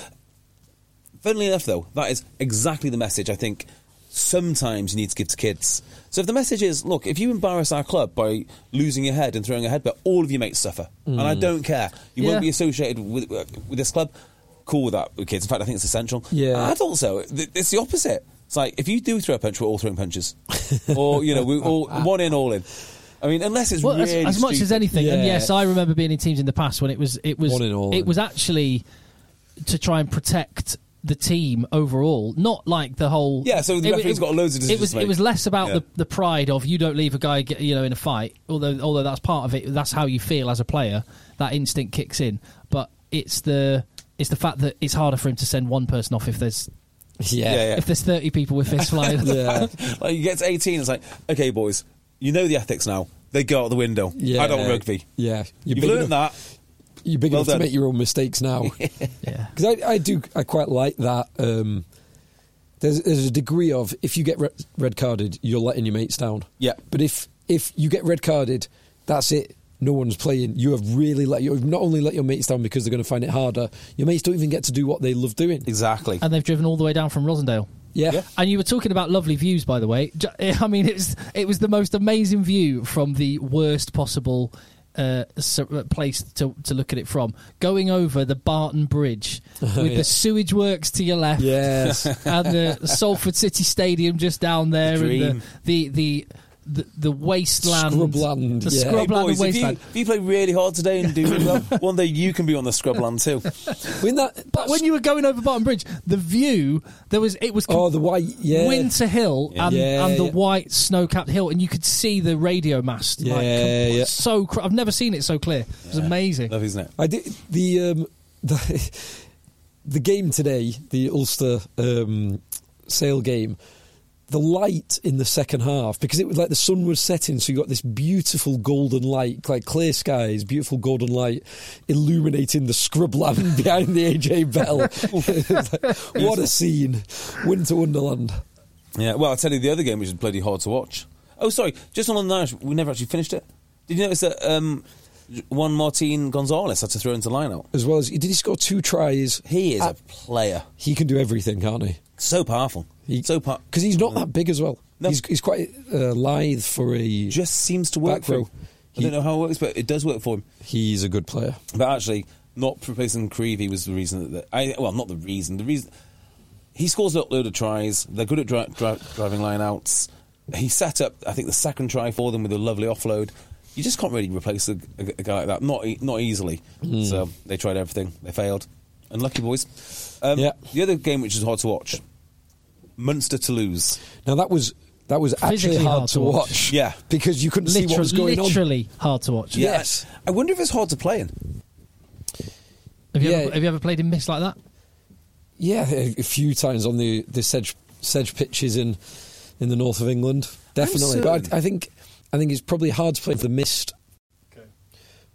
Speaker 2: Funnily enough, though, that is exactly the message I think sometimes you need to give to kids. So if the message is, look, if you embarrass our club by losing your head and throwing a headbutt, all of your mates suffer, and I don't care. You
Speaker 1: Yeah.
Speaker 2: won't be associated with uh, with this club. Cool with that, with kids. In fact, I think it's essential.
Speaker 3: Yeah.
Speaker 2: Adults, though, th- it's the opposite. It's like if you do throw a punch, we're all
Speaker 1: *laughs*
Speaker 2: throwing punches, or you know, we all one in, all in. I mean, unless it's
Speaker 1: Well, as,
Speaker 2: really
Speaker 1: as much as
Speaker 2: stupid.
Speaker 1: anything, and
Speaker 3: Yeah.
Speaker 1: yes, I remember being in teams in the past when it was it was
Speaker 3: All in all,
Speaker 1: it
Speaker 3: and-
Speaker 1: was actually to try and protect the team overall, not like the whole.
Speaker 2: Yeah, so the
Speaker 1: it-
Speaker 2: referee's
Speaker 1: it-
Speaker 2: got loads of
Speaker 1: It
Speaker 2: decisions
Speaker 1: was
Speaker 2: to
Speaker 1: it
Speaker 2: make.
Speaker 1: was less about
Speaker 2: Yeah.
Speaker 1: the, the pride of you don't leave a guy get, you know in a fight, although although that's part of it. That's how you feel as a player. That instinct kicks in, but it's the it's the fact that it's harder for him to send one person off if there's
Speaker 2: Yeah,
Speaker 3: yeah.
Speaker 2: yeah.
Speaker 1: if there's thirty people with
Speaker 2: *laughs*
Speaker 1: fists flying.
Speaker 3: Yeah.
Speaker 2: like you get to 18, it's like, okay, boys, you know the ethics now. They go out the window.
Speaker 3: Yeah.
Speaker 2: Adult rugby.
Speaker 3: Yeah,
Speaker 2: You've,
Speaker 3: big
Speaker 2: learned
Speaker 3: enough-
Speaker 2: that.
Speaker 3: You're big
Speaker 2: Well
Speaker 3: enough
Speaker 2: done.
Speaker 3: to make your own
Speaker 2: *laughs*
Speaker 3: mistakes now.
Speaker 1: *laughs*
Speaker 3: *laughs*
Speaker 1: yeah.
Speaker 3: Because I, I do, I quite like that. Um, there's, there's a degree of if you get re- red carded, you're letting your mates down.
Speaker 2: Yeah.
Speaker 3: But if if you get red carded, that's it. No one's playing. You have really let you have not only let your mates down because they're going to find it harder. Your mates don't even get to do what they love doing.
Speaker 2: Exactly.
Speaker 1: and they've driven all the way down from Rosendale.
Speaker 3: Yeah. Yeah.
Speaker 1: And you were talking about lovely views, by the way. Ju- *laughs* I mean, it was, it was the most amazing view from the worst possible uh, s- uh, place to, to look at it from. Going over the Barton
Speaker 2: *laughs*
Speaker 1: Bridge
Speaker 2: Oh,
Speaker 1: with the sewage works to your left.
Speaker 3: Yes.
Speaker 1: *laughs* and the Salford City Stadium just down there, and
Speaker 2: dream.
Speaker 1: the the the, the, the wasteland,
Speaker 3: Scrubland,
Speaker 1: the
Speaker 3: yeah. Hey,
Speaker 2: Hey,
Speaker 1: scrubland and
Speaker 2: boys, if you,
Speaker 1: wasteland.
Speaker 2: if you play really hard today and do
Speaker 1: *laughs*
Speaker 2: really well, one day you can be on the scrubland too.
Speaker 3: when that,
Speaker 1: But when you were going over Barton Bridge, the view there was it was com-
Speaker 3: oh the white yeah
Speaker 1: Winter Hill and,
Speaker 3: Yeah,
Speaker 1: and the
Speaker 3: yeah.
Speaker 1: white snow-capped hill, and you could see the radio mast. like,
Speaker 3: Yeah,
Speaker 1: com-
Speaker 3: yeah.
Speaker 1: so cr- I've never seen it so clear. It was amazing.
Speaker 2: Love, isn't it?
Speaker 3: I did the um, *laughs* the, the game today, the Ulster um, Sale game. The light in the second half because it was like the sun was setting, so you got this beautiful golden light, like clear skies, beautiful golden light illuminating the *laughs* scrubland behind the AJ Bell. It was like, what a scene! Winter Wonderland.
Speaker 2: Yeah. Well, I'll tell you the other game which is bloody hard to watch. Oh, sorry. Just on the Irish, we never actually finished it. Did you notice that um, one Martin Gonzalez had to throw into line out?
Speaker 3: As well as did he score two tries?
Speaker 2: He is
Speaker 3: Uh,
Speaker 2: a player.
Speaker 3: He can do everything, can't he?
Speaker 2: So powerful.
Speaker 3: He-
Speaker 2: so powerful.
Speaker 3: Because he's not that big as well.
Speaker 2: No.
Speaker 3: He's, he's quite uh, lithe for a.
Speaker 2: just seems to work
Speaker 3: Back
Speaker 2: for
Speaker 3: row.
Speaker 2: him. I don't know how it works, but it does work for him.
Speaker 3: He's a good player.
Speaker 2: But actually, not replacing Creevy was the reason that I well, not the reason. The reason he scores a load of tries. They're good at dri- dri- driving line outs. He set up, I think, the second try for them with a lovely offload. You just can't really replace a, a- a guy like that, not e- not easily.
Speaker 3: Hmm.
Speaker 2: So they tried everything, they failed. Unlucky boys. Um,
Speaker 3: Yeah.
Speaker 2: The other game which is hard to watch, Munster to lose.
Speaker 3: Now that was that was actually
Speaker 1: Physically
Speaker 3: hard, to watch.
Speaker 2: Yeah.
Speaker 3: because you couldn't see what was
Speaker 1: literally,
Speaker 3: going on.
Speaker 1: literally hard to watch.
Speaker 3: Yeah. Yes.
Speaker 2: I wonder if it's hard to play in.
Speaker 1: Have you,
Speaker 3: Yeah.
Speaker 1: ever, have you ever played in mist like that?
Speaker 3: Yeah, a, a few times on the the sedge sedge pitches in in the north of England, definitely. But I, I think I think it's probably hard to play with the mist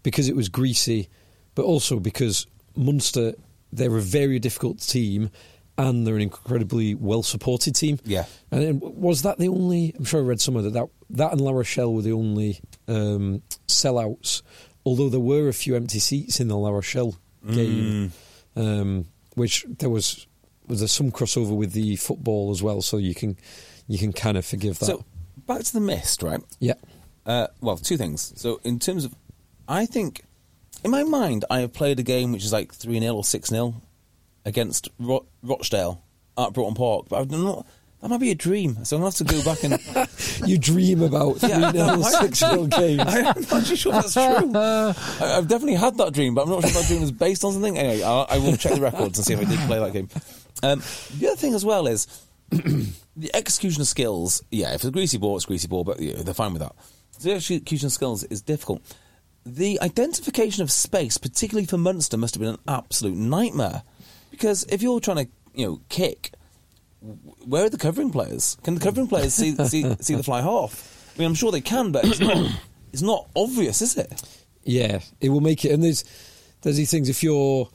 Speaker 3: because it was greasy, but also because Munster they're a very difficult team. And they're an incredibly well-supported team.
Speaker 2: Yeah.
Speaker 3: And then was that the only? I'm sure I read somewhere that that, that and La Rochelle were the only
Speaker 2: Mm.
Speaker 3: um, sellouts. Although there were a few empty seats in the La Rochelle game, um, which there was was there some crossover with the football as well, so you can you can kind of forgive that.
Speaker 2: So back to the mist, right?
Speaker 3: yeah,
Speaker 2: Uh, well, two things. So, in terms of, I think, in my mind, I have played a game which is like 3 0 or 6 0 against Ro- Rochdale at Broughton Park, but I've not. That might be a dream, so I'm gonna have to go back and.
Speaker 3: you dream about
Speaker 2: *laughs*
Speaker 3: three
Speaker 2: Yeah.
Speaker 3: nil
Speaker 2: *laughs*
Speaker 3: six nil games.
Speaker 2: I'm not actually sure that's true. I, I've definitely had that dream, but I'm not sure if that dream was based on something. Anyway, I'll, I will check the records and see if I did play that game. Um, the other thing as well is *clears throat* the execution of skills. Yeah, if it's a greasy ball, it's a greasy ball, but yeah, they're fine with that. The execution of skills is difficult. The identification of space, particularly for Munster, must have been an absolute nightmare because if you're trying to, you know, kick where are the covering players? Can the covering players *laughs* see see, see the fly half? I mean, I'm sure they can, but it's not, *coughs* it's not obvious, is it?
Speaker 3: Yeah, it will make it. And there's there's these things if you're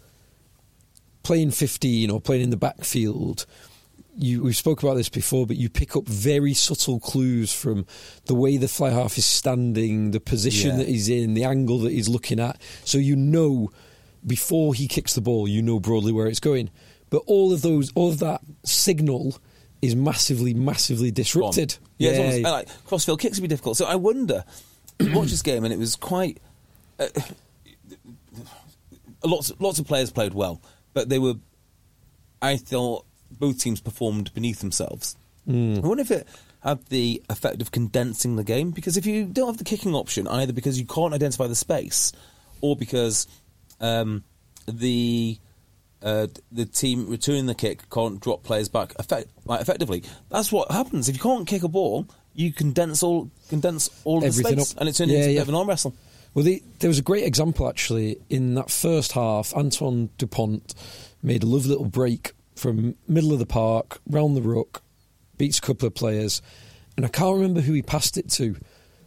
Speaker 3: playing 15 or playing in the backfield. You, we've spoke about this before, but you pick up very subtle clues from the way the fly half is standing, the position
Speaker 2: Yeah.
Speaker 3: that he's in, the angle that he's looking at. So you know before he kicks the ball, you know broadly where it's going. But all of those, all of that signal is massively, massively disrupted.
Speaker 2: Yeah, it's almost- and, like, crossfield kicks would be difficult. So I wonder. *coughs* you watch this game, and it was quite. *coughs* Uh, lots lots of players played well, but they were. I thought both teams performed beneath themselves. I wonder if it had the effect of condensing the game because if you don't have the kicking option either because you can't identify the space, or because um, the uh, the team returning the kick can't drop players back effect, like effectively. That's what happens if you can't kick a ball. You condense all condense all of the
Speaker 3: Everything
Speaker 2: space,
Speaker 3: up.
Speaker 2: and it turns
Speaker 3: Yeah,
Speaker 2: into a
Speaker 3: yeah.
Speaker 2: bit of an arm wrestle.
Speaker 3: Well, they, there was a great example actually in that first half. Antoine Dupont made a lovely little break from middle of the park, round the ruck, beats a couple of players, and I can't remember who he passed it to.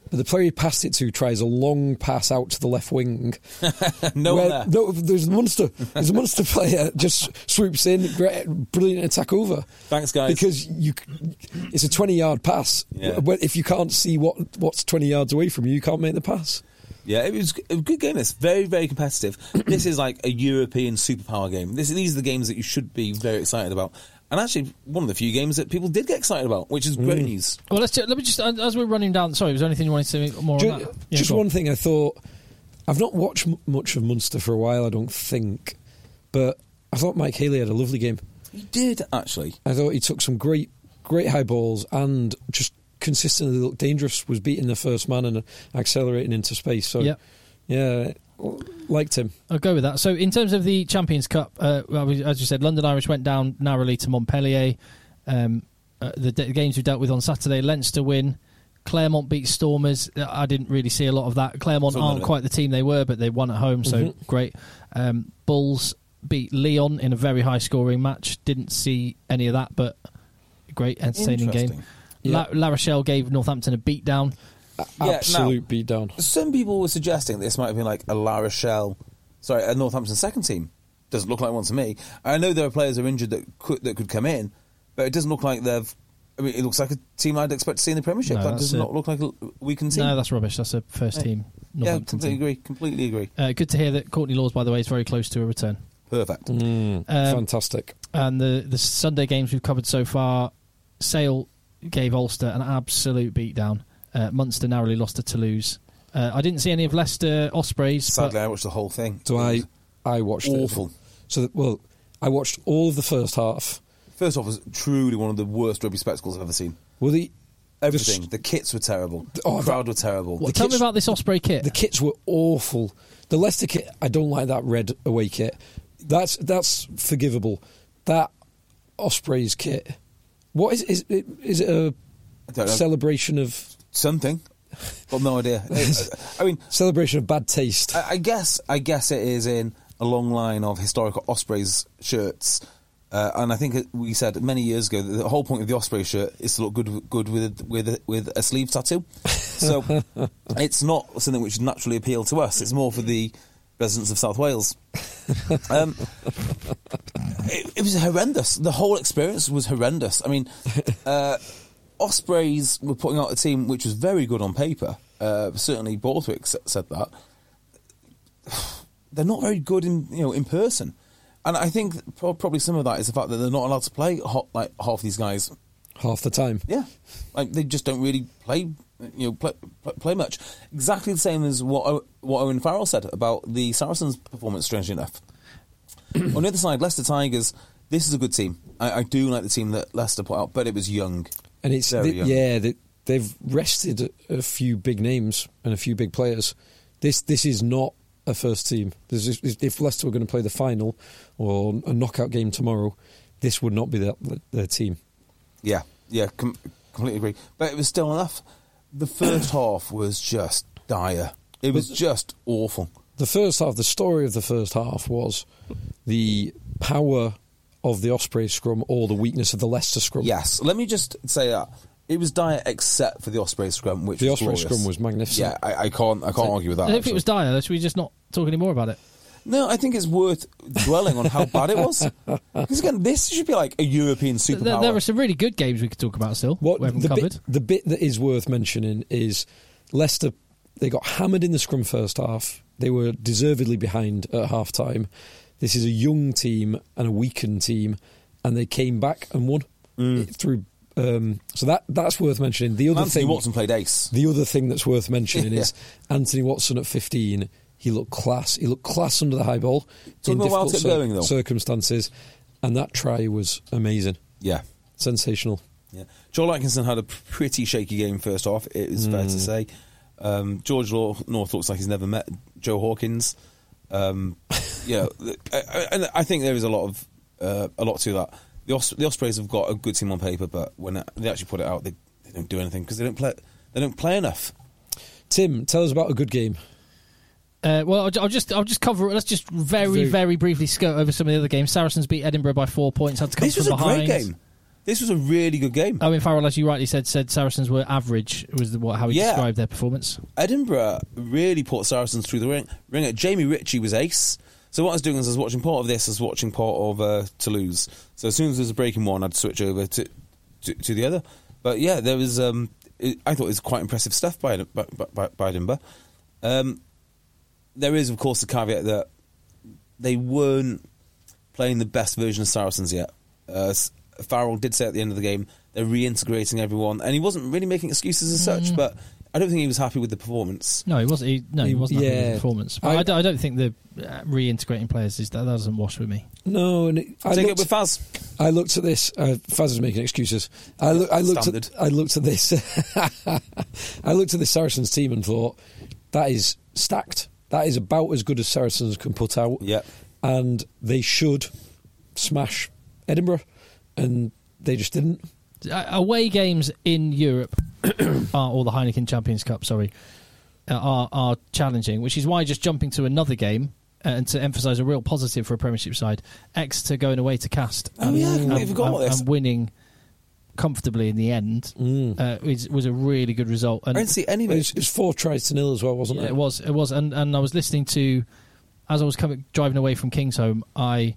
Speaker 3: But the player he passed it to tries a long pass out to the left wing.
Speaker 2: *laughs* No one
Speaker 3: where-
Speaker 2: there.
Speaker 3: No, there's a monster. There's a monster *laughs* player just swoops in, great, brilliant attack over.
Speaker 2: Thanks, guys.
Speaker 3: Because you, c- it's a 20 yard pass.
Speaker 2: Yeah.
Speaker 3: Well, If you can't see what what's 20 yards away from you, you can't make the pass.
Speaker 2: Yeah, it was a good game. This very
Speaker 1: *coughs*
Speaker 2: very competitive. this is like a European superpower game. This, these are the games that you should be very excited about. And actually, one of the few games that people did get excited about, which is
Speaker 1: Mm.
Speaker 2: great news.
Speaker 1: Well, let's ju- let me just as we're running down. Sorry, was there anything you wanted to say more
Speaker 3: Ju-
Speaker 1: on
Speaker 3: Just,
Speaker 1: that? Yeah, go on.
Speaker 3: one thing I thought. I've not watched m- much of Munster for a while, I don't think, but I thought Mike Haley had a lovely game.
Speaker 2: You did actually.
Speaker 3: I thought he took some great, great high balls and just consistently looked dangerous. Was beating the first man and accelerating into space. So,
Speaker 1: Yeah.
Speaker 3: yeah, liked him.
Speaker 1: I'll go with that. So, in terms of the Champions Cup, uh, well, we- as you said, London Irish went down narrowly to Montpellier. Um, uh, the, d- games we dealt with on Saturday, Leinster win. Claremont beat Stormers. Uh, I didn't really see a lot of that. Claremont
Speaker 2: Saw none of
Speaker 1: aren't
Speaker 2: it.
Speaker 1: quite the team they were, but they won at home, so
Speaker 2: Mm-hmm.
Speaker 1: great. Um, Bulls beat Leon in a very high scoring match. Didn't see any of that, but great, entertaining game.
Speaker 2: Interesting.
Speaker 1: La, La Rochelle gave Northampton a beatdown.
Speaker 2: now-
Speaker 3: Absolute beatdown.
Speaker 2: Some people were suggesting this might have been like a La Rochelle, sorry, a Northampton second team. Doesn't look like one to me. I know there are players who are injured that could that could come in, but it doesn't look like they've. I mean, it looks like a team I'd expect to see in the Premiership.
Speaker 1: No,
Speaker 2: that
Speaker 1: that's
Speaker 2: does
Speaker 1: it.
Speaker 2: not look like a weakened team.
Speaker 1: No, that's rubbish. That's a first team
Speaker 2: yeah,
Speaker 1: Northampton
Speaker 2: completely
Speaker 1: team.
Speaker 2: agree. Completely agree.
Speaker 1: Uh, good to hear that Courtney Laws, by the way, is very close to a return.
Speaker 2: Perfect.
Speaker 1: Um,
Speaker 3: Fantastic.
Speaker 1: and the the Sunday games we've covered so far, Sale gave Ulster an absolute beatdown. Uh, Munster narrowly lost to Toulouse. Uh, I didn't see any of Leicester Ospreys.
Speaker 2: Sadly,
Speaker 1: but
Speaker 2: I watched the whole thing.
Speaker 3: So I, I watched it.
Speaker 2: Awful.
Speaker 3: So that, well, I watched all of the first half.
Speaker 2: First off, it was truly one of the worst rugby spectacles I've ever seen.
Speaker 3: Well, the
Speaker 2: Everything.
Speaker 3: The,
Speaker 2: The kits were terrible. The
Speaker 3: Oh,
Speaker 2: crowd were terrible.
Speaker 3: What?
Speaker 1: tell me
Speaker 3: kits-
Speaker 1: about this Osprey kit.
Speaker 3: The kits were awful. The Leicester kit, I don't like that red away kit. That's that's forgivable. That Ospreys kit. What is is it, is it a
Speaker 2: I don't know.
Speaker 3: celebration of
Speaker 2: Something. Got no
Speaker 3: *laughs*
Speaker 2: idea. I mean,
Speaker 3: celebration of bad taste?
Speaker 2: I, I guess I guess it is in a long line of historical Ospreys shirts, uh, and I think we said many years ago that the whole point of the Osprey shirt is to look good good with with with a sleeve tattoo. So it's not something which naturally appeal to us. It's more for the residents of South Wales. Um, it, it was horrendous. The whole experience was horrendous. I mean, uh, Ospreys were putting out a team which was very good on paper. Uh, certainly, Borthwick s- said that they're not very good in you know in person. And I think pro- probably some of that is the fact that they're not allowed to play ho- like half these guys.
Speaker 3: half the time.
Speaker 2: Yeah, like they just don't really play, you know, play, play- play much. Exactly the same as what O- what Owen Farrell said about the Saracens' performance. Strangely *clears throat* enough, on the other side, Leicester Tigers. This is a good team. I, I do like the team that Leicester put out, but it was young.
Speaker 3: And it's
Speaker 2: Very
Speaker 3: the-
Speaker 2: young.
Speaker 3: yeah, they, they've rested a few big names and a few big players. This this is not a first team. This is, if Leicester were going to play the final or a knockout game tomorrow, this would not be their, their team.
Speaker 2: Yeah, yeah, com- completely agree. But it was still enough. The first half was just dire. It was just awful.
Speaker 3: The first half, the story of the first half was the power of the Osprey scrum or the weakness of the Leicester scrum.
Speaker 2: Yes, let me just say that it was dire except for the Osprey scrum, which
Speaker 3: The
Speaker 2: was
Speaker 3: Osprey
Speaker 2: glorious.
Speaker 3: scrum was magnificent.
Speaker 2: Yeah, I, I can't, I can't argue with that.
Speaker 1: And if it was dire, should we just not talk any more about it?
Speaker 2: no, I think it's worth dwelling on how bad it
Speaker 3: *laughs*
Speaker 2: was. Because again, this should be like a European superpower.
Speaker 1: There, there are some really good games we could talk about still.
Speaker 3: What
Speaker 1: we haven't
Speaker 3: the
Speaker 1: covered.
Speaker 3: Bit, the bit that is worth mentioning is Leicester. They got hammered in the scrum first half. They were deservedly behind at half time. This is a young team and a weakened team, and they came back and won It- through. Um, so that that's worth mentioning. The other
Speaker 2: Mm. Anthony
Speaker 3: thing,
Speaker 2: Watson played ace.
Speaker 3: the other thing that's worth mentioning is Anthony Watson at 15. He looked class. He looked class under the high ball
Speaker 2: Took
Speaker 3: in
Speaker 2: him a while
Speaker 3: difficult
Speaker 2: to get
Speaker 3: cir-
Speaker 2: going, though.
Speaker 3: circumstances, and that try was amazing,
Speaker 2: Yeah.
Speaker 3: sensational.
Speaker 2: Yeah. Joel Atkinson had a pretty shaky game first off, it is fair to
Speaker 1: Hmm.
Speaker 2: say. Um, George Law- North looks like he's never met Joe Hawkins.
Speaker 1: *laughs*
Speaker 2: Um, yeah, I- I- and I think there is a lot of uh, a lot to that. The, Os- the Ospreys have got a good team on paper, but when they actually put it out, they, they don't do anything because they don't play they don't play enough.
Speaker 3: Tim, tell us about a good game.
Speaker 1: Uh, well, I'll, ju- I'll just I'll just cover it. Let's just very
Speaker 3: Very-
Speaker 1: very, briefly skirt over some of the other games. Saracens beat Edinburgh by four points. Had to come
Speaker 2: This
Speaker 1: from
Speaker 2: was a
Speaker 1: behind.
Speaker 2: great game. This was a really good game.
Speaker 1: Owen Farrell, as you rightly said, said Saracens were average. Was the, what, how he
Speaker 2: Yeah.
Speaker 1: described their performance.
Speaker 2: Edinburgh really put Saracens through the ring. Ringer. Jamie Ritchie was ace. So what I was doing is I was watching part of this, I was watching part of uh, Toulouse. So as soon as there was a break in one, I'd switch over to to, to the other. But yeah, there was. Um, it, I thought it was quite impressive stuff by Ed- by, by, by Edinburgh. Um, there is, of course, the caveat that they weren't playing the best version of Saracens yet. Uh, S- Farrell did say at the end of the game they're reintegrating everyone, and he wasn't really making excuses as such. But I don't think he was happy with the performance.
Speaker 1: No, he wasn't. He, no, he
Speaker 3: He-
Speaker 1: wasn't happy with
Speaker 3: yeah.
Speaker 1: his performance. But I,
Speaker 3: I-
Speaker 1: don't- I don't think the uh, reintegrating players is that, that doesn't wash with me.
Speaker 3: No, and it, I,
Speaker 2: Take it
Speaker 3: looked,
Speaker 2: with Faz.
Speaker 3: I looked at this. Uh, Faz is making excuses. I, look, I looked
Speaker 2: Standard.
Speaker 3: at. I looked at this. *laughs* I looked at the Saracens team and thought that is stacked. That is about as good as Saracens can put out.
Speaker 2: Yeah.
Speaker 3: and they should smash Edinburgh, and they just didn't.
Speaker 1: Uh, away games in Europe *coughs* are, or the Heineken Champions Cup, sorry, uh, are are challenging, which is why just jumping to another game uh, and to emphasise a real positive for a Premiership side, Exeter going away to Cast
Speaker 2: Oh,
Speaker 1: and,
Speaker 2: yeah, I completely
Speaker 1: and-
Speaker 2: forgot
Speaker 1: and-
Speaker 2: about this. Mm.
Speaker 1: and winning comfortably in the end uh, is, was a really good result.
Speaker 2: I
Speaker 1: And
Speaker 2: didn't see any of
Speaker 3: It
Speaker 2: it.
Speaker 3: was, it was four tries to nil as well, wasn't
Speaker 1: yeah,
Speaker 3: it?
Speaker 1: it was. It was. And and I was listening to, as I was coming driving away from King's Home, I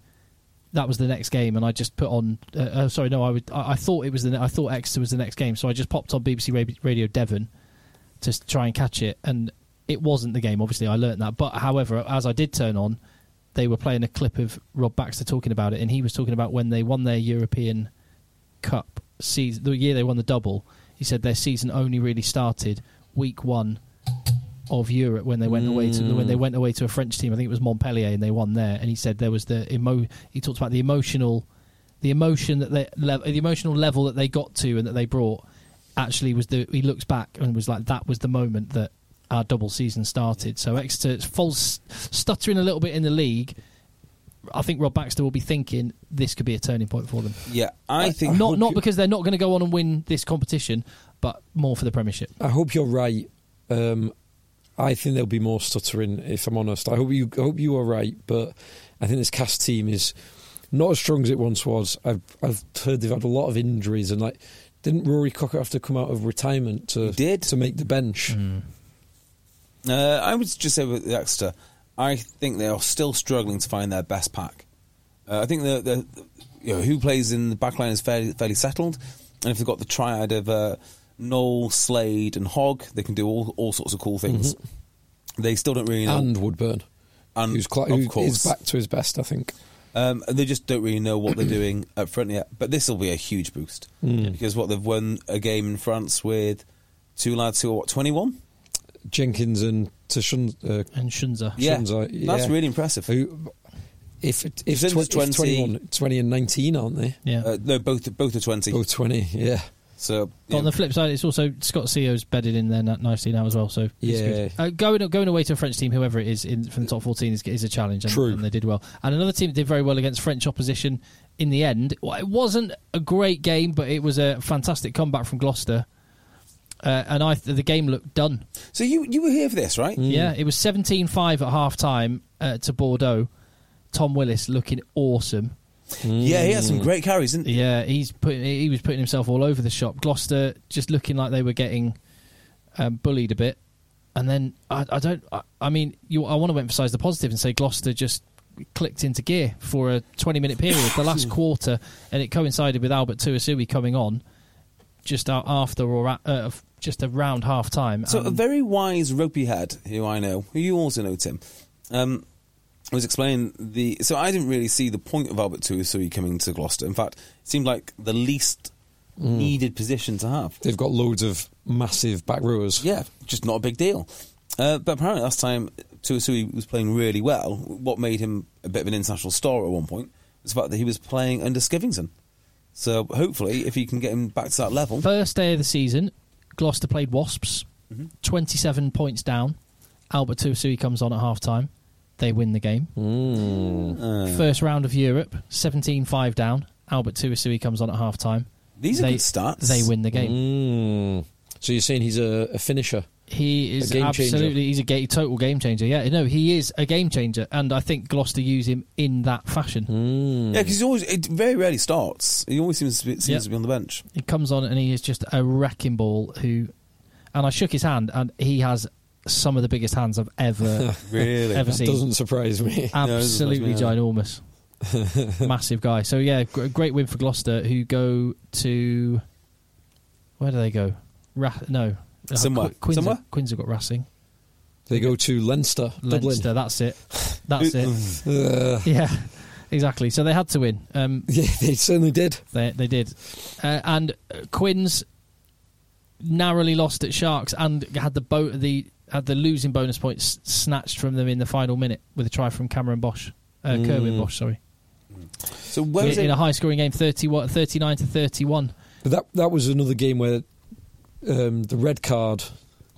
Speaker 1: that was the next game, and I just put on. Uh, uh, sorry, no, I would. I, I thought it was the. ne- I thought Exeter was the next game, so I just popped on BBC Ra- Radio Devon to s- try and catch it, and it wasn't the game. Obviously, I learnt that. But however, as I did turn on, they were playing a clip of Rob Baxter talking about it, and he was talking about when they won their European Cup season, the year they won the double. He said their season only really started week one of Europe when they went away to when they went away to a French team. I think it was Montpellier, and they won there. And he said there was the emo. He talked about the emotional, the emotion that they le- the emotional level that they got to and that they brought. Actually, was the he looks back and was like that was the moment that our double season started. So Exeter falls stuttering a little bit in the league. I think Rob Baxter will be thinking this could be a turning point for them.
Speaker 2: Yeah, I think
Speaker 1: not not because they're not going to go on and win this competition, but more for the Premiership.
Speaker 3: I hope you're right. Um, I think there'll be more stuttering. If I'm honest, I hope you I hope you are right. But I think this cast team is not as strong as it once was. I've I've heard they've had a lot of injuries and like didn't Rory Cocker have to come out of retirement to
Speaker 2: He did.
Speaker 3: to make the bench?
Speaker 2: Uh, I would just say with Exeter, I think they are still struggling to find their best pack. Uh, I think the, the you know, who plays in the back line is fairly, fairly settled, and if they've got the triad of uh, Noel, Slade, and Hogg, they can do all, all sorts of cool things. They still don't really know.
Speaker 3: And Woodburn,
Speaker 2: And,
Speaker 3: who's cla-
Speaker 2: of
Speaker 3: who is
Speaker 2: course.
Speaker 3: back to his best, I think.
Speaker 2: Um, and they just don't really know
Speaker 3: *clears throat*
Speaker 2: what they're doing up front yet. But this will be a huge boost
Speaker 3: Hmm.
Speaker 2: because what they've won a game in France with two lads who are what twenty one.
Speaker 3: Jenkins and Tashun, uh,
Speaker 1: And Shunza.
Speaker 2: Yeah,
Speaker 3: Shunza,
Speaker 2: that's
Speaker 3: yeah.
Speaker 2: really impressive.
Speaker 3: who, if if,
Speaker 2: He's in
Speaker 3: twen-
Speaker 2: his 20.
Speaker 3: if 21, 20 and nineteen, aren't they?
Speaker 1: Yeah.
Speaker 2: Uh, no, both both are twenty.
Speaker 3: Oh, 20, yeah.
Speaker 2: So
Speaker 1: But on the flip side, it's also Scott Seo's bedded in there na- nicely now as well. So it's
Speaker 3: Yeah.
Speaker 1: good. Uh, going going away to a French team, whoever it is in from the top fourteen, is, is a challenge. And,
Speaker 3: True.
Speaker 1: and they did well. And another team that did very well against French opposition in the end. Well, It wasn't a great game, but it was a fantastic comeback from Gloucester. Uh, and I th- the game looked done.
Speaker 2: so you you were here for this,
Speaker 3: Hmm.
Speaker 2: right?
Speaker 1: Yeah, it was 17-5 at half time uh, to Bordeaux. Tom Willis looking awesome.
Speaker 3: Hmm.
Speaker 2: Yeah, he had some great carries, didn't he?
Speaker 1: Yeah, he's putting he was putting himself all over the shop. Gloucester just looking like they were getting um, bullied a bit, and then I, I don't. I, I mean, you, I want to emphasise the positive and say Gloucester just clicked into gear for a twenty-minute period, the
Speaker 2: *laughs*
Speaker 1: last quarter, and it coincided with Albert Tuasui coming on just a- after or at, uh, just around half time.
Speaker 2: So a
Speaker 1: and-
Speaker 2: very wise rugby head who I know, who you also know, Tim, um, was explaining the. So I didn't really see the point of Albert Tuisui coming to Gloucester. In fact, it seemed like the least
Speaker 1: Mm.
Speaker 2: needed position to have.
Speaker 3: They've got loads of massive back rowers.
Speaker 2: Yeah, just not a big deal. Uh, but apparently last time Tuisui was playing really well. What made him a bit of an international star at one point was the fact that he was playing under Skivington. So hopefully, if you can get him back to that level,
Speaker 1: First day of the season, Gloucester played Wasps,
Speaker 2: Mm-hmm.
Speaker 1: 27 points down. Albert Tuasui comes on at half time. They win the game.
Speaker 3: Mm.
Speaker 2: Uh.
Speaker 1: First round of Europe, 17 5 down. Albert Tuasui comes on at half time.
Speaker 2: These are
Speaker 1: they,
Speaker 2: good stats.
Speaker 1: They win the game.
Speaker 3: Mm. So you're saying he's a, a finisher?
Speaker 1: He is
Speaker 3: A game changer.
Speaker 1: absolutely he's a ga- total game changer. Yeah, no, he is a game changer, and I think Gloucester use him in that
Speaker 3: Mm.
Speaker 1: fashion.
Speaker 2: yeah, because he always it very rarely starts. He always seems to be, seems
Speaker 1: Hmm. Yeah.
Speaker 2: to be on the bench.
Speaker 1: He comes on and he is just a wrecking ball. Who, and I shook his hand, and he has some of the biggest hands I've ever
Speaker 2: *laughs* Really,
Speaker 1: ever seen.
Speaker 3: Doesn't surprise
Speaker 2: No,
Speaker 3: me. *laughs*
Speaker 2: it doesn't surprise
Speaker 1: absolutely
Speaker 2: me
Speaker 1: ginormous,
Speaker 2: *laughs*
Speaker 1: massive guy. So yeah, gr- great win for Gloucester, who go to where do they go? Ra- no, Uh,
Speaker 2: Somewhere.
Speaker 1: Qu- Quinns,
Speaker 2: Somewhere?
Speaker 1: Quinns have got Racing.
Speaker 3: They go to Leinster,
Speaker 1: Leinster. That's it.
Speaker 2: *laughs*
Speaker 1: That's it.
Speaker 3: Dublin. Uh,
Speaker 1: Yeah, *laughs* exactly. So they had to win. Um,
Speaker 3: *laughs* yeah, they certainly did.
Speaker 1: they they did, uh, and uh, Quinns narrowly lost at Sharks and had the bo- the had the losing bonus points snatched from them in the final minute with a try from Cameron Bosch, uh,
Speaker 3: Hmm.
Speaker 1: Kerwin Bosch. Sorry.
Speaker 2: So where was
Speaker 1: in, in
Speaker 2: it?
Speaker 1: a high scoring game 30, 39 to 31
Speaker 3: But that that was another game where um, the red card,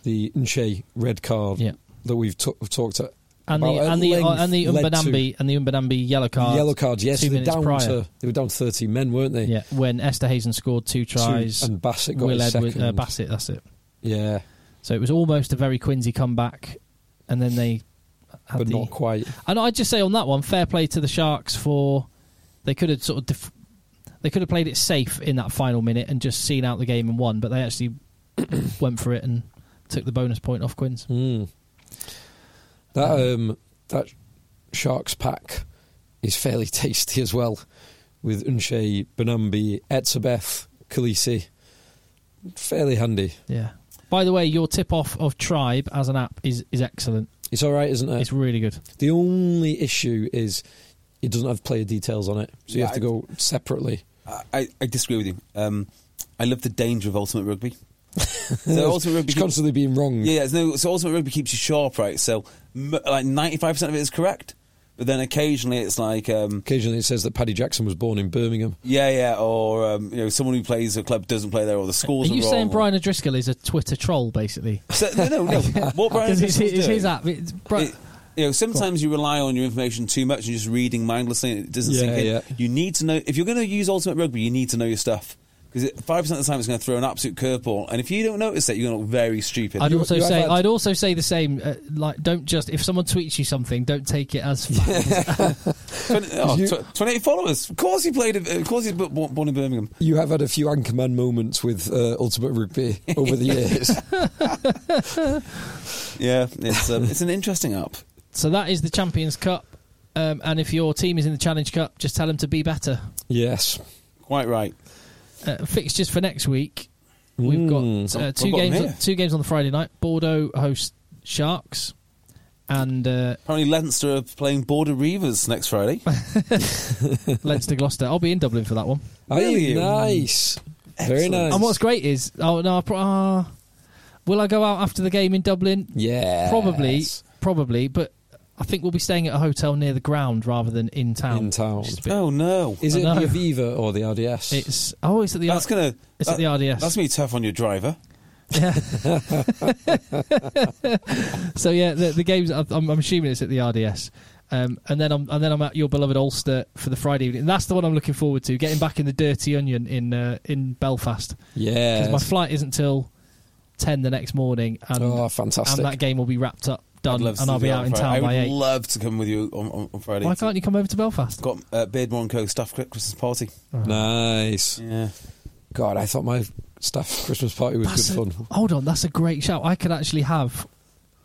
Speaker 3: the Nche red card
Speaker 1: Yeah.
Speaker 3: that we've t- talked at
Speaker 1: and the,
Speaker 3: about at
Speaker 1: and the
Speaker 3: length
Speaker 1: and the
Speaker 3: led to
Speaker 1: Umbanambi and the Umbanambi yellow card
Speaker 3: yellow card. Yes,
Speaker 1: two
Speaker 3: they were
Speaker 1: minutes
Speaker 3: down
Speaker 1: prior
Speaker 3: to they were down to thirteen men, weren't they?
Speaker 1: yeah when Esther Hazen scored two
Speaker 3: Two-
Speaker 1: tries
Speaker 3: and Bassett got
Speaker 1: Will
Speaker 3: his
Speaker 1: Edward, uh,
Speaker 3: second.
Speaker 1: Bassett that's it
Speaker 3: Yeah,
Speaker 1: so it was almost a very Quincy comeback and then they had
Speaker 3: but
Speaker 1: the
Speaker 3: not quite.
Speaker 1: and I'd just say on that one fair play to the Sharks for they could have sort of def- they could have played it safe in that final minute and just seen out the game and won but they actually *coughs* went for it and took the bonus point off Quinns
Speaker 3: Mm. That um, that sharks pack is fairly *laughs* tasty as well, with Unshay, Benambi, Etzebeth, Khaleesi. Fairly handy.
Speaker 1: Yeah. By the way, your tip off of Tribe as an app is, is excellent.
Speaker 3: It's all right, isn't it?
Speaker 1: It's really good.
Speaker 3: the only issue is it doesn't have player details on it, so you
Speaker 2: Yeah,
Speaker 3: have to
Speaker 2: I-
Speaker 3: go separately.
Speaker 2: I, I disagree with you. Um, I love the danger of
Speaker 1: *laughs*
Speaker 2: ultimate rugby. so ultimate rugby
Speaker 3: It's
Speaker 2: keeps,
Speaker 3: constantly being wrong.
Speaker 2: yeah, yeah, it's no, so ultimate rugby keeps you sharp, right? So m- like ninety five percent of it is correct, but then occasionally it's like um,
Speaker 3: Occasionally, it says that Paddy Jackson was born in Birmingham.
Speaker 2: yeah, yeah, or um, you know someone who plays a club doesn't play there, or the
Speaker 1: Are
Speaker 2: scores.
Speaker 1: you
Speaker 2: wrong,
Speaker 1: saying
Speaker 2: or-
Speaker 1: Brian O'Driscoll is a Twitter troll, basically?
Speaker 2: So, no, no,
Speaker 1: *laughs*
Speaker 2: no. what
Speaker 1: Because
Speaker 2: Brian
Speaker 1: it's,
Speaker 2: Dixon's
Speaker 1: it's
Speaker 2: doing-
Speaker 1: his app. It's Bri-
Speaker 2: it- you know, sometimes you rely on your information too much and you're just reading mindlessly and it doesn't
Speaker 3: Yeah,
Speaker 2: sink in.
Speaker 3: yeah.
Speaker 2: You need to know, if you're going to use Ultimate Rugby, you need to know your stuff. Because 5% of the time it's going to throw an absolute curveball. And if you don't notice it, you're going to look very stupid.
Speaker 1: I'd also
Speaker 3: you have
Speaker 1: say
Speaker 3: had-
Speaker 1: I'd also say the same. Uh, like, don't just if someone tweets you something, don't take it
Speaker 2: *laughs*
Speaker 1: as fact. *laughs*
Speaker 2: 20, oh, tw- 28 followers. Of course he played, in- of course he's b- born born in Birmingham.
Speaker 3: You have had a few Anchorman moments with uh, Ultimate *laughs* Rugby over the years.
Speaker 2: Yeah, it's, um, *laughs* it's an interesting app.
Speaker 1: so that is the Champions Cup. Um, and if your team is in the Challenge Cup, just tell them to be better.
Speaker 3: yes.
Speaker 2: Quite right.
Speaker 1: Uh, fixtures for next week. We've got uh,
Speaker 2: I've
Speaker 1: two
Speaker 2: got them
Speaker 1: games.
Speaker 2: here.
Speaker 1: Two games on the Friday night. Bordeaux host Sharks. and
Speaker 2: *laughs*
Speaker 1: uh,
Speaker 2: Apparently, Leinster are playing Border Reavers next
Speaker 1: *laughs*
Speaker 2: Friday.
Speaker 1: Leinster Gloucester. I'll be in Dublin for that one.
Speaker 3: Aye,
Speaker 2: Really?
Speaker 3: nice. Very nice.
Speaker 1: Mm. And what's great is, oh no, I pro- uh, will I go out after the game in Dublin?
Speaker 3: yeah.
Speaker 1: Probably, probably, but I think we'll be staying at a hotel near the ground rather than in town.
Speaker 3: In town.
Speaker 1: Which is a bit-
Speaker 2: Oh no,
Speaker 3: Is
Speaker 1: I
Speaker 3: it
Speaker 1: know.
Speaker 3: the Aviva or the RDS?
Speaker 1: It's oh, it's at the
Speaker 2: that's gonna
Speaker 1: It's at the RDS.
Speaker 2: That's gonna be tough on your driver.
Speaker 1: Yeah. so yeah, the, the games. I'm, I'm assuming it's at the RDS, um, and then I'm and then I'm at your beloved Ulster for the Friday evening. And that's the one I'm looking forward to. Getting back in the dirty onion in uh, in Belfast because
Speaker 3: yeah.
Speaker 1: my flight isn't till ten the next morning, and
Speaker 3: oh,
Speaker 1: and
Speaker 3: fantastic.
Speaker 1: that game will be wrapped up,
Speaker 2: I'd
Speaker 1: done,
Speaker 2: love to
Speaker 1: and I'll
Speaker 2: do
Speaker 1: be
Speaker 2: that
Speaker 1: out
Speaker 2: on
Speaker 1: in
Speaker 2: Friday.
Speaker 1: town by
Speaker 2: I would
Speaker 1: eight.
Speaker 2: love to come with you on, on, on Friday.
Speaker 1: Why can't you come over to Belfast?
Speaker 2: Got uh, Beardmore and Co. staff cri- Christmas party.
Speaker 3: nice.
Speaker 2: Yeah,
Speaker 3: God, I thought my staff Christmas party was
Speaker 1: That's
Speaker 3: good
Speaker 1: a-
Speaker 3: fun.
Speaker 1: Hold on, that's a great shout. I could actually have,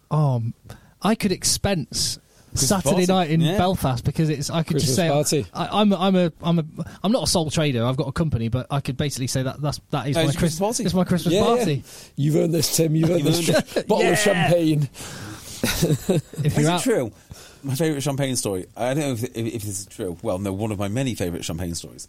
Speaker 1: um, I could expense Saturday
Speaker 2: party.
Speaker 1: night in
Speaker 2: Yeah.
Speaker 1: Belfast because it's. I could just
Speaker 3: Christmas
Speaker 1: say
Speaker 3: party.
Speaker 1: I, I'm a, I'm a I'm a I'm not a sole trader. I've got a company, but I could basically say that that's that is
Speaker 2: Oh,
Speaker 1: my
Speaker 2: it's
Speaker 1: Christmas
Speaker 2: your Christmas party.
Speaker 1: It's my Christmas
Speaker 3: Yeah,
Speaker 1: party.
Speaker 3: You've earned this, Tim. You've earned
Speaker 2: You've
Speaker 3: this
Speaker 2: earned
Speaker 3: bottle
Speaker 1: *laughs*
Speaker 3: of champagne.
Speaker 1: If
Speaker 2: is
Speaker 1: you're
Speaker 2: it
Speaker 1: out,
Speaker 2: true? My favourite champagne story. I don't know if, if, if this is true. Well, no, one of my many favourite champagne stories.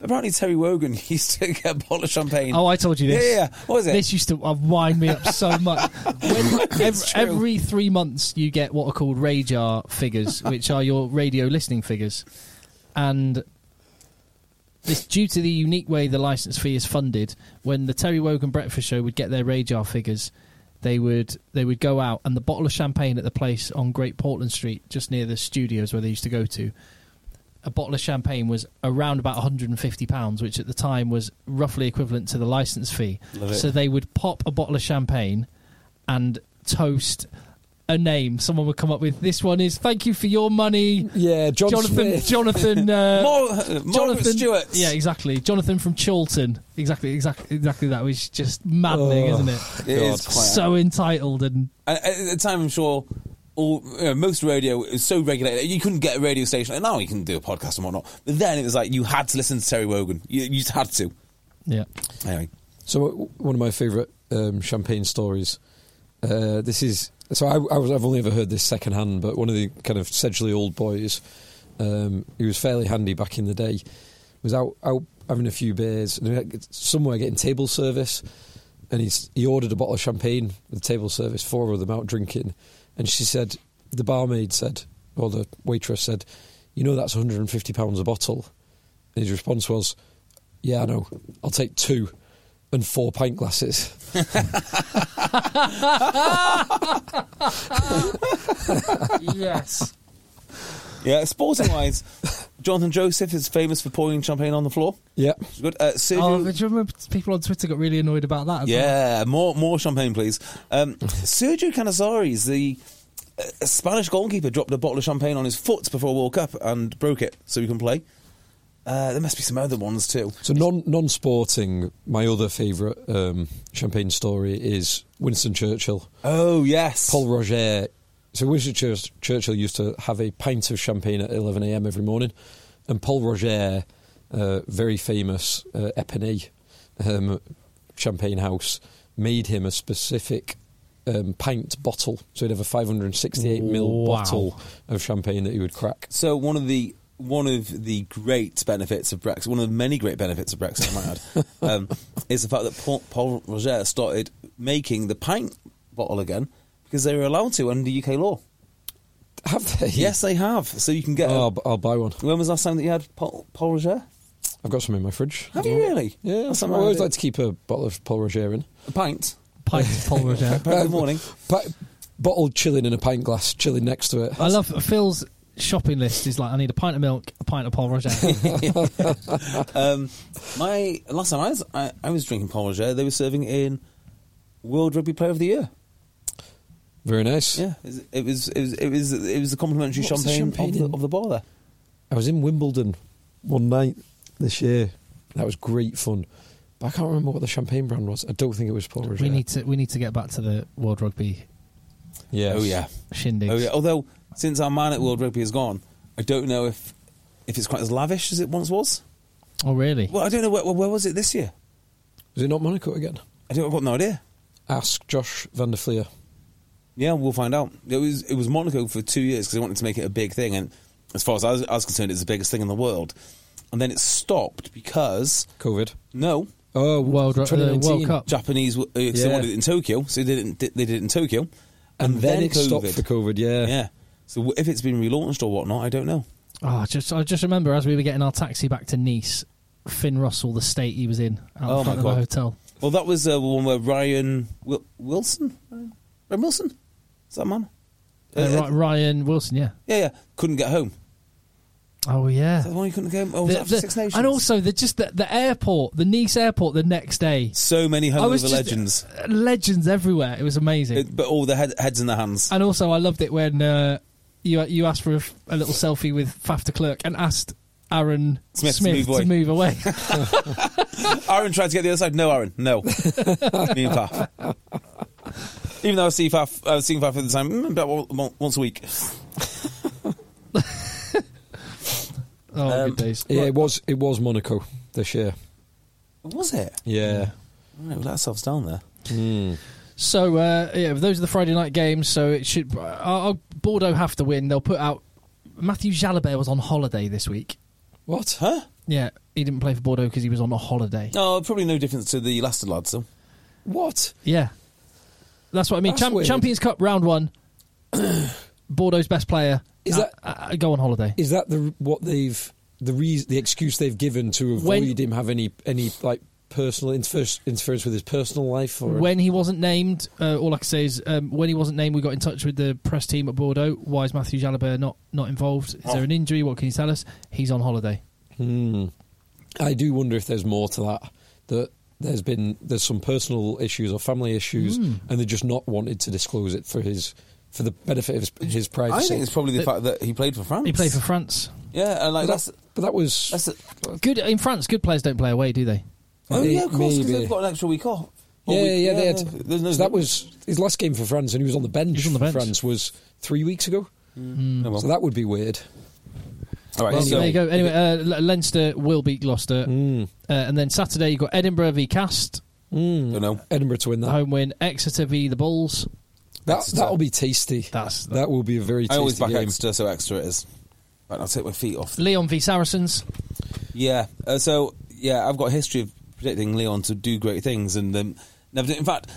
Speaker 2: Apparently, Terry Wogan *laughs* used to get a bottle of champagne.
Speaker 1: oh, I told you this.
Speaker 2: Yeah, yeah, yeah. What was it?
Speaker 1: This used to uh, wind me up
Speaker 2: *laughs*
Speaker 1: so much. When, every,
Speaker 2: true.
Speaker 1: every three months, you get what are called radar
Speaker 2: *laughs*
Speaker 1: figures, which are your radio listening figures, and this due to the unique way the license fee is funded. When the Terry Wogan Breakfast Show would get their radar figures, they would they would go out, and the bottle of champagne at the place on Great Portland Street, just near the studios where they used to go to, a bottle of champagne was around about 150 pounds, which at the time was roughly equivalent to the license fee.
Speaker 2: Love it.
Speaker 1: So they would pop a bottle of champagne and toast a name. Someone would come up with this one is thank you for your money,
Speaker 3: Yeah, John
Speaker 1: Jonathan.
Speaker 3: Smith. *laughs*
Speaker 1: Jonathan. Uh,
Speaker 2: Mar- uh, Margaret
Speaker 1: Jonathan
Speaker 2: Stewart.
Speaker 1: Yeah, exactly. Jonathan from Chilton. Exactly, exactly, exactly. That was just maddening,
Speaker 3: Oh,
Speaker 1: isn't it?
Speaker 2: It is
Speaker 3: God.
Speaker 2: quite
Speaker 1: So entitled and
Speaker 2: And at the time, I'm sure all you know, most radio is so regulated. You couldn't get a radio station. And now you can do a podcast and whatnot. But then it was like you had to listen to Terry Wogan. You, you just had to.
Speaker 1: yeah.
Speaker 2: Anyway,
Speaker 3: So uh, one of my favourite um, champagne stories. Uh, this is so I, I was, I've only ever heard this second hand, but one of the kind of sedgley old boys, um, who was fairly handy back in the day, was out out having a few beers and he had- somewhere getting table service, and he's, he ordered a bottle of champagne with table service. Four of them out drinking, and she said, the barmaid said, or the waitress said, you know that's 150 pounds a bottle, and his response was, yeah, I know, I'll take two and four pint glasses.
Speaker 2: *laughs*
Speaker 1: yes.
Speaker 2: yeah, sporting
Speaker 1: *laughs*
Speaker 2: wise, Jonathan Joseph is famous for pouring champagne on the floor.
Speaker 3: Yeah.
Speaker 2: It's Good.
Speaker 1: Oh,
Speaker 2: Uh, Sergio,
Speaker 1: but do you remember people on Twitter got really annoyed about that? as well?
Speaker 2: yeah, more more champagne, please. *laughs* Um, Sergio Canizares, the uh, Spanish goalkeeper, dropped a bottle of champagne on his foot before World Cup and broke it, so he can play. Uh, there must be some other ones too.
Speaker 3: So non non sporting. My other favourite um, champagne story is Winston Churchill,
Speaker 2: Oh yes,
Speaker 3: Paul Roger. So Winston Chur- Churchill used to have a pint of champagne at 11 a.m. every morning, and Paul Roger, uh, very famous uh, Epinay um, champagne house, made him a specific. Um, pint bottle, so he'd have a 568
Speaker 1: Wow.
Speaker 3: ml bottle of champagne that he would crack.
Speaker 2: So one of the one of the great benefits of Brexit, one of the many great benefits of Brexit, I might *laughs* add, um, is the fact that Paul, Paul Roger started making the pint bottle again because they were allowed to under UK law.
Speaker 3: Have they?
Speaker 2: Yes, they have. So you can get.
Speaker 3: Oh,
Speaker 2: a-
Speaker 3: I'll, b- I'll buy one.
Speaker 2: when was the last time that you had Paul, Paul Roger?
Speaker 3: I've got some in my fridge.
Speaker 2: Have you really?
Speaker 3: Yeah,
Speaker 2: That's
Speaker 3: I
Speaker 2: not
Speaker 3: always
Speaker 2: bad.
Speaker 3: like to keep a bottle of Paul Roger in.
Speaker 2: a pint.
Speaker 1: Pint of Paul Rodin.
Speaker 2: *laughs* Pint in the morning.
Speaker 3: Pa- bottle chilling in a pint glass, chilling next to it.
Speaker 1: I love Phil's shopping list. Is like I need a pint of milk, a pint of Paul
Speaker 2: *laughs*
Speaker 1: Roger.
Speaker 2: Um, my last time I was I, I was drinking Paul Roger, they were serving in World Rugby Player of the Year.
Speaker 3: Very nice.
Speaker 2: Yeah, it was it was it was it was the complimentary
Speaker 3: What's the
Speaker 2: champagne, of,
Speaker 3: champagne
Speaker 2: the,
Speaker 3: in?
Speaker 2: of the bar there.
Speaker 3: I was in Wimbledon one night this year. That was great fun. But I can't remember what the champagne brand was. I don't think it was Paul Roger.
Speaker 1: we need to we need to get back to the World Rugby
Speaker 3: Yes.
Speaker 2: Oh yeah.
Speaker 1: shindigs.
Speaker 2: Oh yeah. Although since our man at World Rugby is gone, I don't know if if it's quite as lavish as it once was.
Speaker 1: Oh, really?
Speaker 2: Well, I don't know where, where was it this year.
Speaker 3: Is it not Monaco again?
Speaker 2: I don't. I've got no idea.
Speaker 3: Ask Josh van der Fleer.
Speaker 2: Yeah, we'll find out. It was it was Monaco for two years because they wanted to make it a big thing, and as far as I was, I was concerned, it's the biggest thing in the world. And then it stopped because
Speaker 3: COVID.
Speaker 2: no
Speaker 3: Oh,
Speaker 1: World, uh,
Speaker 3: 2019.
Speaker 1: World Cup.
Speaker 2: Japanese uh, 'cause
Speaker 3: Yeah.
Speaker 2: they wanted it in Tokyo, so they didn't. They did it in Tokyo,
Speaker 3: And, then, it stopped
Speaker 2: COVID.
Speaker 3: for COVID, yeah.
Speaker 2: Yeah. So if it's been relaunched or whatnot, I don't know.
Speaker 1: Oh, I just I just remember as we were getting our taxi back to Nice, Finn Russell, the state he was in, out
Speaker 2: Oh
Speaker 1: the front
Speaker 2: my
Speaker 1: of the
Speaker 2: God.
Speaker 1: hotel.
Speaker 2: Well, that was uh, one where Ryan Wil- Wilson, Ryan Wilson, is that man?
Speaker 1: Uh,
Speaker 2: Uh,
Speaker 1: Ry- Ryan Wilson, yeah.
Speaker 2: Yeah, yeah. Couldn't get home.
Speaker 1: Oh yeah.
Speaker 2: Is that the one you couldn't get home? Oh, was
Speaker 1: The-
Speaker 2: that for
Speaker 1: the-
Speaker 2: Six Nations?
Speaker 1: and also the just the, the airport, the Nice airport, the next day.
Speaker 2: so many
Speaker 1: I was
Speaker 2: hungover
Speaker 1: just- uh,
Speaker 2: legends,
Speaker 1: Legends everywhere. It was amazing.
Speaker 2: It- but all the head, heads in their hands.
Speaker 1: And also, I loved it when uh, you you asked for a, f- a little selfie with Faf de Klerk and asked Aaron Smith,
Speaker 2: Smith to move
Speaker 1: to,
Speaker 2: away.
Speaker 1: move away.
Speaker 2: Aaron tried to get the other side. No, Aaron,
Speaker 3: *laughs*
Speaker 2: no. It's Me and Faf. Even though I see Faf, I've seen Faf at the time mm, about one- one- once a week.
Speaker 1: oh,
Speaker 2: Um,
Speaker 1: good days.
Speaker 3: Yeah, it was it was Monaco this year.
Speaker 2: Was it?
Speaker 3: Yeah.
Speaker 2: Right, we let ourselves down there.
Speaker 1: So uh, yeah, those are the Friday night games. So it should uh, uh, Bordeaux have to win. They'll put out. Matthew Jalabert was on holiday this week.
Speaker 2: What? Huh?
Speaker 1: Yeah, he didn't play for Bordeaux because he was on a holiday.
Speaker 2: Oh, probably no difference to the last lads, though.
Speaker 3: What?
Speaker 1: Yeah, that's what I mean.
Speaker 3: That's
Speaker 1: Champ-
Speaker 3: weird.
Speaker 1: Champions Cup round
Speaker 3: *coughs*
Speaker 1: one. Bordeaux's best player
Speaker 3: Is
Speaker 1: uh,
Speaker 3: that-
Speaker 1: uh, go on holiday?
Speaker 3: Is that the what they've the reason the excuse they've given to avoid
Speaker 1: When-
Speaker 3: him have any any like personal interference, interference with his personal life or
Speaker 1: When he wasn't named, uh, all I can say is um, when he wasn't named, we got in touch with the press team at Bordeaux. Why is Matthew Jalabert not not involved? Is
Speaker 3: Oh.
Speaker 1: there an injury? What can you tell us? He's on holiday.
Speaker 3: Hmm. I do wonder if there's more to that. That there's been there's some personal issues or family issues,
Speaker 1: Hmm.
Speaker 3: and they just not wanted to disclose it for his for the benefit of his, his
Speaker 2: I
Speaker 3: privacy.
Speaker 2: think it's probably the fact that he played for France.
Speaker 1: He played for France.
Speaker 2: Yeah, and like
Speaker 3: but,
Speaker 2: that's
Speaker 3: that, but that was
Speaker 2: that's. A,
Speaker 1: Good in France. Good players don't play away, do they?
Speaker 2: oh
Speaker 3: may-
Speaker 2: yeah, of course, 'cause
Speaker 3: maybe.
Speaker 2: they've got an extra week off. Or
Speaker 3: yeah,
Speaker 2: week-
Speaker 3: yeah, they had,
Speaker 2: Oh, There's no,
Speaker 3: so that was his last game for France, and he was on the bench.
Speaker 1: He was on the
Speaker 3: for
Speaker 1: bench. Hmm.
Speaker 3: France was three weeks ago,
Speaker 2: No, well.
Speaker 3: so that would be weird.
Speaker 2: all right.
Speaker 3: well, Hmm.
Speaker 2: so,
Speaker 1: there you go. Anyway, uh, Le- Leinster will beat Gloucester, uh, and then Saturday you have got Edinburgh v Cast,
Speaker 2: Don't know.
Speaker 3: Edinburgh to win
Speaker 1: the
Speaker 3: that.
Speaker 1: home win. Exeter v the Bulls.
Speaker 3: that that'll be tasty.
Speaker 1: That's-
Speaker 3: that will be a very tasty
Speaker 2: I always back
Speaker 3: game.
Speaker 2: extra, so extra it is. Right, I'll take my feet off.
Speaker 1: Leon v Saracens.
Speaker 2: Yeah. Uh, so yeah, I've got a history of predicting Leon to do great things, and um, never. Did. In fact,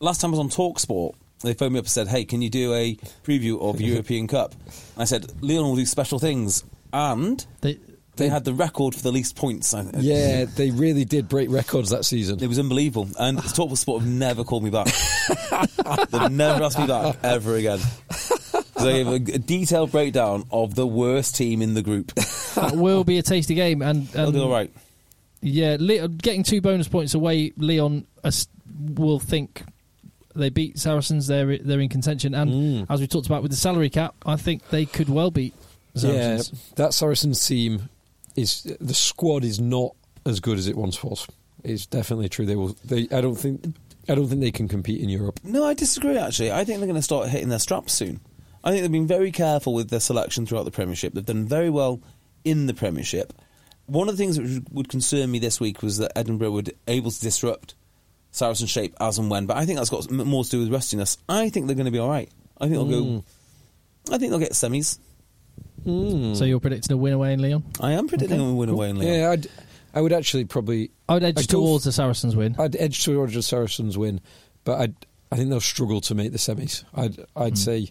Speaker 2: last time I was on Talksport, they phoned me up and said, "Hey, can you do a preview of European Cup?" And I said, "Leon will do special things," and
Speaker 1: They,
Speaker 2: they had the record for the least points. I-
Speaker 3: Yeah, they really did break records that season.
Speaker 2: It was unbelievable, and Talksport Sport have never called me back. They've never asked me back ever again. So I gave a, a detailed breakdown of the worst team in the group.
Speaker 1: that will be a tasty game, and,
Speaker 2: They'll
Speaker 1: and
Speaker 2: do all right.
Speaker 1: Yeah, Le- getting two bonus points away, Leon us- will think they beat Saracens. They're they're in contention, and
Speaker 2: Mm.
Speaker 1: as we talked about with the salary cap, I think they could well beat
Speaker 3: Yeah,
Speaker 1: Saracens.
Speaker 3: that Saracens team is the squad is not as good as it once was. It's definitely true. They will. They. I don't think. I don't think they can compete in Europe.
Speaker 2: No, I disagree. Actually, I think they're going to start hitting their straps soon. I think they've been very careful with their selection throughout the Premiership. They've done very well in the Premiership. One of the things that would concern me this week was that Edinburgh were able to disrupt Saracen shape as and when, but I think that's got m- more to do with rustiness. I think they're going to be all right. I think they'll
Speaker 3: Hmm.
Speaker 2: go. I think they'll get semis.
Speaker 1: So you're predicting a win away in Leon?
Speaker 2: I am predicting a win away in Leon.
Speaker 3: Yeah, I'd, I would actually probably.
Speaker 1: I would edge
Speaker 3: I'd go
Speaker 1: towards
Speaker 3: f-
Speaker 1: the Saracens win.
Speaker 3: I'd edge towards the Saracens win, but I. I think they'll struggle to make the semis. I'd.
Speaker 1: Hmm.
Speaker 3: I'd say,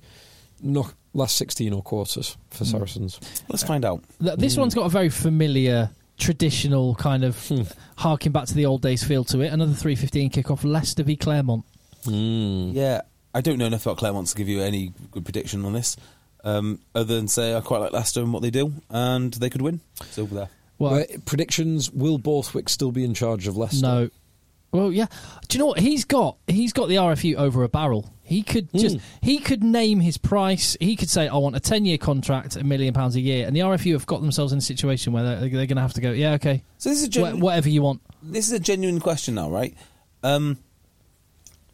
Speaker 3: not last sixteen or quarters for
Speaker 1: Hmm.
Speaker 3: Saracens.
Speaker 2: Let's find out.
Speaker 1: Th- This
Speaker 2: Mm.
Speaker 1: one's got a very familiar, traditional kind of
Speaker 2: Hmm.
Speaker 1: harking back to the old days feel to it. Another three fifteen kickoff, Leicester v Claremont. Hmm.
Speaker 2: Yeah, I don't know enough about Claremont to give you any good prediction on this, um, other than say I quite like Leicester and what they do, and they could win. It's over there.
Speaker 1: Well,
Speaker 3: Well, predictions: Will Borthwick still be in charge of Leicester?
Speaker 1: No. Well, yeah. Do you know what he's got? He's got the RFU over a barrel. He could just he could name his price. He could say, "I want a ten year contract, a million pounds a year," and the RFU have got themselves in a situation where they're, they're going to have to go, "Yeah, okay,
Speaker 2: So this is
Speaker 1: wha-
Speaker 2: gen-
Speaker 1: whatever you want."
Speaker 2: this is a genuine question now, right? Um,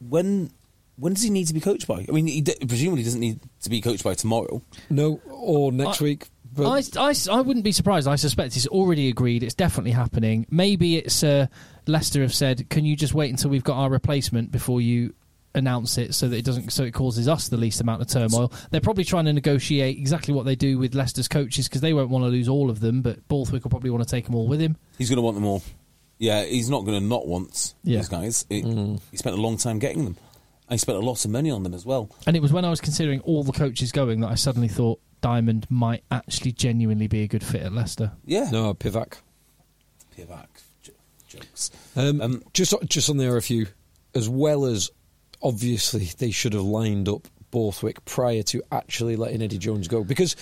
Speaker 2: when when does he need to be coached by? I mean, he d- presumably doesn't need to be coached by tomorrow.
Speaker 3: no, or next
Speaker 1: I-
Speaker 3: week. But
Speaker 1: I, I, I wouldn't be surprised. I suspect it's already agreed. It's definitely happening. Maybe it's uh, Leicester have said, "Can you just wait until we've got our replacement before you announce it so that it doesn't so it causes us the least amount of turmoil. They're probably trying to negotiate exactly what they do with Leicester's coaches because they won't want to lose all of them, but Borthwick will probably want to take them all with him.
Speaker 2: He's going to want them all. Yeah, he's not going to not want
Speaker 1: Yeah. Mm.
Speaker 2: these guys. It, He spent a long time getting them. And he spent a lot of money on them as well.
Speaker 1: And it was when I was considering all the coaches going that I suddenly thought Diamond might actually genuinely be a good fit at Leicester.
Speaker 2: Yeah.
Speaker 3: No, Pivac.
Speaker 2: Pivac j- jokes.
Speaker 3: Um,
Speaker 2: Um,
Speaker 3: just just on the RFU, as well as obviously they should have lined up Borthwick prior to actually letting Eddie Jones go because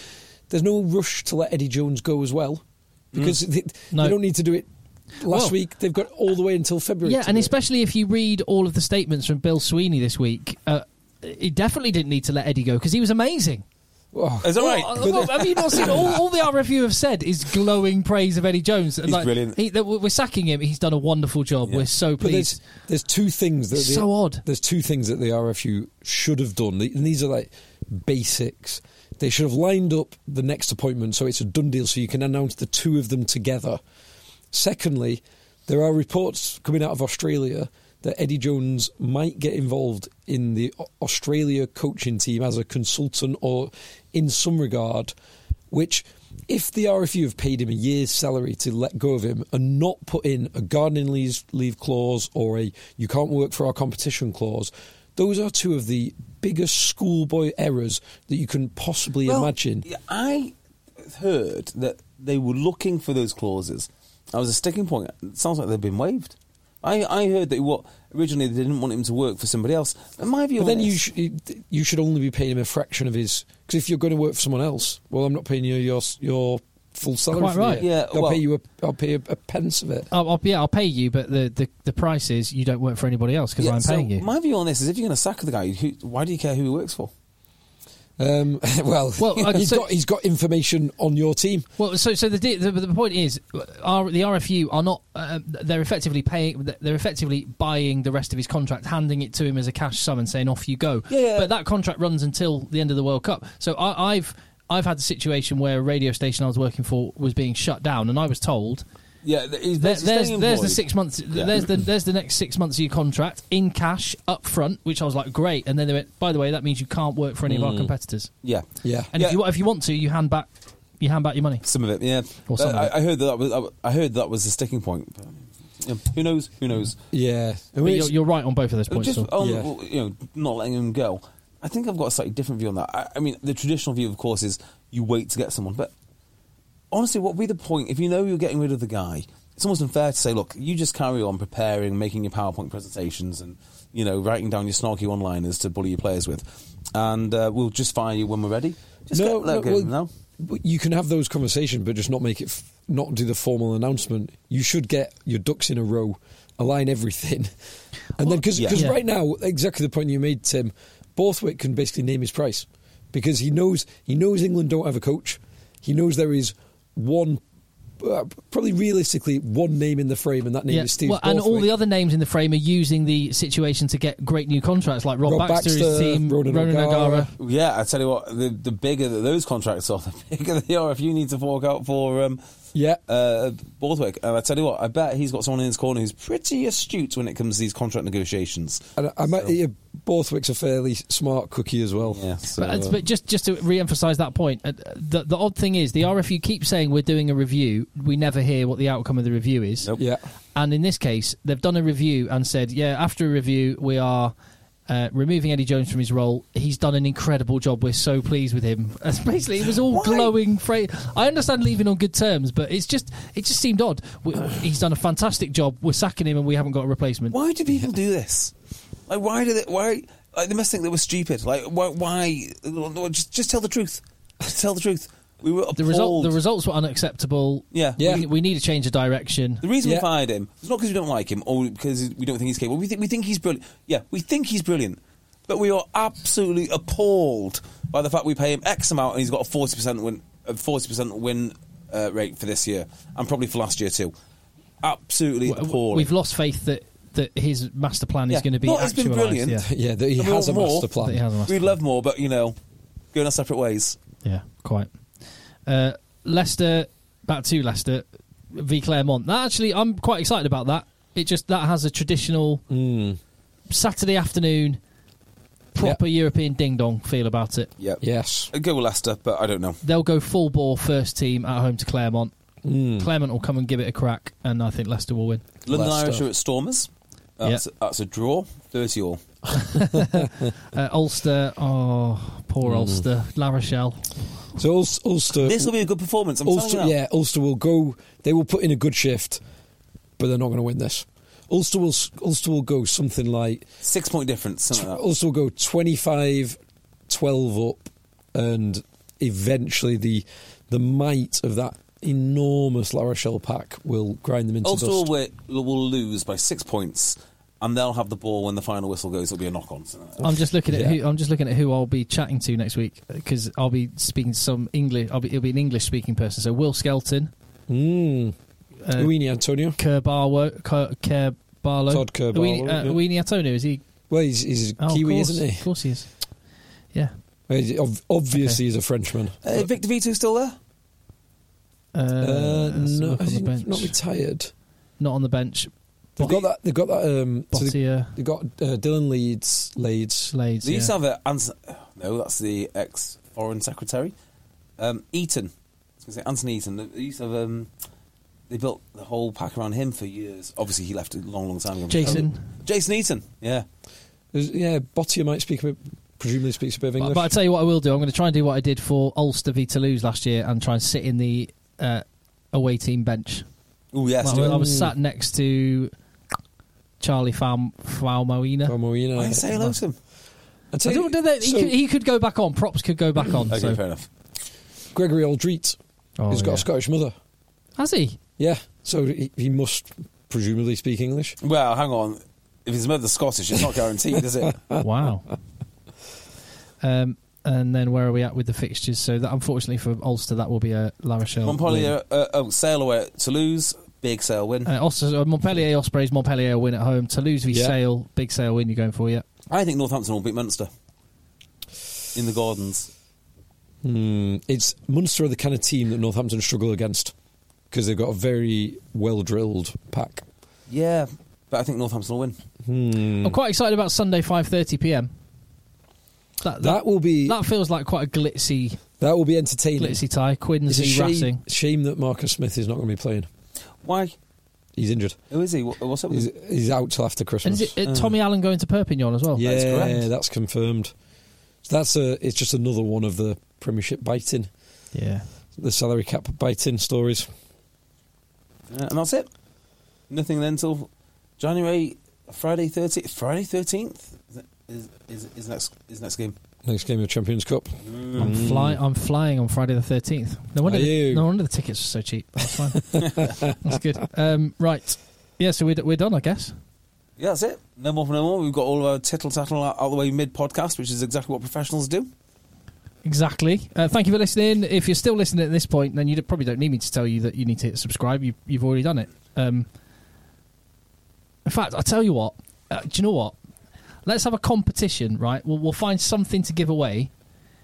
Speaker 3: there's no rush to let Eddie Jones go as well because they,
Speaker 1: Mm. No.
Speaker 3: they don't need to do it. Last
Speaker 1: Well-
Speaker 3: week they've got all the way until February.
Speaker 1: Yeah,
Speaker 3: to
Speaker 1: and
Speaker 3: do it.
Speaker 1: especially if you read all of the statements from Bill Sweeney this week, uh, he definitely didn't need to let Eddie go because he was amazing.
Speaker 3: Oh,
Speaker 2: Is that right?
Speaker 1: Well, well, have you not seen all, all the RFU have said is glowing praise of Eddie Jones? And
Speaker 2: He's brilliant.
Speaker 1: He, that we're we're sacking him. He's done a wonderful job. We're so
Speaker 3: But
Speaker 1: pleased.
Speaker 3: there's, there's two things that
Speaker 1: So odd.
Speaker 3: There's two things that the RFU should have done, and these are like basics. They should have lined up the next appointment so it's a done deal, so you can announce the two of them together. Secondly, there are reports coming out of Australia that Eddie Jones might get involved in the Au- Australia coaching team as a consultant or in some regard, which if the RFU have paid him a year's salary to let go of him and not put in a gardening leave, leave clause or a you can't work for our competition clause, those are two of the biggest schoolboy errors that you can possibly
Speaker 2: Well,
Speaker 3: imagine.
Speaker 2: yeah, I heard that they were looking for those clauses. That was a sticking point. It sounds like they've been waived. I, I heard that what originally they didn't want him to work for somebody else. And my view
Speaker 3: But
Speaker 2: on
Speaker 3: then
Speaker 2: this-
Speaker 3: you sh- you should only be paying him a fraction of his because if you're going to work for someone else, well, I'm not paying you your your full salary.
Speaker 1: Quite
Speaker 3: for the
Speaker 1: right. Uh,
Speaker 3: year.
Speaker 2: Yeah,
Speaker 3: I'll
Speaker 2: well-
Speaker 3: pay you a I'll pay a, a pence of it.
Speaker 1: I'll, I'll- yeah, I'll pay you, but the, the, the price is you don't work for anybody else because
Speaker 2: Yeah,
Speaker 1: I'm
Speaker 2: so
Speaker 1: paying you.
Speaker 2: My view on this is if you're going to sack the guy, who, why do you care who he works for?
Speaker 3: Um, *laughs* well,
Speaker 1: Well, uh,
Speaker 3: he's
Speaker 1: so-
Speaker 3: got he's got information on your team.
Speaker 1: Well, so so the di- the, the point is, are, the RFU are not uh, they're effectively paying they're effectively buying the rest of his contract, handing it to him as a cash sum, and saying off you go.
Speaker 2: Yeah, yeah.
Speaker 1: But that contract runs until the end of the World Cup. So I, I've I've had the situation where a radio station I was working for was being shut down, and I was told.
Speaker 2: Yeah, th- he's,
Speaker 1: There,
Speaker 2: he's
Speaker 1: there's
Speaker 2: staying
Speaker 1: there's the
Speaker 2: employed.
Speaker 1: six months.
Speaker 2: Yeah.
Speaker 1: There's the there's the next six months of your contract in cash up front, which I was like, great. And then they went, by the way, that means you can't work for any of our competitors.
Speaker 2: Hmm. Yeah,
Speaker 3: Yeah.
Speaker 1: And if you if you want to, you hand back you hand back your money.
Speaker 2: some of it. Yeah,
Speaker 1: Or some of
Speaker 2: I,
Speaker 1: it.
Speaker 2: I heard that, that was, I heard that was the sticking point. But, yeah, who knows? Who knows?
Speaker 3: Yeah, I mean,
Speaker 1: But you're,
Speaker 3: it's-
Speaker 1: you're right on both of those points. Phil.
Speaker 2: Just on,
Speaker 3: Yeah.
Speaker 2: well, you know, not letting him go. I think I've got a slightly different view on that. I, I mean, the traditional view, of course, is you wait to get someone. But honestly, what would be the point if you know you're getting rid of the guy? It's almost unfair to say, look, you just carry on preparing, making your PowerPoint presentations, and you know, writing down your snarky one-liners to bully your players with, and uh, we'll just fire you when we're ready. Just get, let go, no?
Speaker 3: but You can have those conversations, but just not make it, f- not do the formal announcement. You should get your ducks in a row, align everything, and then because
Speaker 2: yeah.
Speaker 3: because
Speaker 1: Yeah.
Speaker 3: right now, exactly the point you made, Tim, Borthwick can basically name his price because he knows he knows England don't have a coach. He knows there is one, uh, probably realistically, one name in the frame, and that name
Speaker 1: Yeah.
Speaker 3: is Steve.
Speaker 1: Well, and all
Speaker 3: Borthwick.
Speaker 1: the other names in the frame are using the situation to get great new contracts, like Rob,
Speaker 3: Rob
Speaker 1: Baxter's
Speaker 3: Baxter,
Speaker 1: team, Ronan,
Speaker 3: Ronan
Speaker 1: O'Gara.
Speaker 3: O'Gara.
Speaker 2: Yeah, I tell you what, the, the bigger that those contracts are, *laughs* the bigger they are if you need to fork out for um,
Speaker 3: Yeah.
Speaker 2: uh, Borthwick. And I tell you what, I bet he's got someone in his corner who's pretty astute when it comes to these contract negotiations.
Speaker 3: And I, I might, yeah, Borthwick's a fairly smart cookie as well.
Speaker 2: Yeah, so,
Speaker 1: But,
Speaker 2: uh,
Speaker 1: but just just to re-emphasise that point, uh, the, the odd thing is the RFU keep saying we're doing a review. We never hear what the outcome of the review is.
Speaker 2: Nope.
Speaker 3: Yeah. *laughs*
Speaker 1: And in this case, they've done a review and said, yeah, after a review, we are uh, removing Eddie Jones from his role. He's done an incredible job. We're so pleased with him. *laughs* That's basically, it was all glowing phrase. I understand leaving on good terms, but it's just it just seemed odd. We, he's done a fantastic job. We're sacking him, and we haven't got a replacement.
Speaker 2: why do people do this? Like, why do they? Why? Like, they must think they were stupid. Like, why? why no, just, just tell the truth. *laughs* Just tell the truth. We were appalled.
Speaker 1: The result the results were unacceptable.
Speaker 2: Yeah.
Speaker 3: Yeah.
Speaker 1: We, we need a change of direction.
Speaker 2: The reason we
Speaker 3: Yeah.
Speaker 2: fired him is not because we don't like him or because we don't think he's capable. We think we think he's brilliant. Yeah, we think he's brilliant, but we are absolutely appalled by the fact we pay him X amount and he's got a forty percent win, a forty percent win uh, rate for this year and probably for last year too. Absolutely
Speaker 1: W-
Speaker 2: appalling.
Speaker 1: We've lost faith that that his master plan
Speaker 2: Yeah.
Speaker 1: is going to be
Speaker 2: Not it's been
Speaker 1: actualized.
Speaker 2: brilliant.
Speaker 1: Yeah.
Speaker 3: Yeah, that he
Speaker 2: And we
Speaker 3: has a
Speaker 2: want more.
Speaker 3: master plan.
Speaker 1: That he has a master
Speaker 2: We'd love more, but you know, going our separate ways.
Speaker 1: Yeah, quite. Uh, Leicester, back to Leicester v Claremont. That actually, I'm
Speaker 2: Hmm.
Speaker 1: quite excited about that. It just that has a traditional Saturday afternoon proper European ding dong feel about it.
Speaker 2: Yep.
Speaker 3: Yes.
Speaker 2: I'd Uh, go with Leicester, but I don't know.
Speaker 1: They'll go full ball first team at home to Claremont. Claremont will come and give it a crack, and I think Leicester will win.
Speaker 2: London
Speaker 3: Leicester.
Speaker 2: Irish are at Stormers. That's, that's a draw, 30 all.
Speaker 1: Uh, Ulster, oh, poor Ulster. La Rochelle.
Speaker 3: So Ul- Ulster.
Speaker 2: This will be a good performance. I'm telling you
Speaker 3: Ulster,
Speaker 2: now.
Speaker 3: yeah, Ulster will go. They will put in a good shift, but they're not going to win this. Ulster will s- Ulster will go something like
Speaker 2: Six point difference, something like that.
Speaker 3: Ulster will go 25, 12 up, and eventually the the might of that enormous La Rochelle pack will grind them into
Speaker 2: Ulster will,
Speaker 3: dust.
Speaker 2: wi- will lose by six points, and they'll have the ball when the final whistle goes. It'll be a knock on.
Speaker 1: I'm just looking at
Speaker 3: Yeah.
Speaker 1: who I'm just looking at who I'll be chatting to next week because I'll be speaking to some English. I'll be it'll be an English speaking person. So Will Skelton,
Speaker 3: Mm.
Speaker 1: Uh,
Speaker 3: Luini Antonio.
Speaker 1: Kerr Barwo, Kerr, Kerr Barlow,
Speaker 3: Todd Kerr
Speaker 1: Uini-
Speaker 3: Barlow,
Speaker 1: uh,
Speaker 3: yeah.
Speaker 1: Uini Atonu, is he?
Speaker 3: Well, he's, he's
Speaker 1: Oh, of
Speaker 3: Kiwi,
Speaker 1: course,
Speaker 3: isn't
Speaker 1: Of course he is. Yeah.
Speaker 3: he? He's ob- Obviously, he's a Frenchman.
Speaker 2: Uh, Victor Vito's still there?
Speaker 1: Uh,
Speaker 3: Uh,
Speaker 1: let's
Speaker 3: no,
Speaker 1: look on
Speaker 3: is
Speaker 1: the
Speaker 3: he
Speaker 1: bench.
Speaker 3: not retired.
Speaker 1: Not on the bench.
Speaker 3: They've got that. They've got that. Um, so they,
Speaker 1: Bottia,
Speaker 3: they've got uh, Dylan Leeds. Leeds.
Speaker 1: Slades.
Speaker 2: They used to
Speaker 1: yeah.
Speaker 2: have a. Ans- no, that's the ex foreign secretary. Um, Eaton. I was going to say Anthony Eaton. They used to have. Um, they built the whole pack around him for years. Obviously, he left a long, long time ago. Oh,
Speaker 1: Jason.
Speaker 2: Jason Eaton, yeah.
Speaker 3: There's- Yeah, Bottia might speak a bit. Presumably speaks a bit of
Speaker 1: But,
Speaker 3: English.
Speaker 1: but I tell you what, I will do. I'm going to try and do what I did for Ulster v Toulouse last year and try and sit in the uh, away team bench.
Speaker 2: Oh, yes.
Speaker 1: Like,
Speaker 2: do it.
Speaker 1: I was sat next to Charlie Fal- Falmoina.
Speaker 3: From Moina.
Speaker 2: Why say hello to him?
Speaker 3: I
Speaker 1: I
Speaker 3: tell
Speaker 1: don't
Speaker 3: you,
Speaker 1: know that- he,
Speaker 3: so
Speaker 1: could, he could go back on. Props could go back on.
Speaker 2: Okay,
Speaker 1: so.
Speaker 2: fair enough.
Speaker 3: Gregory Aldreet,
Speaker 1: Oh,
Speaker 3: who's got
Speaker 1: yeah.
Speaker 3: a Scottish mother.
Speaker 1: Has he?
Speaker 3: Yeah, so he, he must presumably speak English.
Speaker 2: Well, hang on. If his mother's Scottish, it's not guaranteed,
Speaker 1: *laughs*
Speaker 2: is it?
Speaker 1: wow. Um, and then where are we at with the fixtures? So that unfortunately for Ulster, that will be a La Rochelle. win.
Speaker 2: Montpellier, uh, oh, Sale away at Toulouse, big Sale win.
Speaker 1: Uh, Ulster, uh, Montpellier Ospreys, Montpellier win at home. Toulouse v
Speaker 3: Yeah.
Speaker 1: Sale, big Sale win. You're going for yeah.
Speaker 2: I think Northampton will beat Munster in the Gardens.
Speaker 3: Hmm, it's Munster are the kind of team that Northampton struggle against because they've got a very well drilled pack.
Speaker 2: Yeah, but I think Northampton will win.
Speaker 3: Mm.
Speaker 1: I'm quite excited about Sunday 5:30 p.m. That,
Speaker 3: That will be
Speaker 1: that feels like quite a glitzy
Speaker 3: that will be entertaining.
Speaker 1: glitzy tie.
Speaker 3: It's a
Speaker 1: Quincy
Speaker 3: shame,
Speaker 1: Racing.
Speaker 3: shame that Marcus Smith is not going to be playing.
Speaker 2: Why?
Speaker 3: He's injured.
Speaker 2: Who is he? What- What's up with
Speaker 3: He's,
Speaker 2: him?
Speaker 3: he's out till after
Speaker 1: Hmm. And
Speaker 3: Christmas.
Speaker 1: is it uh, Tommy Allen going to Perpignan as well?
Speaker 3: yeah,
Speaker 2: That's correct.
Speaker 3: that's confirmed. So that's a. It's just another one of the Premiership biting,
Speaker 1: yeah.
Speaker 3: the salary cap biting stories.
Speaker 2: Uh, and that's it. Nothing then till January, Friday 13th. Friday 13th is, is, is, next, is next game.
Speaker 3: Next game of Champions Cup.
Speaker 2: Mm.
Speaker 1: I'm fly. I'm flying on Friday the thirteenth. No wonder.
Speaker 3: Mm. Are
Speaker 1: The,
Speaker 3: you?
Speaker 1: no wonder the tickets are so cheap. That's fine. That's good. Um, right. Yeah. So we're d- we're done, I guess.
Speaker 2: Yeah, that's it. No more for no more. We've got all of our tittle tattle out, out the way mid podcast, which is exactly what professionals do.
Speaker 1: Exactly. Uh, thank you for listening. If you're still listening at this point, then you d- probably don't need me to tell you that you need to hit subscribe. You, you've already done it. Um, in fact, I tell you what. Uh, do you know what? Let's have a competition, right? We'll, we'll find something to give away.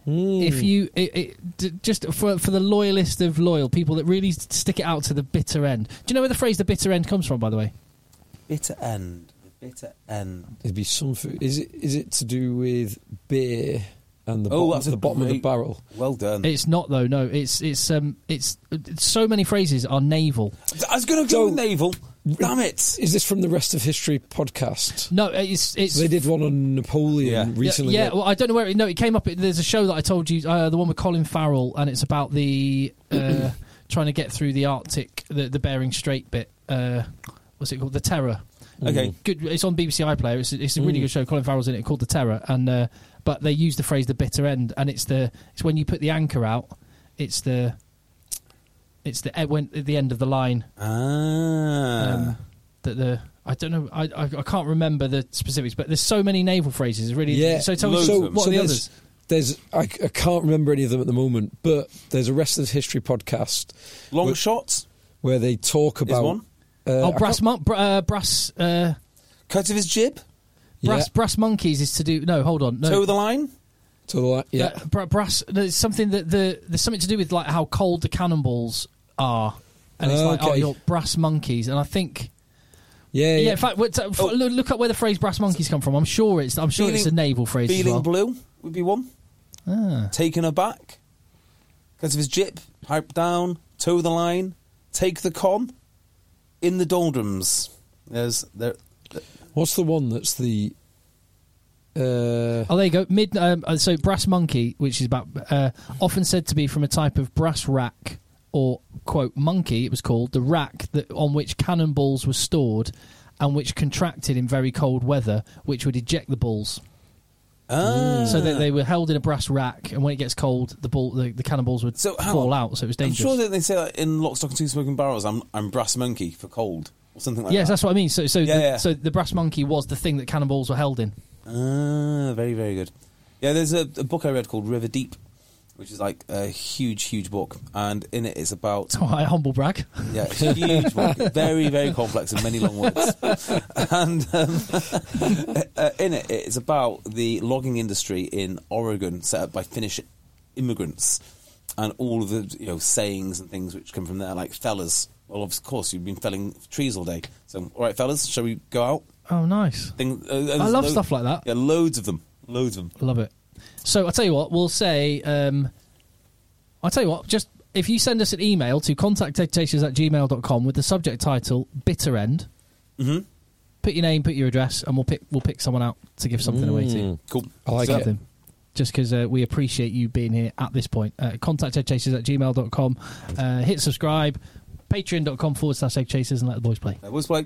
Speaker 1: If you it, it, d- just for for the loyalist of loyal people that really s- stick it out to the bitter end. Do you know where the phrase "the bitter end" comes from? By the way,
Speaker 2: Bitter end. The bitter end.
Speaker 3: It'd be some food. Is it? Is it to do with beer and the
Speaker 2: Oh,
Speaker 3: bottom,
Speaker 2: that's a
Speaker 3: the bottom of the
Speaker 2: great-
Speaker 3: barrel?
Speaker 2: Oh. Well done.
Speaker 1: it's not though. No, it's it's um it's so many phrases are naval.
Speaker 2: I was going to go with naval. Damn it. *laughs*
Speaker 3: Is this from the rest of history podcast?
Speaker 1: No, it's it's
Speaker 3: So they did one on Napoleon
Speaker 2: Yeah.
Speaker 3: recently.
Speaker 1: Yeah, yeah, well, I don't know where. It, no, it came up. There's a show that I told you, uh, the one with Colin Farrell, and it's about the uh, trying to get through the Arctic, the, the Bering Strait bit. Uh, what's it called? The Terror.
Speaker 2: Okay.
Speaker 1: Good. It's on BBC iPlayer. It's, it's a really good show. Colin Farrell's in it, called The Terror, and uh, but they use the phrase "the bitter end," and it's the it's when you put the anchor out. It's the it's the eh, when at the end of the line
Speaker 2: Ah.
Speaker 1: um, that the I don't know I, I I can't remember the specifics, but there's so many naval phrases. it's Really,
Speaker 3: Yeah.
Speaker 1: So tell me
Speaker 2: Loads of
Speaker 3: so,
Speaker 2: them.
Speaker 1: what
Speaker 3: so
Speaker 1: are the
Speaker 3: there's,
Speaker 1: others.
Speaker 3: There's I, I can't remember any of them at the moment, but there's a rest of history podcast
Speaker 2: Long
Speaker 3: where,
Speaker 2: shots.
Speaker 3: where they talk about
Speaker 2: one.
Speaker 3: Uh,
Speaker 1: oh,
Speaker 3: I
Speaker 1: brass
Speaker 3: can't-
Speaker 1: mon- br- uh, brass uh,
Speaker 2: Cut of his jib.
Speaker 3: yeah,
Speaker 1: brass brass monkeys is to do. No, hold on. No,
Speaker 2: Toe the line.
Speaker 3: to the li- yeah.
Speaker 1: Uh, br- brass. There's something that the there's something to do with like how cold the cannonballs are, and it's like oh,
Speaker 3: Okay.
Speaker 1: you're brass monkeys, and I think
Speaker 3: Yeah, Oh.
Speaker 1: Yeah,
Speaker 3: yeah.
Speaker 1: in fact, wait, so- f- look look up where the phrase "brass monkeys" come from. I'm sure it's I'm sure it's a naval phrase as
Speaker 2: Feeling
Speaker 1: well. Ah.
Speaker 2: blue would be one. Taking her back. Because of his jip, hype down, toe the line, take the con, in the doldrums. There's there.
Speaker 3: What's the one that's the? Uh,
Speaker 1: Oh, there you go. Mid. Um, uh, so brass monkey, which is about uh, often said to be from a type of brass rack or quote monkey. It was called the rack that on which cannonballs were stored, and which contracted in very cold weather, which would eject the balls.
Speaker 2: Ah.
Speaker 1: So that they were held in a brass rack, and when it gets cold, the ball the, the cannonballs would
Speaker 2: So, hang
Speaker 1: fall
Speaker 2: on.
Speaker 1: out. So it was
Speaker 2: I'm
Speaker 1: dangerous.
Speaker 2: sure that uh, they say that in Lock, Stock and Two Smoking Barrels, I'm, I'm brass monkey for cold or something like
Speaker 1: yes,
Speaker 2: that.
Speaker 1: that's what I mean. So so
Speaker 2: Yeah,
Speaker 1: the,
Speaker 2: yeah.
Speaker 1: so the brass monkey was the thing that cannonballs were held in. *laughs*
Speaker 2: Ah, very, very good. Yeah, there's a, a book I read called River Deep, which is like a huge, huge book, and in it is about
Speaker 1: Oh, I humble brag.
Speaker 2: yeah, it's a huge book, very, very complex and many long words. And um, *laughs* uh, in it, it's about the logging industry in Oregon set up by Finnish immigrants, and all of the you know sayings and things which come from there, like fellas. Well, of course, you've been felling trees all day, so all right, fellas, shall we go out?
Speaker 1: Oh, nice.
Speaker 2: Thing, uh,
Speaker 1: I love stuff like that.
Speaker 2: Yeah, loads of them, loads of them.
Speaker 1: Love it. So I'll tell you what, we'll say, um, I'll tell you what, just if you send us an email to contactdictations at gmail.com with the subject title Bitter End,
Speaker 2: Mhm.
Speaker 1: put your name, put your address, and we'll pick we'll pick someone out to give something away to. you.
Speaker 2: Cool.
Speaker 3: Mm. I like it.
Speaker 1: Something. Just because uh, we appreciate you being here at this point. Uh, contactedchasers at gmail.com. Uh, hit subscribe, patreon.com forward slash eggchasers, and let the boys play.
Speaker 2: That was like